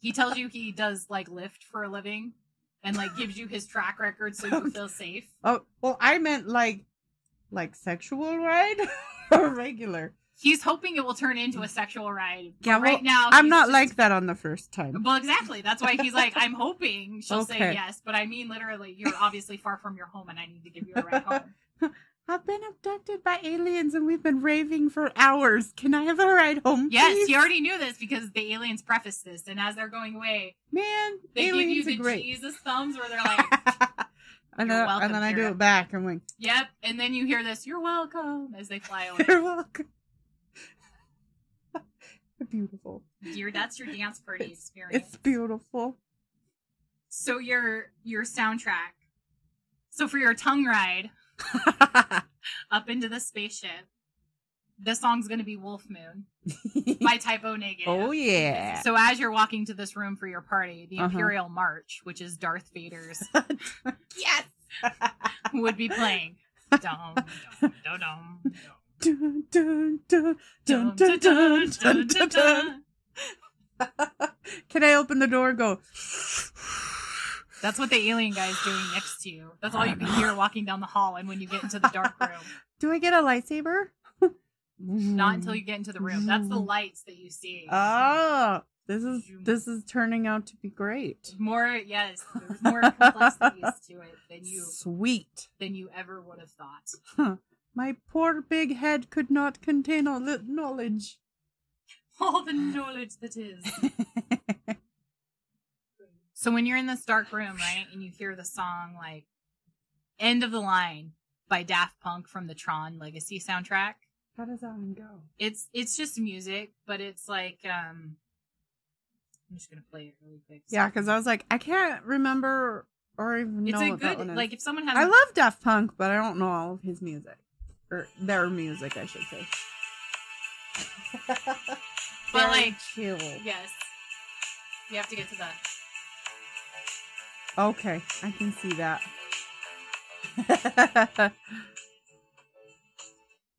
Speaker 1: He tells you he does like Lyft for a living and like gives you his track record so you feel safe.
Speaker 2: Oh, well, I meant like, like sexual ride or regular.
Speaker 1: He's hoping it will turn into a sexual ride.
Speaker 2: Yeah,
Speaker 1: But right
Speaker 2: well,
Speaker 1: now,
Speaker 2: I'm
Speaker 1: he's
Speaker 2: not
Speaker 1: just-
Speaker 2: like that on the first time.
Speaker 1: Well, exactly. That's why he's like, I'm hoping she'll say
Speaker 2: Okay.
Speaker 1: yes, but I mean, literally, you're obviously far from your home, and I need to give you a ride home.
Speaker 2: I've been abducted by aliens and we've been raving for hours. Can I have a ride home?
Speaker 1: Yes,
Speaker 2: please?
Speaker 1: you already knew this because the aliens preface this, and as they're going away,
Speaker 2: man.
Speaker 1: They
Speaker 2: aliens
Speaker 1: give you the
Speaker 2: are great.
Speaker 1: Jesus thumbs where they're like, "You're
Speaker 2: and then,
Speaker 1: welcome,
Speaker 2: and then I do
Speaker 1: Sarah."
Speaker 2: it back. I'm like,
Speaker 1: yep. And then you hear this, you're welcome, as they fly away.
Speaker 2: you're welcome. beautiful.
Speaker 1: Dear, that's your dance party experience.
Speaker 2: It's beautiful.
Speaker 1: So your your soundtrack. So for your tongue ride up into the spaceship, the song's gonna be Wolf Moon by Typo Negative.
Speaker 2: oh yeah.
Speaker 1: So as you're walking to this room for your party, the
Speaker 2: Uh-huh.
Speaker 1: Imperial March, which is Darth Vader's,
Speaker 2: Yes.
Speaker 1: would be playing. Dum, dum, dum, dum, dum. Dun,
Speaker 2: dun, dun, dun, dun, dun, dun, dun, dun, dun.
Speaker 1: dun.
Speaker 2: Can I open the door and go?
Speaker 1: That's what the alien guy's doing next to you. That's all you can hear walking down the hall and when you get into the dark room.
Speaker 2: Do I get a lightsaber? Mm.
Speaker 1: Not until you get into the room. That's the lights that you see.
Speaker 2: Oh, this is this is turning out to be great.
Speaker 1: More yes, there's more complexities to it than you
Speaker 2: Sweet.
Speaker 1: than you ever would have thought.
Speaker 2: My poor big head could not contain all the knowledge.
Speaker 1: All the knowledge that is. So when you're in this
Speaker 2: Oh,
Speaker 1: dark room, right, and you hear the song like End of the Line by Daft Punk from the Tron Legacy soundtrack.
Speaker 2: How does that one go?
Speaker 1: it's it's just music, but it's like um I'm just gonna play it really quick.
Speaker 2: Yeah, because I was like, I can't remember or even
Speaker 1: it's
Speaker 2: know
Speaker 1: a
Speaker 2: what that
Speaker 1: good
Speaker 2: one is.
Speaker 1: like if someone has
Speaker 2: I
Speaker 1: a-
Speaker 2: love Daft Punk, but I don't know all of his music or their music, I should say.
Speaker 1: but
Speaker 2: Very
Speaker 1: like
Speaker 2: chill.
Speaker 1: yes. You have to get to the
Speaker 2: Okay, I can see that.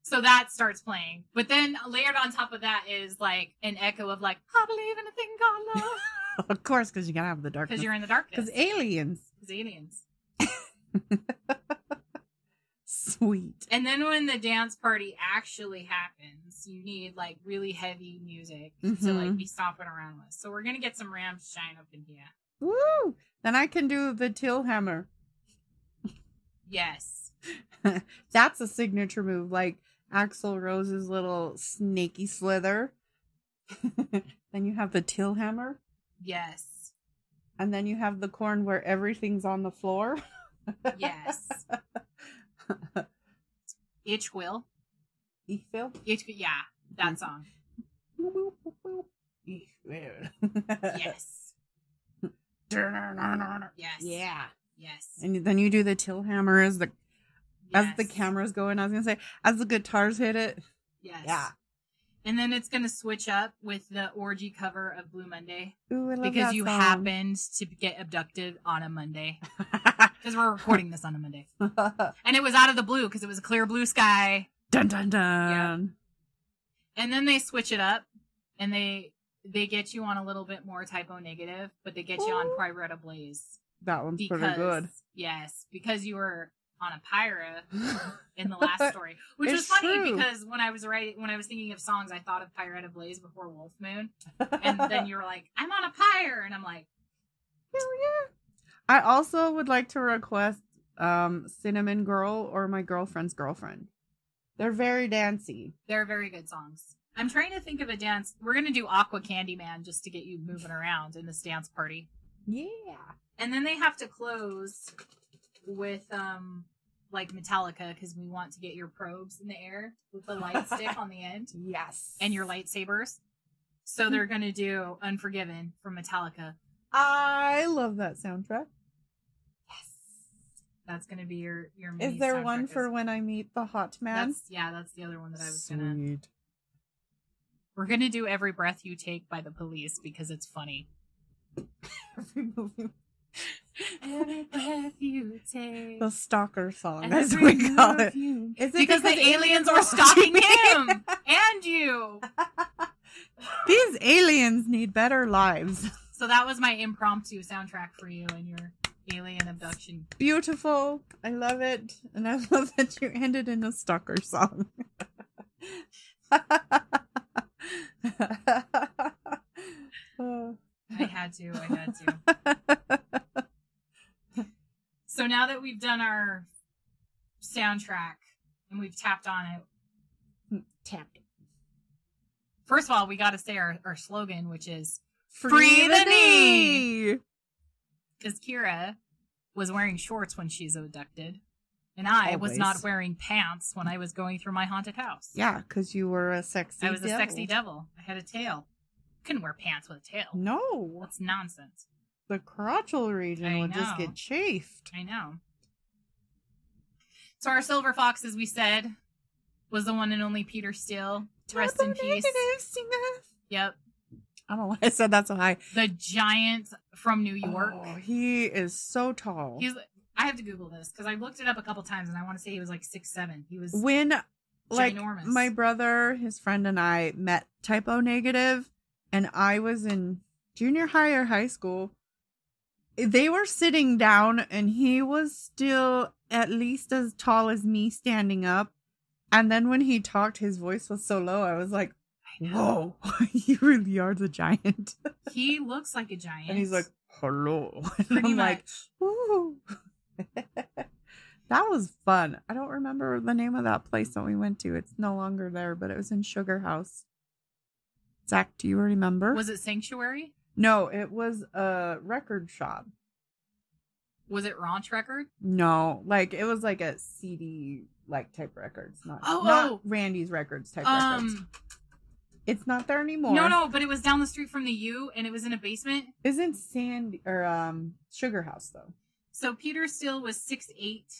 Speaker 1: so that starts playing. But then layered on top of that is like an echo of like I believe in a thing called love
Speaker 2: of course, because you gotta have the
Speaker 1: because
Speaker 2: darkness.
Speaker 1: you're in the darkness.
Speaker 2: Because aliens,
Speaker 1: 'Cause aliens.
Speaker 2: sweet.
Speaker 1: And then when the dance party actually happens, you need like really heavy music to like
Speaker 2: Mhm.
Speaker 1: be stomping around with. So we're gonna get some Ramstein up in here.
Speaker 2: Woo! Then I can do the till hammer.
Speaker 1: Yes.
Speaker 2: That's a signature move, like Axel Rose's little snaky slither. then you have the till hammer,
Speaker 1: Yes.
Speaker 2: and then you have the corn where everything's on the floor.
Speaker 1: Yes. Itch will.
Speaker 2: Ich will.
Speaker 1: Itch yeah, that song.
Speaker 2: Ich will.
Speaker 1: Yes. Yes.
Speaker 2: Yeah.
Speaker 1: Yes.
Speaker 2: And then you do the till hammer as the as the
Speaker 1: Yes.
Speaker 2: camera's going. I was gonna say as the guitars hit it.
Speaker 1: Yes.
Speaker 2: Yeah.
Speaker 1: And then it's going to switch up with the orgy cover of Blue Monday
Speaker 2: Ooh, I love
Speaker 1: because
Speaker 2: that
Speaker 1: you
Speaker 2: song.
Speaker 1: happened to get abducted on a Monday because we're recording this on a Monday. And it was out of the blue because it was a clear blue sky.
Speaker 2: dun dun dun.
Speaker 1: And then they switch it up and they they get you on a little bit more typo negative, but they get you on
Speaker 2: Ooh.
Speaker 1: Pyretta Blaze
Speaker 2: That one's pretty
Speaker 1: because
Speaker 2: good.
Speaker 1: yes, because you were on a Pyra in the last story, which
Speaker 2: It's
Speaker 1: was funny
Speaker 2: true.
Speaker 1: because when I was writing, when I was thinking of songs, I thought of Pyretta Blaze before Wolf Moon, and then you were like, "I'm on a pyre," and I'm like,
Speaker 2: Hell yeah. I also would like to request um Cinnamon Girl or My Girlfriend's Girlfriend. They're very dancey.
Speaker 1: "They're very good songs." I'm trying to think of a dance. We're gonna do Aqua Candy Man just to get you moving around in this dance party,
Speaker 2: Yeah.
Speaker 1: and then they have to close with um like Metallica because we want to get your probes in the air with the light stick on the end.
Speaker 2: Yes.
Speaker 1: and your lightsabers. So they're going to do Unforgiven from Metallica.
Speaker 2: I love that soundtrack.
Speaker 1: That's going to be your your.
Speaker 2: Is
Speaker 1: mini
Speaker 2: there
Speaker 1: soundtrack
Speaker 2: one
Speaker 1: as-
Speaker 2: for when I meet the hot man?
Speaker 1: That's, yeah, that's the other one that I was gonna. We're gonna do "Every Breath You Take" by the Police because it's funny. Every breath you take.
Speaker 2: the stalker song, as we call it. Is it
Speaker 1: Because, the aliens were stalking him and you.
Speaker 2: These aliens need better lives.
Speaker 1: So that was my impromptu soundtrack for you and your alien abduction.
Speaker 2: Beautiful. I love it. And I love that you ended in a stalker song. Oh.
Speaker 1: I had to. I had to. So now that we've done our soundtrack and we've tapped on it,
Speaker 2: Tapped.
Speaker 1: first of all, we got to say our, our slogan, which is
Speaker 2: Free,
Speaker 1: the
Speaker 2: the knee.
Speaker 1: because Kira was wearing shorts when she's abducted, and I was
Speaker 2: Always.
Speaker 1: not wearing pants when I was going through my haunted house.
Speaker 2: Yeah, because you were a sexy.
Speaker 1: I was a sexy
Speaker 2: devil.
Speaker 1: devil. I had a tail. Couldn't wear pants with a tail.
Speaker 2: No,
Speaker 1: That's nonsense.
Speaker 2: the crotchal region
Speaker 1: I
Speaker 2: would just
Speaker 1: know.
Speaker 2: get chafed.
Speaker 1: I know. So our silver fox, as we said, was the one and only Peter Steele. Rest in
Speaker 2: Double
Speaker 1: peace.
Speaker 2: negative singer.
Speaker 1: Yep.
Speaker 2: I don't know why I said that so high.
Speaker 1: The giant from New York.
Speaker 2: Oh, he is so tall.
Speaker 1: He's. I have to Google this because I looked it up a couple times, and I want to say he was like six seven. He was.
Speaker 2: when like
Speaker 1: Ginormous.
Speaker 2: my brother, his friend, and I met typo negative, and I was in junior high or high school. eh, They were sitting down, and he was still at least as tall as me standing up. And then when he talked, his voice was so low, I was like,
Speaker 1: I know.
Speaker 2: "Whoa, you really are the giant."
Speaker 1: He looks like a giant.
Speaker 2: And he's like, "Hello," and
Speaker 1: pretty
Speaker 2: I'm
Speaker 1: much.
Speaker 2: like, Ooh. that was fun. I don't remember the name of that place that we went to. It's no longer there, but it was in Sugar House. Zach, do you remember?
Speaker 1: was it Sanctuary?
Speaker 2: no, it was a record shop.
Speaker 1: Was it Ranch Record?
Speaker 2: No, like it was like a CD like type records, not,
Speaker 1: Oh,
Speaker 2: not
Speaker 1: oh.
Speaker 2: Randy's records type records.
Speaker 1: Um,
Speaker 2: It's not there anymore.
Speaker 1: no, no, but it was down the street from the U, and it was in a basement.
Speaker 2: Isn't Sandy or um Sugar House though?
Speaker 1: So Peter Steele was six eight.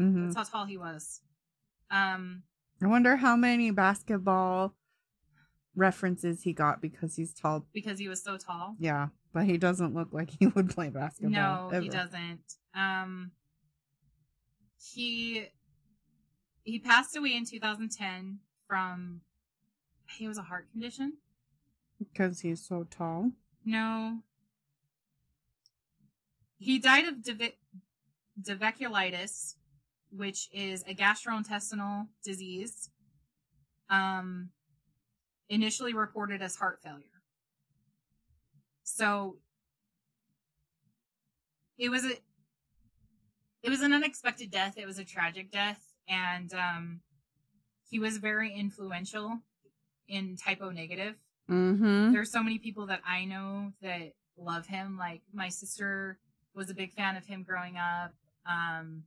Speaker 2: Mm-hmm.
Speaker 1: That's how tall he was. Um,
Speaker 2: I wonder how many basketball references he got because he's tall
Speaker 1: because he was so tall.
Speaker 2: Yeah, but he doesn't look like he would play basketball.
Speaker 1: No, he
Speaker 2: ever.
Speaker 1: doesn't. Um, he he passed away in 2010 from he was a heart condition.
Speaker 2: because he's so tall.
Speaker 1: No, he died of dive- diverticulitis, which is a gastrointestinal disease. Um, initially reported as heart failure. So it was a it was an unexpected death. It was a tragic death, and um, he was very influential in typo negative
Speaker 2: Mm-hmm.
Speaker 1: there's so many people that I know that love him. Like my sister was a big fan of him growing up. Um,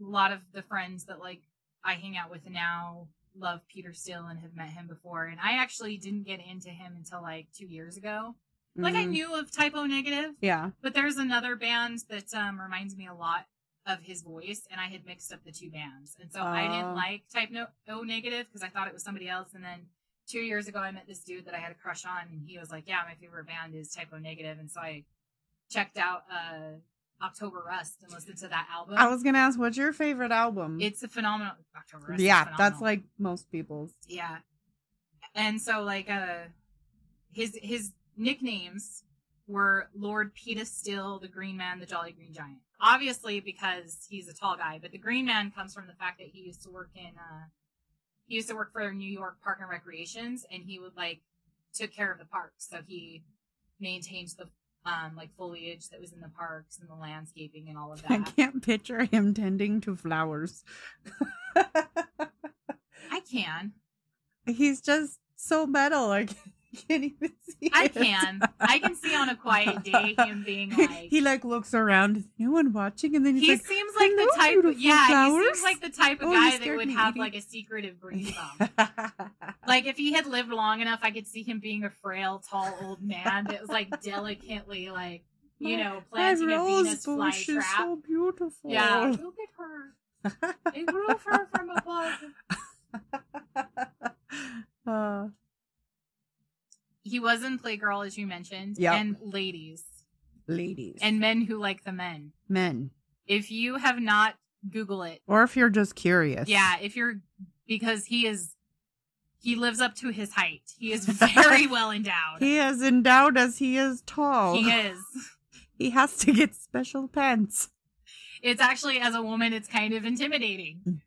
Speaker 1: a lot of the friends that like I hang out with now love Peter Steele and have met him before. And I actually didn't get into him until like two years ago Like I
Speaker 2: Mm,
Speaker 1: knew of typo negative,
Speaker 2: Yeah.
Speaker 1: but there's another band that um, reminds me a lot of his voice, and I had mixed up the two bands, and so I
Speaker 2: Oh.
Speaker 1: didn't like type no O negative because I thought it was somebody else. And then two years ago, I met this dude that I had a crush on, and he was like, "Yeah, my favorite band is typo negative," and so I checked out uh, October Rust and listened to that album.
Speaker 2: I was gonna ask, what's your favorite album?
Speaker 1: it's a phenomenal October Rust. is
Speaker 2: yeah, that's
Speaker 1: phenomenal.
Speaker 2: like most people's.
Speaker 1: Yeah. And so like uh his his nicknames were Lord Peter Still, the Green Man, the Jolly Green Giant. Obviously because he's a tall guy, but the Green Man comes from the fact that he used to work in uh he used to work for New York Park and Recreations and he would like took care of the parks. So he maintained the um like foliage that was in the parks and the landscaping and all of
Speaker 2: I
Speaker 1: that.
Speaker 2: can't picture him tending to flowers.
Speaker 1: I can.
Speaker 2: He's just so metal. I can't even see.
Speaker 1: I
Speaker 2: it.
Speaker 1: can. I can see on a quiet day him being like
Speaker 2: he like looks around. Is no one watching? And then he's
Speaker 1: he
Speaker 2: like,
Speaker 1: seems like the
Speaker 2: "Hello,
Speaker 1: type
Speaker 2: beautiful
Speaker 1: yeah he
Speaker 2: flowers."
Speaker 1: seems like the type of
Speaker 2: Oh, you
Speaker 1: guy that
Speaker 2: scared
Speaker 1: would
Speaker 2: me,
Speaker 1: have
Speaker 2: Edie.
Speaker 1: like a secretive green thumb like if he had lived long enough i could see him being a frail tall old man that was like delicately like you know
Speaker 2: My
Speaker 1: planting a
Speaker 2: rose
Speaker 1: venus
Speaker 2: bush
Speaker 1: flytrap
Speaker 2: is so beautiful.
Speaker 1: yeah look at her it grew her from above
Speaker 2: Uh,
Speaker 1: he was in playgirl as you mentioned
Speaker 2: Yep.
Speaker 1: and ladies
Speaker 2: ladies
Speaker 1: and men who like the men
Speaker 2: men,
Speaker 1: if you have not google it
Speaker 2: or if you're just curious,
Speaker 1: Yeah, if you're because he is he lives up to his height. He is very well endowed.
Speaker 2: He is endowed as he is tall.
Speaker 1: He is.
Speaker 2: He has to get special pants.
Speaker 1: It's actually as a woman it's kind of intimidating.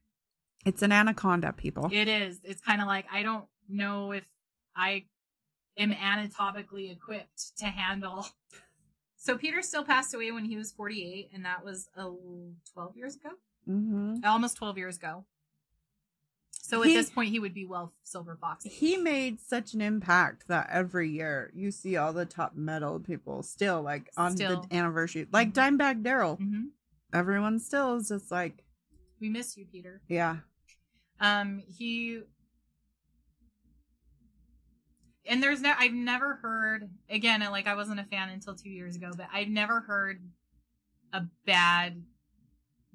Speaker 2: It's an anaconda, people.
Speaker 1: It is. It's kind of like I don't know if I am anatomically equipped to handle. So Peter still passed away when he was 48 and that was uh, 12 years ago.
Speaker 2: Mm-hmm.
Speaker 1: Almost 12 years ago. So at
Speaker 2: He-
Speaker 1: this point he would be well silver fox. age.
Speaker 2: He made such an impact that every year you see all the top metal people still like on
Speaker 1: Still. Mm-hmm.
Speaker 2: the anniversary, like Dimebag Daryl.
Speaker 1: Mhm.
Speaker 2: Everyone still is just like,
Speaker 1: We miss you, Peter.
Speaker 2: yeah,
Speaker 1: Um, he and there's no I've never heard again. I- Like I wasn't a fan until two years ago, but I've never heard a bad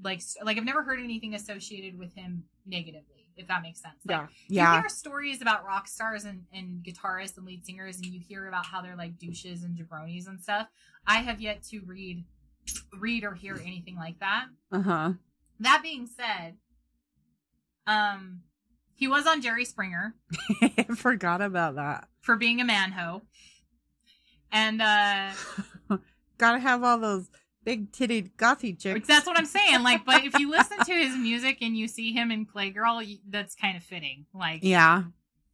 Speaker 1: like s- like I've never heard anything associated with him negatively. If that makes sense, Like,
Speaker 2: yeah,
Speaker 1: You
Speaker 2: yeah.
Speaker 1: hear stories about rock stars and, and guitarists and lead singers, and you hear about how they're like douches and jabronis and stuff. I have yet to read, read or hear anything like that.
Speaker 2: Uh huh.
Speaker 1: That being said, um, he was on Jerry Springer
Speaker 2: Forgot about that.
Speaker 1: for being a man hoe, and uh,
Speaker 2: Gotta have all those big titted gothy chicks.
Speaker 1: that's what I'm saying. Like, but if you listen to his music and you see him in Playgirl, y- that's kind of fitting. Like,
Speaker 2: yeah.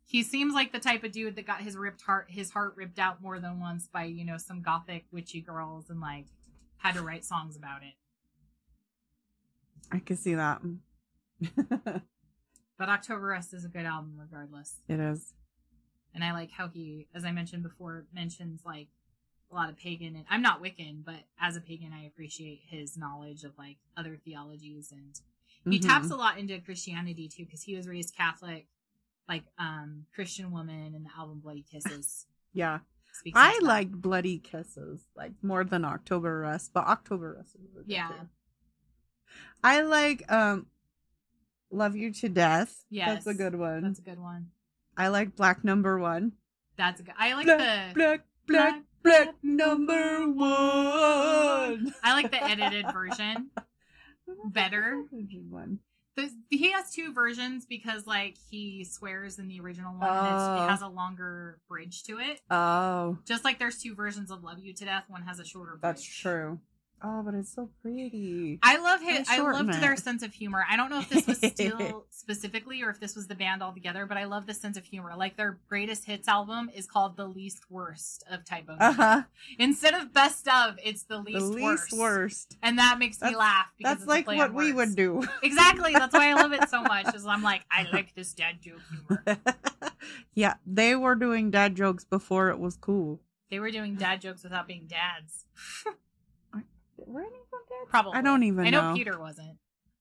Speaker 1: he seems like the type of dude that got his ripped heart, his heart ripped out more than once by you know some gothic witchy girls, and like had to write songs about it.
Speaker 2: I can see that. it
Speaker 1: But October Rust is a good album, regardless.
Speaker 2: is.
Speaker 1: and I like how he, as I mentioned before, mentions like a lot of pagan. And I'm not Wiccan, but as a pagan, I appreciate his knowledge of like other theologies, and he
Speaker 2: Mhm.
Speaker 1: taps a lot into Christianity too, because he was raised Catholic, like um Christian woman, and the album Bloody Kisses.
Speaker 2: Yeah.
Speaker 1: speaks
Speaker 2: I
Speaker 1: into that.
Speaker 2: like Bloody Kisses like more than October Rust, but October Rust is really good,
Speaker 1: Yeah.
Speaker 2: too. I like um Love You to Death.
Speaker 1: Yes.
Speaker 2: That's a good one.
Speaker 1: That's a good one.
Speaker 2: I like Black Number 1.
Speaker 1: That's a good. I like the
Speaker 2: black, black, black, black number 1.
Speaker 1: I like the edited version better.
Speaker 2: One.
Speaker 1: There's, he has two versions because like he swears in the original one, and it's,
Speaker 2: Oh.
Speaker 1: it has a longer bridge to it.
Speaker 2: Oh,
Speaker 1: Just like there's two versions of Love You to Death, one has a shorter. Bridge.
Speaker 2: that's true. Oh, but it's so pretty.
Speaker 1: I love
Speaker 2: They
Speaker 1: his. I
Speaker 2: shorten
Speaker 1: loved their
Speaker 2: it.
Speaker 1: sense of humor. I don't know if this was still specifically or if this was the band altogether, but I love the sense of humor. Like their greatest hits album is called the least worst of typo.
Speaker 2: Uh huh.
Speaker 1: Instead of best of, it's the
Speaker 2: The
Speaker 1: least,
Speaker 2: least
Speaker 1: worst.
Speaker 2: worst.
Speaker 1: And that makes me
Speaker 2: That's-
Speaker 1: laugh. Because
Speaker 2: That's like what we would do.
Speaker 1: Exactly. That's why I love it so much. Is I'm like I like this dad joke humor.
Speaker 2: yeah, they were doing dad jokes before it was cool.
Speaker 1: They were doing dad jokes without being dads.
Speaker 2: Were any of them dead?
Speaker 1: Probably.
Speaker 2: I don't even
Speaker 1: I know
Speaker 2: know.
Speaker 1: Peter wasn't.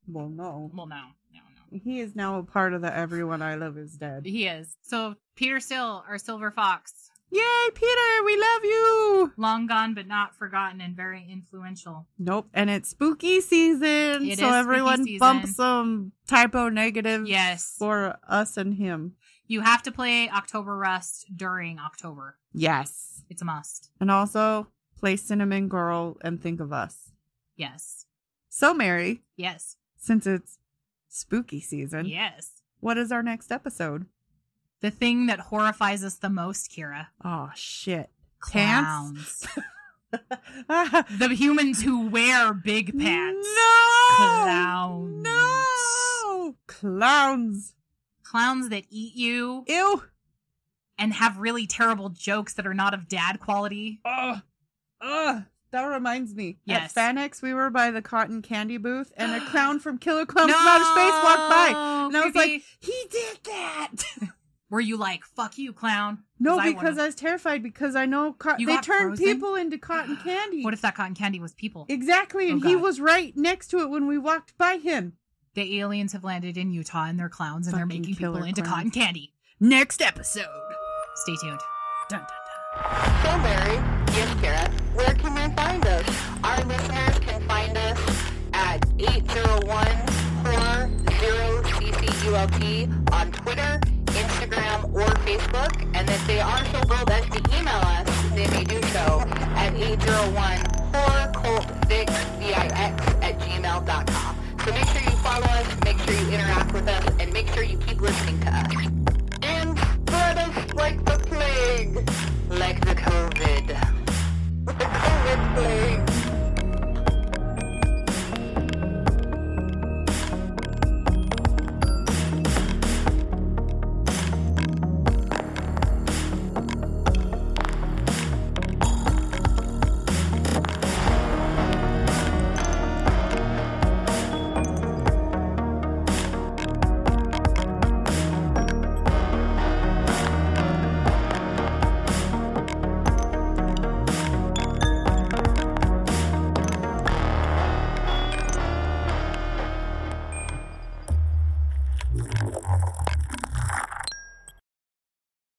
Speaker 2: Well, no.
Speaker 1: Well, no, no, no.
Speaker 2: He is now a part of the Everyone I Love Is Dead.
Speaker 1: He is. So Peter Still, our silver fox,
Speaker 2: Yay, Peter, we love you.
Speaker 1: Long gone but not forgotten and very influential.
Speaker 2: Nope. And it's spooky season.
Speaker 1: It is
Speaker 2: so
Speaker 1: spooky
Speaker 2: everyone
Speaker 1: season.
Speaker 2: bump some typo negative
Speaker 1: Yes.
Speaker 2: for us and him.
Speaker 1: You have to play October Rust during October.
Speaker 2: Yes.
Speaker 1: It's a must.
Speaker 2: And also play Cinnamon Girl and think of us.
Speaker 1: Yes.
Speaker 2: So, Mary,
Speaker 1: Yes.
Speaker 2: since it's spooky season,
Speaker 1: Yes.
Speaker 2: what is our next episode?
Speaker 1: The thing that horrifies us the most, Kira.
Speaker 2: Oh, shit.
Speaker 1: Clowns.
Speaker 2: Ah,
Speaker 1: the humans who wear big pants.
Speaker 2: No!
Speaker 1: Clowns.
Speaker 2: No! Clowns.
Speaker 1: Clowns that eat you
Speaker 2: Ew.
Speaker 1: and have really terrible jokes that are not of dad quality.
Speaker 2: Oh, ugh. That reminds me.
Speaker 1: Yes.
Speaker 2: At Fanex, we were by the cotton candy booth, and a clown from Killer Clown from Outer Space walked by. And I was
Speaker 1: creepy.
Speaker 2: like, he did that.
Speaker 1: were you like, fuck you, clown?
Speaker 2: no,
Speaker 1: I
Speaker 2: because
Speaker 1: wanna-
Speaker 2: I was terrified because I know co-
Speaker 1: You
Speaker 2: they
Speaker 1: got
Speaker 2: turned
Speaker 1: frozen?
Speaker 2: people into cotton candy.
Speaker 1: What if that cotton candy was people?
Speaker 2: exactly.
Speaker 1: Oh,
Speaker 2: And he
Speaker 1: God.
Speaker 2: was right next to it when we walked by him.
Speaker 1: the aliens have landed in Utah and they're clowns and they're
Speaker 2: Fucking
Speaker 1: making people
Speaker 2: killer
Speaker 1: into
Speaker 2: clowns.
Speaker 1: cotton candy.
Speaker 2: Next episode.
Speaker 1: Stay tuned.
Speaker 2: Dun, dun, dun.
Speaker 3: So, Mary, yes, Kara, where can they find us? Our listeners can find us at 801-40-CCULP on Twitter, Instagram, or Facebook. And if they are so bold as to email us, they may do so at 801-4-COLT-6-VIX at gmail.com. So make sure you follow us, make sure you interact with us, and make sure you keep listening to us. And spread us like the plague. Like the COVID. The COVID plague.